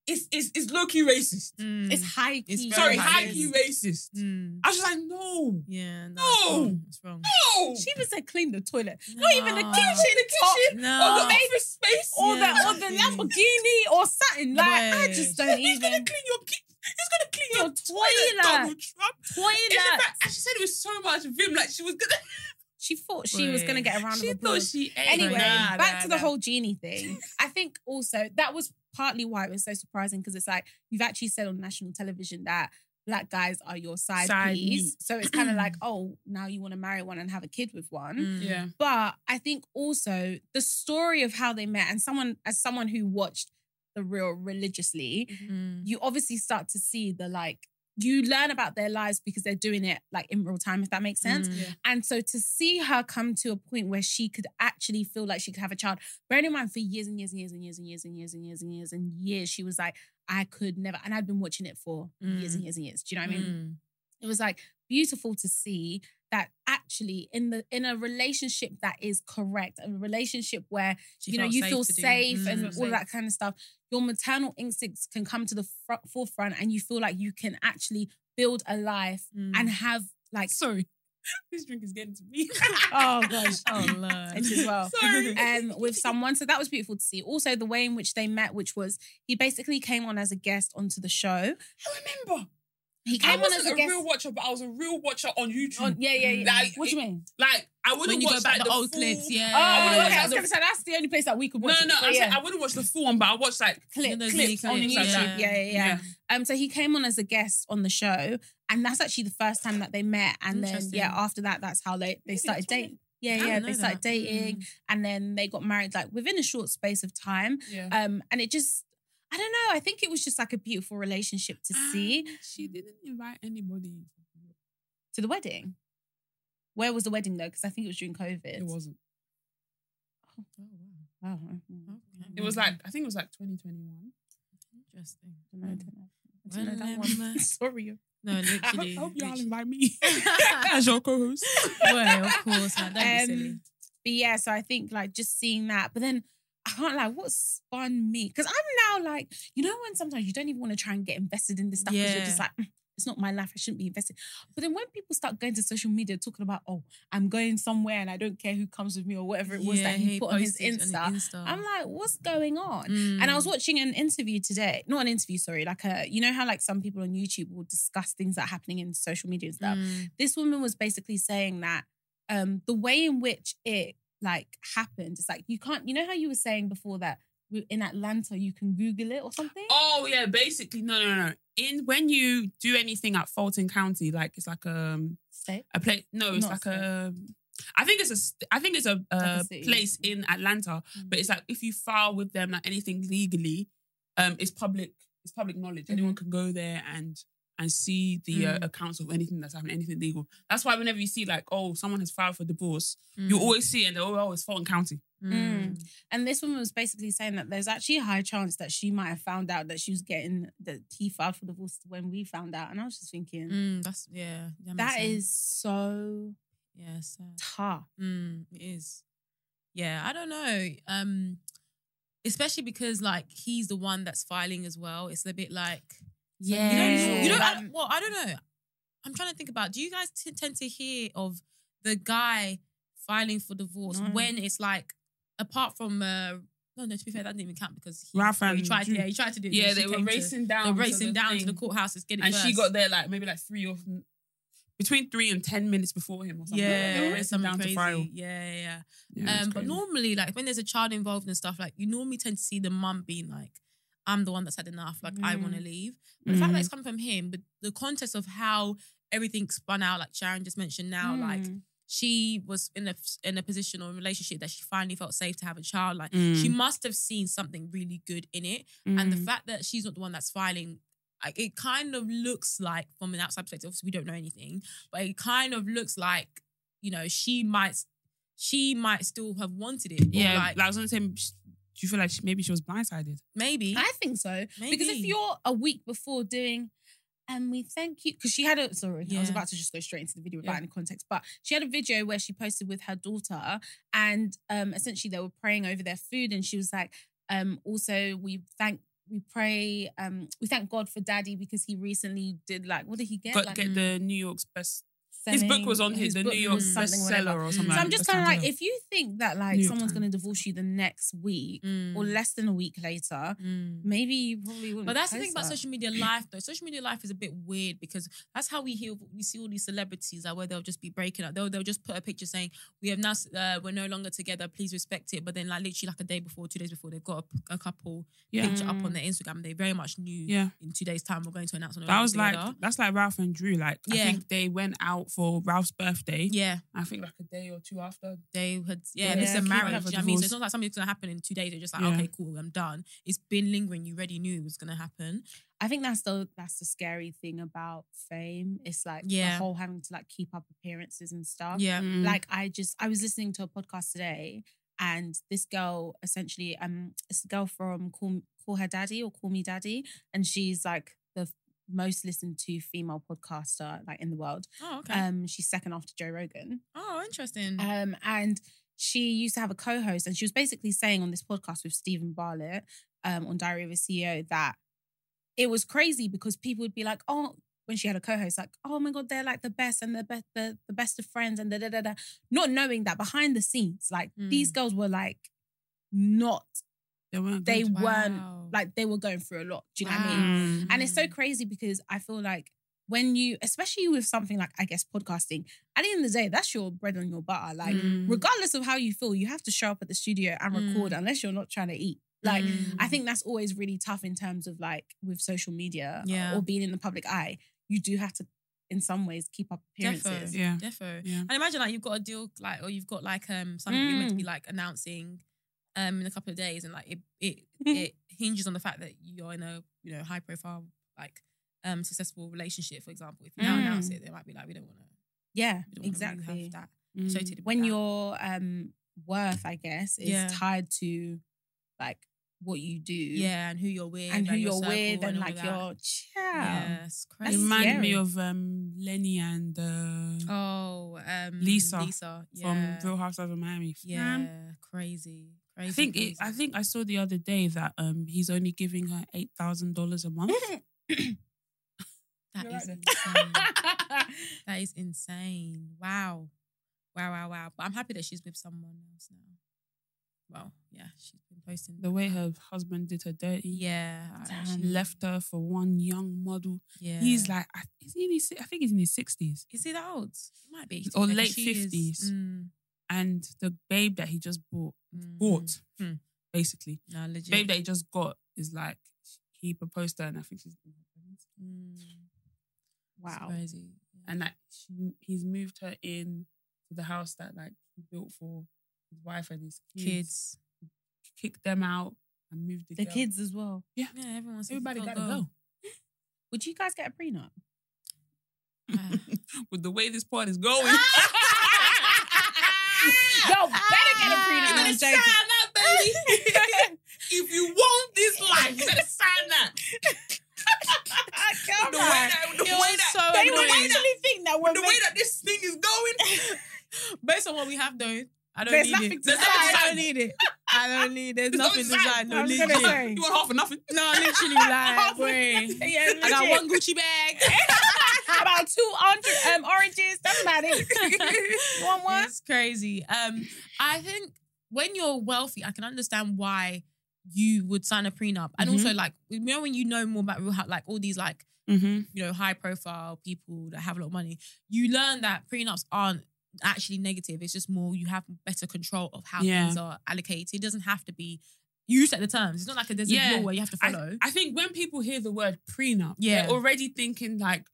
[SPEAKER 1] it's it's, it's low key racist.
[SPEAKER 4] Mm.
[SPEAKER 3] It's high key.
[SPEAKER 4] It's
[SPEAKER 1] Sorry,
[SPEAKER 4] very
[SPEAKER 1] high key racist.
[SPEAKER 4] Mm.
[SPEAKER 1] I was just like, no,
[SPEAKER 4] Yeah. No.
[SPEAKER 1] No.
[SPEAKER 4] It's wrong.
[SPEAKER 1] no.
[SPEAKER 3] She was said clean the toilet. Not even the
[SPEAKER 4] No.
[SPEAKER 3] kitchen, the kitchen,
[SPEAKER 4] No.
[SPEAKER 3] or the baby
[SPEAKER 1] space.
[SPEAKER 3] or
[SPEAKER 4] Yeah.
[SPEAKER 3] the or the Lamborghini or something. Like I
[SPEAKER 4] Wait.
[SPEAKER 3] just don't
[SPEAKER 1] He's gonna
[SPEAKER 3] even
[SPEAKER 1] clean your ki- He's gonna clean your,
[SPEAKER 3] Your
[SPEAKER 1] toilet,
[SPEAKER 3] toilet.
[SPEAKER 1] Donald Trump. It's the
[SPEAKER 3] toilet.
[SPEAKER 1] fact- and she said it with so much vim, like she was gonna.
[SPEAKER 3] She thought she was gonna
[SPEAKER 4] Wait.
[SPEAKER 3] get around.
[SPEAKER 1] She thought she ate.
[SPEAKER 3] anyway,
[SPEAKER 1] Nah,
[SPEAKER 3] back
[SPEAKER 1] nah,
[SPEAKER 3] to the
[SPEAKER 1] nah.
[SPEAKER 3] whole genie thing. I think also that was partly why it was so surprising because it's like you've actually said on national television that black guys are your side,
[SPEAKER 1] Side
[SPEAKER 3] piece.
[SPEAKER 1] meat.
[SPEAKER 3] So it's kind of like, oh, now you want to marry one and have a kid with one.
[SPEAKER 4] Mm.
[SPEAKER 1] Yeah.
[SPEAKER 3] But I think also the story of how they met, and someone as someone who watched the real religiously,
[SPEAKER 1] Mm-hmm.
[SPEAKER 4] Mm.
[SPEAKER 3] you obviously start to see the like you learn about their lives because they're doing it like in real time, if that makes sense.
[SPEAKER 4] Mm. Yeah.
[SPEAKER 3] And so to see her come to a point where she could actually feel like she could have a child, bearing in mind for years and years and years and years and years and years and years and years and years, she was like, I could never. And I'd been watching it for years and years and years. Do you know what I mean?
[SPEAKER 4] Mm.
[SPEAKER 3] It was like beautiful to see that actually in the in a relationship that is correct, a relationship where
[SPEAKER 4] She
[SPEAKER 3] you know
[SPEAKER 4] felt
[SPEAKER 3] you
[SPEAKER 4] safe
[SPEAKER 3] feel
[SPEAKER 4] to do.
[SPEAKER 3] safe and
[SPEAKER 4] Mm.
[SPEAKER 3] all that kind of stuff your maternal instincts can come to the fro- forefront and you feel like you can actually build a life
[SPEAKER 4] Mm.
[SPEAKER 3] and have like
[SPEAKER 1] Sorry, this drink is getting to me.
[SPEAKER 3] oh gosh
[SPEAKER 4] Oh Lord.
[SPEAKER 3] It is well.
[SPEAKER 1] Sorry.
[SPEAKER 3] um with someone so that was beautiful to see also the way in which they met which was he basically came on as a guest onto the show
[SPEAKER 1] I remember.
[SPEAKER 3] he came
[SPEAKER 1] I
[SPEAKER 3] on as
[SPEAKER 1] wasn't
[SPEAKER 3] a,
[SPEAKER 1] a,
[SPEAKER 3] guest
[SPEAKER 1] real watcher, but I was a real watcher on YouTube.
[SPEAKER 3] on, yeah yeah yeah
[SPEAKER 1] Like,
[SPEAKER 3] what do you mean
[SPEAKER 1] Like I wouldn't
[SPEAKER 4] When you
[SPEAKER 1] watch
[SPEAKER 4] go back
[SPEAKER 1] like,
[SPEAKER 4] the old
[SPEAKER 1] full-
[SPEAKER 4] clips, yeah.
[SPEAKER 3] oh
[SPEAKER 1] I wouldn't
[SPEAKER 3] okay
[SPEAKER 1] watch
[SPEAKER 3] I
[SPEAKER 1] like,
[SPEAKER 3] was gonna
[SPEAKER 1] the-
[SPEAKER 3] say that's the only place that we could watch
[SPEAKER 1] no, no,
[SPEAKER 3] it, but
[SPEAKER 1] I'm
[SPEAKER 3] yeah.
[SPEAKER 1] saying I wouldn't watch the full one, but I watched like
[SPEAKER 3] clip,
[SPEAKER 4] those mini
[SPEAKER 3] clips on
[SPEAKER 4] clips
[SPEAKER 3] YouTube.
[SPEAKER 4] like
[SPEAKER 3] Yeah.
[SPEAKER 4] that.
[SPEAKER 3] Yeah, yeah,
[SPEAKER 1] Yeah.
[SPEAKER 3] Um, so he came on as a guest on the show, and that's actually the first time that they met. And then
[SPEAKER 4] Interesting.
[SPEAKER 3] yeah, after that, that's how they
[SPEAKER 1] Maybe
[SPEAKER 3] they started
[SPEAKER 1] that's why-
[SPEAKER 3] dating. Yeah,
[SPEAKER 4] I
[SPEAKER 3] yeah,
[SPEAKER 4] didn't
[SPEAKER 3] they
[SPEAKER 4] know
[SPEAKER 3] started
[SPEAKER 4] that.
[SPEAKER 3] dating,
[SPEAKER 4] Mm.
[SPEAKER 3] and then they got married like within a short space of time.
[SPEAKER 1] Mm-hmm. yeah.
[SPEAKER 3] Um, and it just, I don't know. I think it was just like a beautiful relationship to see
[SPEAKER 1] And she didn't invite anybody.
[SPEAKER 3] to the wedding. Where was the wedding though? Because I think it was during COVID.
[SPEAKER 1] It wasn't.
[SPEAKER 4] Oh,
[SPEAKER 3] Oh,
[SPEAKER 4] wow. Okay.
[SPEAKER 1] It was like I think it was like 2021.
[SPEAKER 4] interesting. Mm.
[SPEAKER 3] I don't know, I don't know. I don't know that
[SPEAKER 4] Well,
[SPEAKER 3] one.
[SPEAKER 4] um,
[SPEAKER 3] Sorry.
[SPEAKER 4] No, literally.
[SPEAKER 1] I hope y'all
[SPEAKER 4] literally.
[SPEAKER 1] invite me as your co-host.
[SPEAKER 4] Well, of course, like, don't be silly.
[SPEAKER 3] Um, But yeah, so I think like just seeing that, but then I can't like what spun me because I'm now like you know when sometimes you don't even want to try and get invested in this stuff because you're
[SPEAKER 4] Yeah.
[SPEAKER 3] just like "Mm, it's not my life I shouldn't be invested. But then when people start going to social media talking about oh I'm going somewhere and I don't care who comes with me or whatever it was
[SPEAKER 4] Yeah,
[SPEAKER 3] that he, put on his
[SPEAKER 4] posted
[SPEAKER 3] Insta,
[SPEAKER 4] Insta.
[SPEAKER 3] I'm like what's going on?
[SPEAKER 4] Mm.
[SPEAKER 3] And I was watching an interview today, not an interview, sorry, like a you know how like some people on YouTube will discuss things that are happening in social media and stuff
[SPEAKER 4] Mm.
[SPEAKER 3] this woman was basically saying that um the way in which it like happened it's like you can't you know how you were saying before that we- in atlanta you can google it or something
[SPEAKER 1] Oh yeah, basically no no no. In when you do anything at Fulton County, like it's like um
[SPEAKER 3] Say.
[SPEAKER 1] a place. No, it's
[SPEAKER 3] Not
[SPEAKER 1] like
[SPEAKER 3] a state.
[SPEAKER 1] a. I think it's a. st- I think it's a,
[SPEAKER 3] a
[SPEAKER 1] uh
[SPEAKER 3] city.
[SPEAKER 1] place in Atlanta, but it's like if you file with them like anything legally, um, it's public. It's public knowledge.
[SPEAKER 3] Mm-hmm.
[SPEAKER 1] Anyone can go there and and see the
[SPEAKER 3] Mm.
[SPEAKER 1] uh, accounts of anything that's happening, anything legal. That's why whenever you see like oh someone has filed for divorce, you always see it and they're oh, oh it's Fulton County.
[SPEAKER 3] Mm. And this woman was basically saying that there's actually a high chance that she might have found out that she was getting the T filed for divorce when we found out. And I was just thinking,
[SPEAKER 4] Mm, that's yeah. That, makes
[SPEAKER 3] that
[SPEAKER 4] sense.
[SPEAKER 3] is so
[SPEAKER 4] yeah. Sad.
[SPEAKER 3] tough.
[SPEAKER 4] Mm, it is. Yeah, I don't know. Um, especially because like he's the one that's filing as well. It's a bit like
[SPEAKER 3] Yeah.
[SPEAKER 4] you don't.
[SPEAKER 3] Yeah.
[SPEAKER 4] You don't. I,
[SPEAKER 3] Um,
[SPEAKER 4] well, I don't know. I'm trying to think about. Do you guys t- tend to hear of the guy filing for divorce
[SPEAKER 3] No.
[SPEAKER 4] when it's like apart from? Uh, no, no. To be fair, that didn't even count because he,
[SPEAKER 1] Ralph
[SPEAKER 4] well, he
[SPEAKER 1] and
[SPEAKER 4] tried.
[SPEAKER 1] Drew.
[SPEAKER 4] Yeah, he tried to do. it,
[SPEAKER 1] Yeah,
[SPEAKER 4] but she
[SPEAKER 1] they were
[SPEAKER 4] came to-
[SPEAKER 1] racing down.
[SPEAKER 4] They were
[SPEAKER 1] to
[SPEAKER 4] racing
[SPEAKER 1] the
[SPEAKER 4] down to the
[SPEAKER 1] thing.
[SPEAKER 4] courthouse. to get it
[SPEAKER 1] and she
[SPEAKER 4] first.
[SPEAKER 1] got there like maybe like three or between three and ten minutes before him or something.
[SPEAKER 4] Yeah,
[SPEAKER 1] they were racing
[SPEAKER 4] something
[SPEAKER 1] down
[SPEAKER 4] crazy.
[SPEAKER 1] to file.
[SPEAKER 4] Yeah, yeah. yeah.
[SPEAKER 1] Yeah, it's
[SPEAKER 4] um, but
[SPEAKER 1] crazy.
[SPEAKER 4] normally, like when there's a child involved and stuff, like you normally tend to see the mum being like, "I'm the one that's had enough. Like I want to
[SPEAKER 1] Mm.
[SPEAKER 4] leave." But the fact that it's
[SPEAKER 1] Mm-hmm.
[SPEAKER 4] coming from him, but the context of how everything spun out, like Sharon just mentioned now, like
[SPEAKER 1] Mm.
[SPEAKER 4] she was in a in a position or a relationship that she finally felt safe to have a child. Like she
[SPEAKER 1] Mm.
[SPEAKER 4] must have seen something really good in it, and the fact that she's not the one that's filing. like, It kind of looks like, from an outside perspective, obviously we don't know anything, but it kind of looks like, you know, she might, she might still have wanted it. or,
[SPEAKER 1] Yeah,
[SPEAKER 4] like,
[SPEAKER 1] like, I was gonna say, sh- do you feel like she, maybe she was blindsided? E?
[SPEAKER 4] maybe.
[SPEAKER 3] I think so. Because if
[SPEAKER 4] Maybe.
[SPEAKER 3] you're a week before doing, and we thank you, because she had a, sorry, I was
[SPEAKER 4] Yeah.
[SPEAKER 3] about to just go straight into the video without
[SPEAKER 4] Yeah.
[SPEAKER 3] any context, but she had a video where she posted with her daughter and um, essentially they were praying over their food and she was like, um, also we thank, we pray, um, we thank God for daddy because he recently did like, what did he get?
[SPEAKER 1] Got
[SPEAKER 3] like
[SPEAKER 1] get the New York's best. His book
[SPEAKER 3] selling-
[SPEAKER 1] was on
[SPEAKER 3] his
[SPEAKER 1] his the
[SPEAKER 3] book
[SPEAKER 1] New York
[SPEAKER 3] was something, whatever. Mm.
[SPEAKER 1] bestseller or something.
[SPEAKER 3] So I'm
[SPEAKER 1] like
[SPEAKER 3] just
[SPEAKER 1] that.
[SPEAKER 3] kind of like, if you think that like
[SPEAKER 1] New York
[SPEAKER 3] someone's
[SPEAKER 1] Times.
[SPEAKER 3] going to divorce you the next week
[SPEAKER 4] Mm.
[SPEAKER 3] or less than a week later,
[SPEAKER 4] Mm.
[SPEAKER 3] maybe you probably wouldn't.
[SPEAKER 4] But that's the thing
[SPEAKER 3] post
[SPEAKER 4] about
[SPEAKER 3] that.
[SPEAKER 4] social media life, though. Social media life is a bit weird because that's how we hear we see all these celebrities like where they'll just be breaking up. They'll they'll just put a picture saying we have now s- uh, we're no longer together. Please respect it. But then like literally like a day before, two days before, they've got a, a couple
[SPEAKER 1] Yeah.
[SPEAKER 4] picture up
[SPEAKER 3] Mm.
[SPEAKER 4] on their Instagram. They very much knew
[SPEAKER 1] Yeah.
[SPEAKER 4] in two days time we're going to announce on
[SPEAKER 1] That was like that's like Ralph and Drew. Like
[SPEAKER 4] Yeah.
[SPEAKER 1] I think they went out for Ralph's birthday.
[SPEAKER 4] yeah.
[SPEAKER 1] I think like a day or two after.
[SPEAKER 4] They had, yeah,
[SPEAKER 1] Yeah,
[SPEAKER 4] this is a
[SPEAKER 1] keep
[SPEAKER 4] marriage.
[SPEAKER 1] have a
[SPEAKER 4] do you know what I mean? So
[SPEAKER 1] divorce.
[SPEAKER 4] it's not like something's gonna happen in two days. They're just like,
[SPEAKER 1] Yeah.
[SPEAKER 4] okay, cool, I'm done. It's been lingering. You already knew it was gonna happen.
[SPEAKER 3] I think that's the that's the scary thing about fame. It's like
[SPEAKER 4] Yeah.
[SPEAKER 3] the whole having to like keep up appearances and stuff.
[SPEAKER 4] Yeah.
[SPEAKER 1] Mm,
[SPEAKER 3] Like I just I was listening to a podcast today and this girl essentially um it's a girl from Call Call Her Daddy or Call Me Daddy and she's like the f- most listened to female podcaster like in the world.
[SPEAKER 4] Oh, okay.
[SPEAKER 3] Um she's second after Joe Rogan.
[SPEAKER 4] oh, interesting.
[SPEAKER 3] Um, and she used to have a co-host, and she was basically saying on this podcast with Stephen Barlett um, on Diary of a CEO that it was crazy because people would be like, "Oh," when she had a co-host, like, "Oh my god, they're like the best and the best, the, the best of friends," and da da da da, not knowing that behind the scenes, like these
[SPEAKER 4] Mm.
[SPEAKER 3] girls were like not,
[SPEAKER 1] They weren't.
[SPEAKER 3] they
[SPEAKER 1] Oh, good.
[SPEAKER 4] Wow.
[SPEAKER 3] weren't like they were going through a lot. Do you know what I mean?
[SPEAKER 1] mean?
[SPEAKER 3] And it's so
[SPEAKER 4] Mm.
[SPEAKER 3] crazy because I feel like when you, especially with something like, I guess, podcasting, at the end of the day, that's your bread on your butter. Like,
[SPEAKER 4] Mm.
[SPEAKER 3] regardless of how you feel, you have to show up at the studio and record unless you're not trying to eat. Like,
[SPEAKER 4] Mm.
[SPEAKER 3] I think that's always really tough in terms of like with social media
[SPEAKER 4] Yeah.
[SPEAKER 3] or being in the public eye. You do have to, in some ways, keep up appearances.
[SPEAKER 4] Defo,
[SPEAKER 1] Yeah.
[SPEAKER 4] defo.
[SPEAKER 1] Yeah.
[SPEAKER 4] And imagine like you've got a deal like, or you've got like um something you're meant to be like announcing, um in a couple of days, and like it it it hinges on the fact that you're in a you know high profile like um successful relationship, for example. If you now
[SPEAKER 3] Mm.
[SPEAKER 4] announce it, they might be like, we don't want to,
[SPEAKER 3] Yeah,
[SPEAKER 4] we don't want to
[SPEAKER 3] exactly.
[SPEAKER 4] have that
[SPEAKER 1] Mm.
[SPEAKER 4] associated with
[SPEAKER 3] When
[SPEAKER 4] that.
[SPEAKER 3] your um, worth, I guess, is
[SPEAKER 4] Yeah.
[SPEAKER 3] tied to like what you do.
[SPEAKER 4] yeah, and who you're with
[SPEAKER 3] And who you're
[SPEAKER 4] your
[SPEAKER 3] with,
[SPEAKER 4] circle
[SPEAKER 3] and
[SPEAKER 4] all
[SPEAKER 3] like
[SPEAKER 4] that.
[SPEAKER 3] your child.
[SPEAKER 4] Yeah, it's
[SPEAKER 3] That's
[SPEAKER 1] It
[SPEAKER 4] crazy.
[SPEAKER 1] reminded
[SPEAKER 3] scary.
[SPEAKER 1] me of um, Lenny and uh,
[SPEAKER 4] Oh, um,
[SPEAKER 1] Lisa
[SPEAKER 4] Lisa, yeah.
[SPEAKER 1] from Real Housewives of Miami.
[SPEAKER 4] yeah, crazy, crazy.
[SPEAKER 1] I think
[SPEAKER 4] crazy.
[SPEAKER 1] it, I think I saw the other day that um he's only giving her eight thousand dollars a month.
[SPEAKER 4] that
[SPEAKER 1] You're right
[SPEAKER 4] is insane. that is insane. Wow, wow, wow, wow. But I'm happy that she's with someone else now. Well, yeah, she's been posting
[SPEAKER 1] the way her husband did her dirty,
[SPEAKER 4] Yeah, I-
[SPEAKER 1] she left her for one young model.
[SPEAKER 4] yeah.
[SPEAKER 1] He's like, I- is he in his, si- I think he's in his sixties,
[SPEAKER 4] is he that old? He might be He's
[SPEAKER 1] Or
[SPEAKER 4] like a
[SPEAKER 1] late
[SPEAKER 4] few years-
[SPEAKER 1] 50s.
[SPEAKER 4] Mm,
[SPEAKER 1] and the babe that he just bought,
[SPEAKER 4] mm,
[SPEAKER 1] bought
[SPEAKER 4] Hmm.
[SPEAKER 1] basically,
[SPEAKER 4] No, legit.
[SPEAKER 1] babe that he just got is like he proposed to her, and I think she's in her twenties.
[SPEAKER 4] Mm, it's
[SPEAKER 3] Wow.
[SPEAKER 4] crazy.
[SPEAKER 1] and like she, he's moved her in to the house that like he built for his wife and his kids.
[SPEAKER 4] kids.
[SPEAKER 1] Kicked them out and moved the,
[SPEAKER 3] The
[SPEAKER 1] girl.
[SPEAKER 3] kids as well.
[SPEAKER 1] Yeah,
[SPEAKER 4] Yeah, everyone's
[SPEAKER 1] everybody got to go.
[SPEAKER 3] Would you guys get a prenup?
[SPEAKER 4] Ah.
[SPEAKER 1] With the way this part is going,
[SPEAKER 2] Yo, better get a prenup.
[SPEAKER 1] You
[SPEAKER 2] No, I'm
[SPEAKER 1] better sign
[SPEAKER 2] joking.
[SPEAKER 1] that, baby. if you want this life, you better sign that.
[SPEAKER 2] Come
[SPEAKER 1] The way
[SPEAKER 2] on.
[SPEAKER 1] that, the way
[SPEAKER 4] It was
[SPEAKER 1] that,
[SPEAKER 4] so
[SPEAKER 2] They
[SPEAKER 4] annoying.
[SPEAKER 2] would actually think that we're
[SPEAKER 1] the way
[SPEAKER 2] making-
[SPEAKER 1] that this thing is going,
[SPEAKER 4] Based on what we have though, I don't
[SPEAKER 2] There's
[SPEAKER 4] need
[SPEAKER 2] nothing
[SPEAKER 4] it.
[SPEAKER 2] to
[SPEAKER 4] There's nothing
[SPEAKER 2] sign.
[SPEAKER 4] I don't need it. I don't need. There's nothing to
[SPEAKER 1] nothing to
[SPEAKER 4] sign. No,
[SPEAKER 2] I was
[SPEAKER 4] legit.
[SPEAKER 2] gonna say.
[SPEAKER 1] you want half or nothing.
[SPEAKER 4] No, literally, like, boy.
[SPEAKER 2] Yeah,
[SPEAKER 4] I got
[SPEAKER 2] legit.
[SPEAKER 4] one Gucci bag.
[SPEAKER 2] about 200 um, oranges. That's about it. you want one?
[SPEAKER 4] It's crazy. Um, I think when you're wealthy, I can understand why you would sign a prenup, and
[SPEAKER 1] Mm-hmm.
[SPEAKER 4] also like you know when you know more about real how like all these like
[SPEAKER 1] Mm-hmm.
[SPEAKER 4] you know high profile people that have a lot of money, you learn that prenups aren't actually negative. It's just more you have better control of how
[SPEAKER 1] Yeah.
[SPEAKER 4] things are allocated. It doesn't have to be you set the terms. It's not like a there's
[SPEAKER 1] Yeah.
[SPEAKER 4] a rule where you have to follow.
[SPEAKER 1] I, I think when people hear the word prenup,
[SPEAKER 4] Yeah.
[SPEAKER 1] they're already thinking like,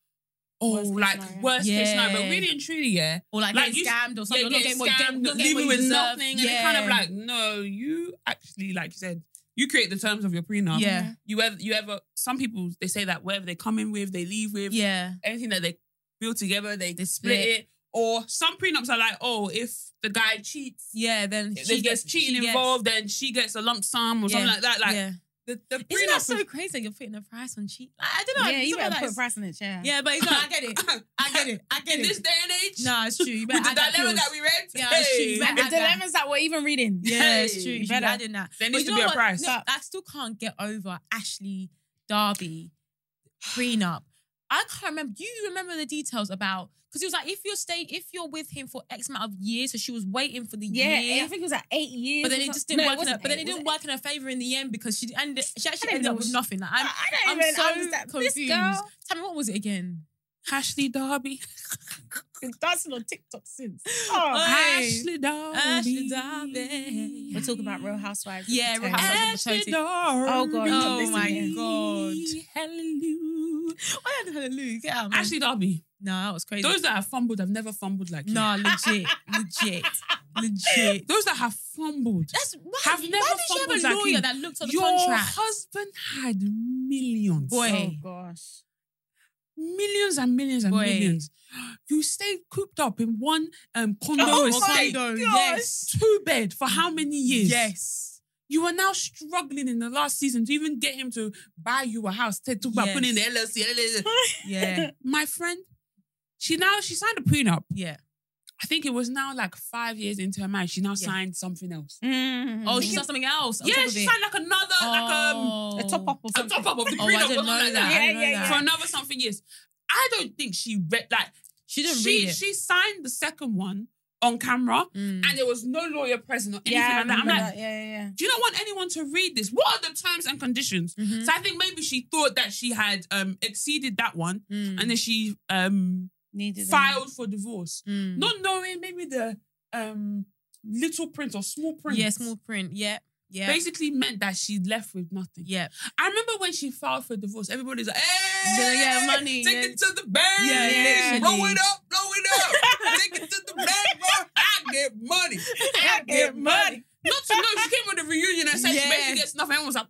[SPEAKER 2] Worst
[SPEAKER 1] oh,
[SPEAKER 2] case
[SPEAKER 1] like
[SPEAKER 2] scenario.
[SPEAKER 1] worst case scenario. But
[SPEAKER 4] Yeah.
[SPEAKER 1] really and truly, yeah,
[SPEAKER 4] or like,
[SPEAKER 1] like
[SPEAKER 4] getting
[SPEAKER 1] you-
[SPEAKER 4] scammed or something.
[SPEAKER 1] yeah,
[SPEAKER 4] or
[SPEAKER 1] getting
[SPEAKER 4] not getting what-
[SPEAKER 1] scammed,
[SPEAKER 4] not getting
[SPEAKER 1] leaving
[SPEAKER 4] what you
[SPEAKER 1] with
[SPEAKER 4] deserve.
[SPEAKER 1] nothing, and it's kind of
[SPEAKER 4] Yeah.
[SPEAKER 1] like, no, you actually, like you said, you create the terms of your prenup.
[SPEAKER 4] Yeah.
[SPEAKER 1] you ever, you ever. Some people they say that wherever they come in with, they leave with.
[SPEAKER 4] yeah.
[SPEAKER 1] everything that they build together, they,
[SPEAKER 4] They
[SPEAKER 1] split
[SPEAKER 4] split.
[SPEAKER 1] it. Or some prenups are like, oh, if the guy cheats,
[SPEAKER 4] Yeah, then
[SPEAKER 1] if
[SPEAKER 4] she
[SPEAKER 1] there's
[SPEAKER 4] gets-
[SPEAKER 1] cheating
[SPEAKER 4] she gets-
[SPEAKER 1] involved, then she gets a lump sum or something
[SPEAKER 4] Yeah.
[SPEAKER 1] like that. Like
[SPEAKER 4] yeah.
[SPEAKER 1] the, the
[SPEAKER 4] Isn't that
[SPEAKER 1] prenup
[SPEAKER 4] so
[SPEAKER 1] is-
[SPEAKER 4] crazy? that You're putting a price on cheat. I don't know.
[SPEAKER 2] yeah, you
[SPEAKER 4] something
[SPEAKER 2] better
[SPEAKER 4] like
[SPEAKER 2] put a
[SPEAKER 4] that.
[SPEAKER 2] price on it, yeah.
[SPEAKER 4] Yeah, but it's not. I get it. I get it. I get
[SPEAKER 1] in
[SPEAKER 4] it.
[SPEAKER 1] this day and age.
[SPEAKER 4] no, it's true. You
[SPEAKER 1] with
[SPEAKER 4] better
[SPEAKER 1] the
[SPEAKER 4] add that
[SPEAKER 1] dilemma
[SPEAKER 4] clause.
[SPEAKER 1] that we read,
[SPEAKER 4] Yeah, it's true. You
[SPEAKER 1] hey,
[SPEAKER 4] better
[SPEAKER 2] The
[SPEAKER 4] add that.
[SPEAKER 2] dilemmas that we're even reading.
[SPEAKER 4] Yeah, it's
[SPEAKER 1] Hey,
[SPEAKER 4] true.
[SPEAKER 1] you
[SPEAKER 4] You should
[SPEAKER 2] better.
[SPEAKER 4] be adding that.
[SPEAKER 1] There
[SPEAKER 4] But
[SPEAKER 1] needs to
[SPEAKER 4] you know
[SPEAKER 1] be a
[SPEAKER 4] what?
[SPEAKER 1] price.
[SPEAKER 4] No, I still can't get over Ashley Darby prenup. I can't remember. Do you remember the details about? Because he was like, if you're staying, if you're with him for X amount of years, so she was waiting for the
[SPEAKER 2] Yeah,
[SPEAKER 4] year.
[SPEAKER 2] I think it was like eight years.
[SPEAKER 4] But then
[SPEAKER 2] or
[SPEAKER 4] it
[SPEAKER 2] something.
[SPEAKER 4] just
[SPEAKER 2] No,
[SPEAKER 4] didn't work. In her,
[SPEAKER 2] wasn't
[SPEAKER 4] but then
[SPEAKER 2] eight,
[SPEAKER 4] it
[SPEAKER 2] was
[SPEAKER 4] didn't work in her favor in the end because she ended. She actually
[SPEAKER 2] I didn't
[SPEAKER 4] ended
[SPEAKER 2] know
[SPEAKER 4] up with
[SPEAKER 2] she-
[SPEAKER 4] nothing. Like, I'm,
[SPEAKER 2] I- I don't
[SPEAKER 4] I'm
[SPEAKER 2] even
[SPEAKER 4] so
[SPEAKER 2] understand. This
[SPEAKER 4] confused.
[SPEAKER 2] girl-
[SPEAKER 4] Tell me what was it again?
[SPEAKER 1] Ashley Darby.
[SPEAKER 2] Been dancing on TikTok since. Oh,
[SPEAKER 4] Hey.
[SPEAKER 1] Ashley Darby.
[SPEAKER 4] Ashley Darby.
[SPEAKER 2] we're talking about Real Housewives. of
[SPEAKER 4] Yeah, Real
[SPEAKER 2] Potomac.
[SPEAKER 4] Housewives.
[SPEAKER 1] Ashley Darby.
[SPEAKER 2] Oh, God,
[SPEAKER 4] Oh,
[SPEAKER 2] listen
[SPEAKER 4] my
[SPEAKER 2] here.
[SPEAKER 4] God. Mm.
[SPEAKER 1] Hallelujah.
[SPEAKER 4] Why the hallelujah? Get out, man.
[SPEAKER 1] Ashley Darby.
[SPEAKER 4] no, that was crazy.
[SPEAKER 1] Those that have fumbled have never fumbled like you.
[SPEAKER 4] no, legit, legit, legit.
[SPEAKER 1] Those that have fumbled.
[SPEAKER 4] That's why.
[SPEAKER 1] Have
[SPEAKER 4] why
[SPEAKER 1] never
[SPEAKER 4] did
[SPEAKER 1] fumbled
[SPEAKER 4] she have
[SPEAKER 1] like
[SPEAKER 4] a lawyer
[SPEAKER 1] you.
[SPEAKER 4] that looked at the
[SPEAKER 1] Your
[SPEAKER 4] contract?
[SPEAKER 1] husband had millions.
[SPEAKER 4] Boy.
[SPEAKER 2] Oh, gosh.
[SPEAKER 1] Millions and millions and
[SPEAKER 4] Boy.
[SPEAKER 1] millions. You stayed cooped up in one um condo
[SPEAKER 2] Oh my
[SPEAKER 1] estate.
[SPEAKER 2] God. Yes.
[SPEAKER 1] Two bed for how many years?
[SPEAKER 4] Yes.
[SPEAKER 1] You are now struggling in the last season to even get him to buy you a house. They talk about
[SPEAKER 4] Yes.
[SPEAKER 1] putting in the LLC. LLC.
[SPEAKER 4] Yeah.
[SPEAKER 1] My friend, she now she signed a prenup.
[SPEAKER 4] Yeah.
[SPEAKER 1] I think it was now like five years into her marriage. She now
[SPEAKER 4] Yeah.
[SPEAKER 1] signed something else.
[SPEAKER 2] Mm-hmm.
[SPEAKER 4] Oh, she saw something else.
[SPEAKER 1] Mm-hmm.
[SPEAKER 4] on
[SPEAKER 1] yeah,
[SPEAKER 4] top of
[SPEAKER 1] she
[SPEAKER 4] it.
[SPEAKER 1] signed like another like um
[SPEAKER 4] Oh.
[SPEAKER 2] A top up or
[SPEAKER 1] a
[SPEAKER 2] something.
[SPEAKER 1] top up of the
[SPEAKER 4] Oh,
[SPEAKER 1] prenup
[SPEAKER 4] I didn't
[SPEAKER 1] or something
[SPEAKER 4] know
[SPEAKER 1] like
[SPEAKER 4] that.
[SPEAKER 1] that.
[SPEAKER 4] I
[SPEAKER 2] Yeah,
[SPEAKER 4] didn't know
[SPEAKER 2] yeah,
[SPEAKER 4] that.
[SPEAKER 1] for another something years. I don't think she read like
[SPEAKER 4] She didn't
[SPEAKER 1] she
[SPEAKER 4] read it.
[SPEAKER 1] she signed the second one on camera
[SPEAKER 4] Mm.
[SPEAKER 1] and there was no lawyer present or anything
[SPEAKER 2] Yeah, I
[SPEAKER 1] like that. I'm
[SPEAKER 2] remember
[SPEAKER 1] like,
[SPEAKER 2] that. yeah, yeah, yeah.
[SPEAKER 1] do you not want anyone to read this? What are the terms and conditions?
[SPEAKER 4] Mhm.
[SPEAKER 1] So I think maybe she thought that she had um exceeded that one
[SPEAKER 4] Mm.
[SPEAKER 1] and then she um
[SPEAKER 2] Needed them.
[SPEAKER 1] filed for divorce.
[SPEAKER 4] Mm.
[SPEAKER 1] Not knowing maybe the um little print or small print.
[SPEAKER 4] Yeah, small print. Yeah. Yeah.
[SPEAKER 1] Basically meant that she left with nothing.
[SPEAKER 4] Yeah.
[SPEAKER 1] I remember when she filed for divorce, everybody's like,
[SPEAKER 4] Yeah,
[SPEAKER 1] hey,
[SPEAKER 4] yeah, money,
[SPEAKER 1] Take
[SPEAKER 4] yeah."
[SPEAKER 1] it to the bank.
[SPEAKER 4] Yeah, yeah,
[SPEAKER 1] Blow
[SPEAKER 4] literally.
[SPEAKER 1] it up, blow it up. take it to the bank, bro. I get money. I get money. Not to know, she came with a reunion and said she
[SPEAKER 4] Yeah.
[SPEAKER 1] basically gets nothing. Everyone was like,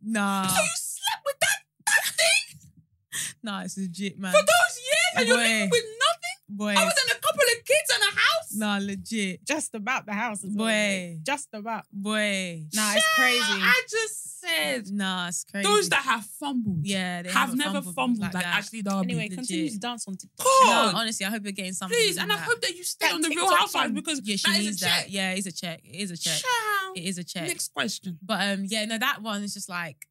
[SPEAKER 4] Nah.
[SPEAKER 1] so you slept with that, that thing
[SPEAKER 4] Nah, it's legit, man.
[SPEAKER 1] for those years and you're living
[SPEAKER 4] Boy.
[SPEAKER 1] with nothing?
[SPEAKER 4] Boy.
[SPEAKER 1] I was in a couple of kids and a house.
[SPEAKER 4] Nah, legit.
[SPEAKER 2] Just about the house. is all it
[SPEAKER 4] Boy.
[SPEAKER 2] is. Just about.
[SPEAKER 4] Boy.
[SPEAKER 2] Nah, it's
[SPEAKER 1] Child,
[SPEAKER 2] crazy.
[SPEAKER 1] I just said,
[SPEAKER 4] Nah, it's crazy.
[SPEAKER 1] those that have fumbled
[SPEAKER 4] Yeah, they
[SPEAKER 1] have
[SPEAKER 4] haven't
[SPEAKER 1] never
[SPEAKER 4] fumbled
[SPEAKER 1] fumbled,
[SPEAKER 4] like
[SPEAKER 1] like,
[SPEAKER 4] that.
[SPEAKER 1] Ashley Darby.
[SPEAKER 2] Anyway,
[SPEAKER 4] legit.
[SPEAKER 2] continue to dance on TikTok.
[SPEAKER 1] Cool.
[SPEAKER 4] No,
[SPEAKER 1] God.
[SPEAKER 4] honestly, I hope you're getting something.
[SPEAKER 1] Please,
[SPEAKER 4] from
[SPEAKER 1] and I
[SPEAKER 4] that.
[SPEAKER 1] hope that you stay
[SPEAKER 2] That
[SPEAKER 1] on the Real
[SPEAKER 2] TikTok
[SPEAKER 1] Housewives
[SPEAKER 2] song.
[SPEAKER 1] because
[SPEAKER 4] yeah, she
[SPEAKER 1] that is
[SPEAKER 4] needs
[SPEAKER 1] a check.
[SPEAKER 4] that. Yeah, it's a check. It is a check.
[SPEAKER 1] Child.
[SPEAKER 4] It is a check.
[SPEAKER 1] Next question.
[SPEAKER 4] But um, yeah, no, that one is just like,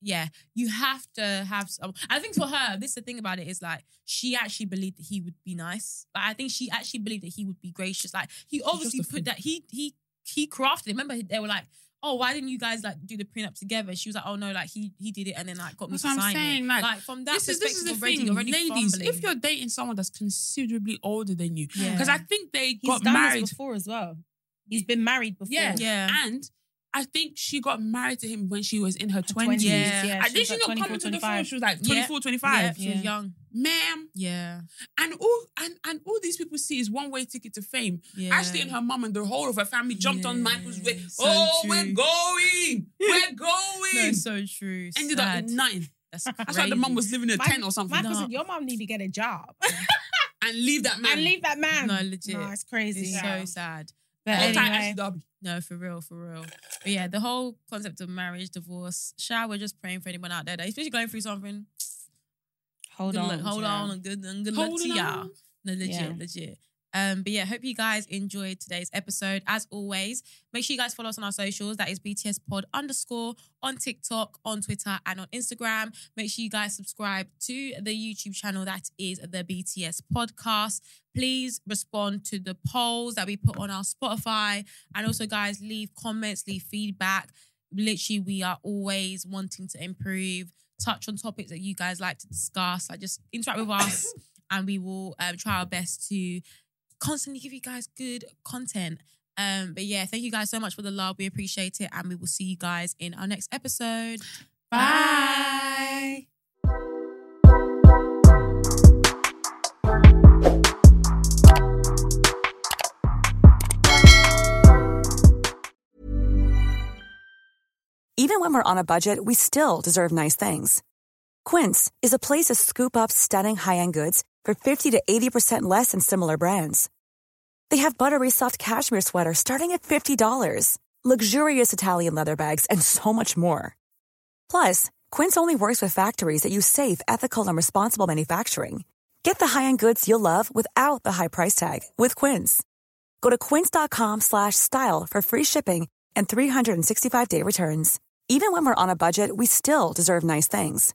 [SPEAKER 4] yeah, you have to have. Some, I think for her, this is the thing about it is like she actually believed that he would be nice. Like I think she actually believed that he would be gracious. Like he obviously
[SPEAKER 1] just a
[SPEAKER 4] put that he he he crafted. it. Remember they were like. Oh, why didn't you guys like do the prenup together? She was like, "Oh no, like he he did it and then like got me
[SPEAKER 1] That's
[SPEAKER 4] to
[SPEAKER 1] what I'm
[SPEAKER 4] sign
[SPEAKER 1] saying.
[SPEAKER 4] it."
[SPEAKER 1] Like,
[SPEAKER 4] from that
[SPEAKER 1] This is, this is the
[SPEAKER 4] perspective already,
[SPEAKER 1] thing,
[SPEAKER 4] you're already
[SPEAKER 1] ladies. If
[SPEAKER 4] fumbling.
[SPEAKER 1] you're dating someone that's considerably older than you, because
[SPEAKER 4] Yeah.
[SPEAKER 1] I think they
[SPEAKER 2] He's
[SPEAKER 1] got
[SPEAKER 2] done
[SPEAKER 1] married.
[SPEAKER 2] this before as well. He's been married before.
[SPEAKER 1] Yeah.
[SPEAKER 4] Yeah.
[SPEAKER 1] and I think she got married to him when she was in her
[SPEAKER 2] Twenties.
[SPEAKER 1] twenties.
[SPEAKER 4] Yeah.
[SPEAKER 2] Yeah,
[SPEAKER 1] I think
[SPEAKER 2] was
[SPEAKER 1] she
[SPEAKER 2] like
[SPEAKER 1] not
[SPEAKER 2] 24,
[SPEAKER 1] coming to the
[SPEAKER 2] 25.
[SPEAKER 1] phone. She was like
[SPEAKER 4] Yeah.
[SPEAKER 1] 24, 25.
[SPEAKER 4] yeah, she was
[SPEAKER 2] Yeah.
[SPEAKER 4] young,
[SPEAKER 1] Ma'am,
[SPEAKER 4] yeah,
[SPEAKER 1] and all and, and all these people see is one way ticket to fame.
[SPEAKER 4] yeah.
[SPEAKER 1] Ashley and her mum and the whole of her family jumped on
[SPEAKER 4] Yeah,
[SPEAKER 1] Michael's way.
[SPEAKER 4] so
[SPEAKER 1] oh,
[SPEAKER 4] true.
[SPEAKER 1] we're going, we're going.
[SPEAKER 4] No, it's so true.
[SPEAKER 1] Ended up
[SPEAKER 4] Sad.
[SPEAKER 1] in nothing.
[SPEAKER 4] That's crazy.
[SPEAKER 1] That's why the mum was living in a
[SPEAKER 2] My-
[SPEAKER 1] tent or something.
[SPEAKER 2] Michael
[SPEAKER 4] No.
[SPEAKER 2] said, Your mom need to get a job.
[SPEAKER 1] and leave that man.
[SPEAKER 2] and leave that man.
[SPEAKER 4] No, legit.
[SPEAKER 2] No, it's crazy.
[SPEAKER 4] It's
[SPEAKER 2] Yeah.
[SPEAKER 4] so sad.
[SPEAKER 2] But
[SPEAKER 1] All time,
[SPEAKER 2] anyway,
[SPEAKER 1] Ashley Darby.
[SPEAKER 4] No, for real, for real. But yeah, the whole concept of marriage, divorce, shower, we're just praying for anyone out there that especially going through something.
[SPEAKER 2] hold
[SPEAKER 4] good
[SPEAKER 2] on,
[SPEAKER 4] luck- hold
[SPEAKER 2] yeah.
[SPEAKER 4] on, and good and good luck
[SPEAKER 1] Hold
[SPEAKER 4] to y'all.
[SPEAKER 1] on.
[SPEAKER 4] No, legit,
[SPEAKER 2] Yeah.
[SPEAKER 4] legit. Um, but yeah, hope you guys enjoyed today's episode. As always, make sure you guys follow us on our socials. That is BTS Pod underscore on TikTok, on Twitter, and on Instagram. Make sure you guys subscribe to the YouTube channel. That is the BTS Podcast. Please respond to the polls that we put on our Spotify, and also, guys, leave comments, leave feedback. Literally, we are always wanting to improve. Touch on topics that you guys like to discuss. Like just interact with us, and we will um, try our best to constantly give you guys good content. Um, but yeah, thank you guys so much for the love. We appreciate it, and we will see you guys in our next episode.
[SPEAKER 1] Bye.
[SPEAKER 7] Even when we're on a budget, we still deserve nice things. Quince is a place to scoop up stunning high-end goods for 50 to 80% less than similar brands. They have buttery soft cashmere sweaters starting at $50, luxurious Italian leather bags, and so much more. Plus, Quince only works with factories that use safe, ethical, and responsible manufacturing. Get the high-end goods you'll love without the high price tag with Quince. Go to quince.com slash style for free shipping and 365-day returns. Even when we're on a budget, we still deserve nice things.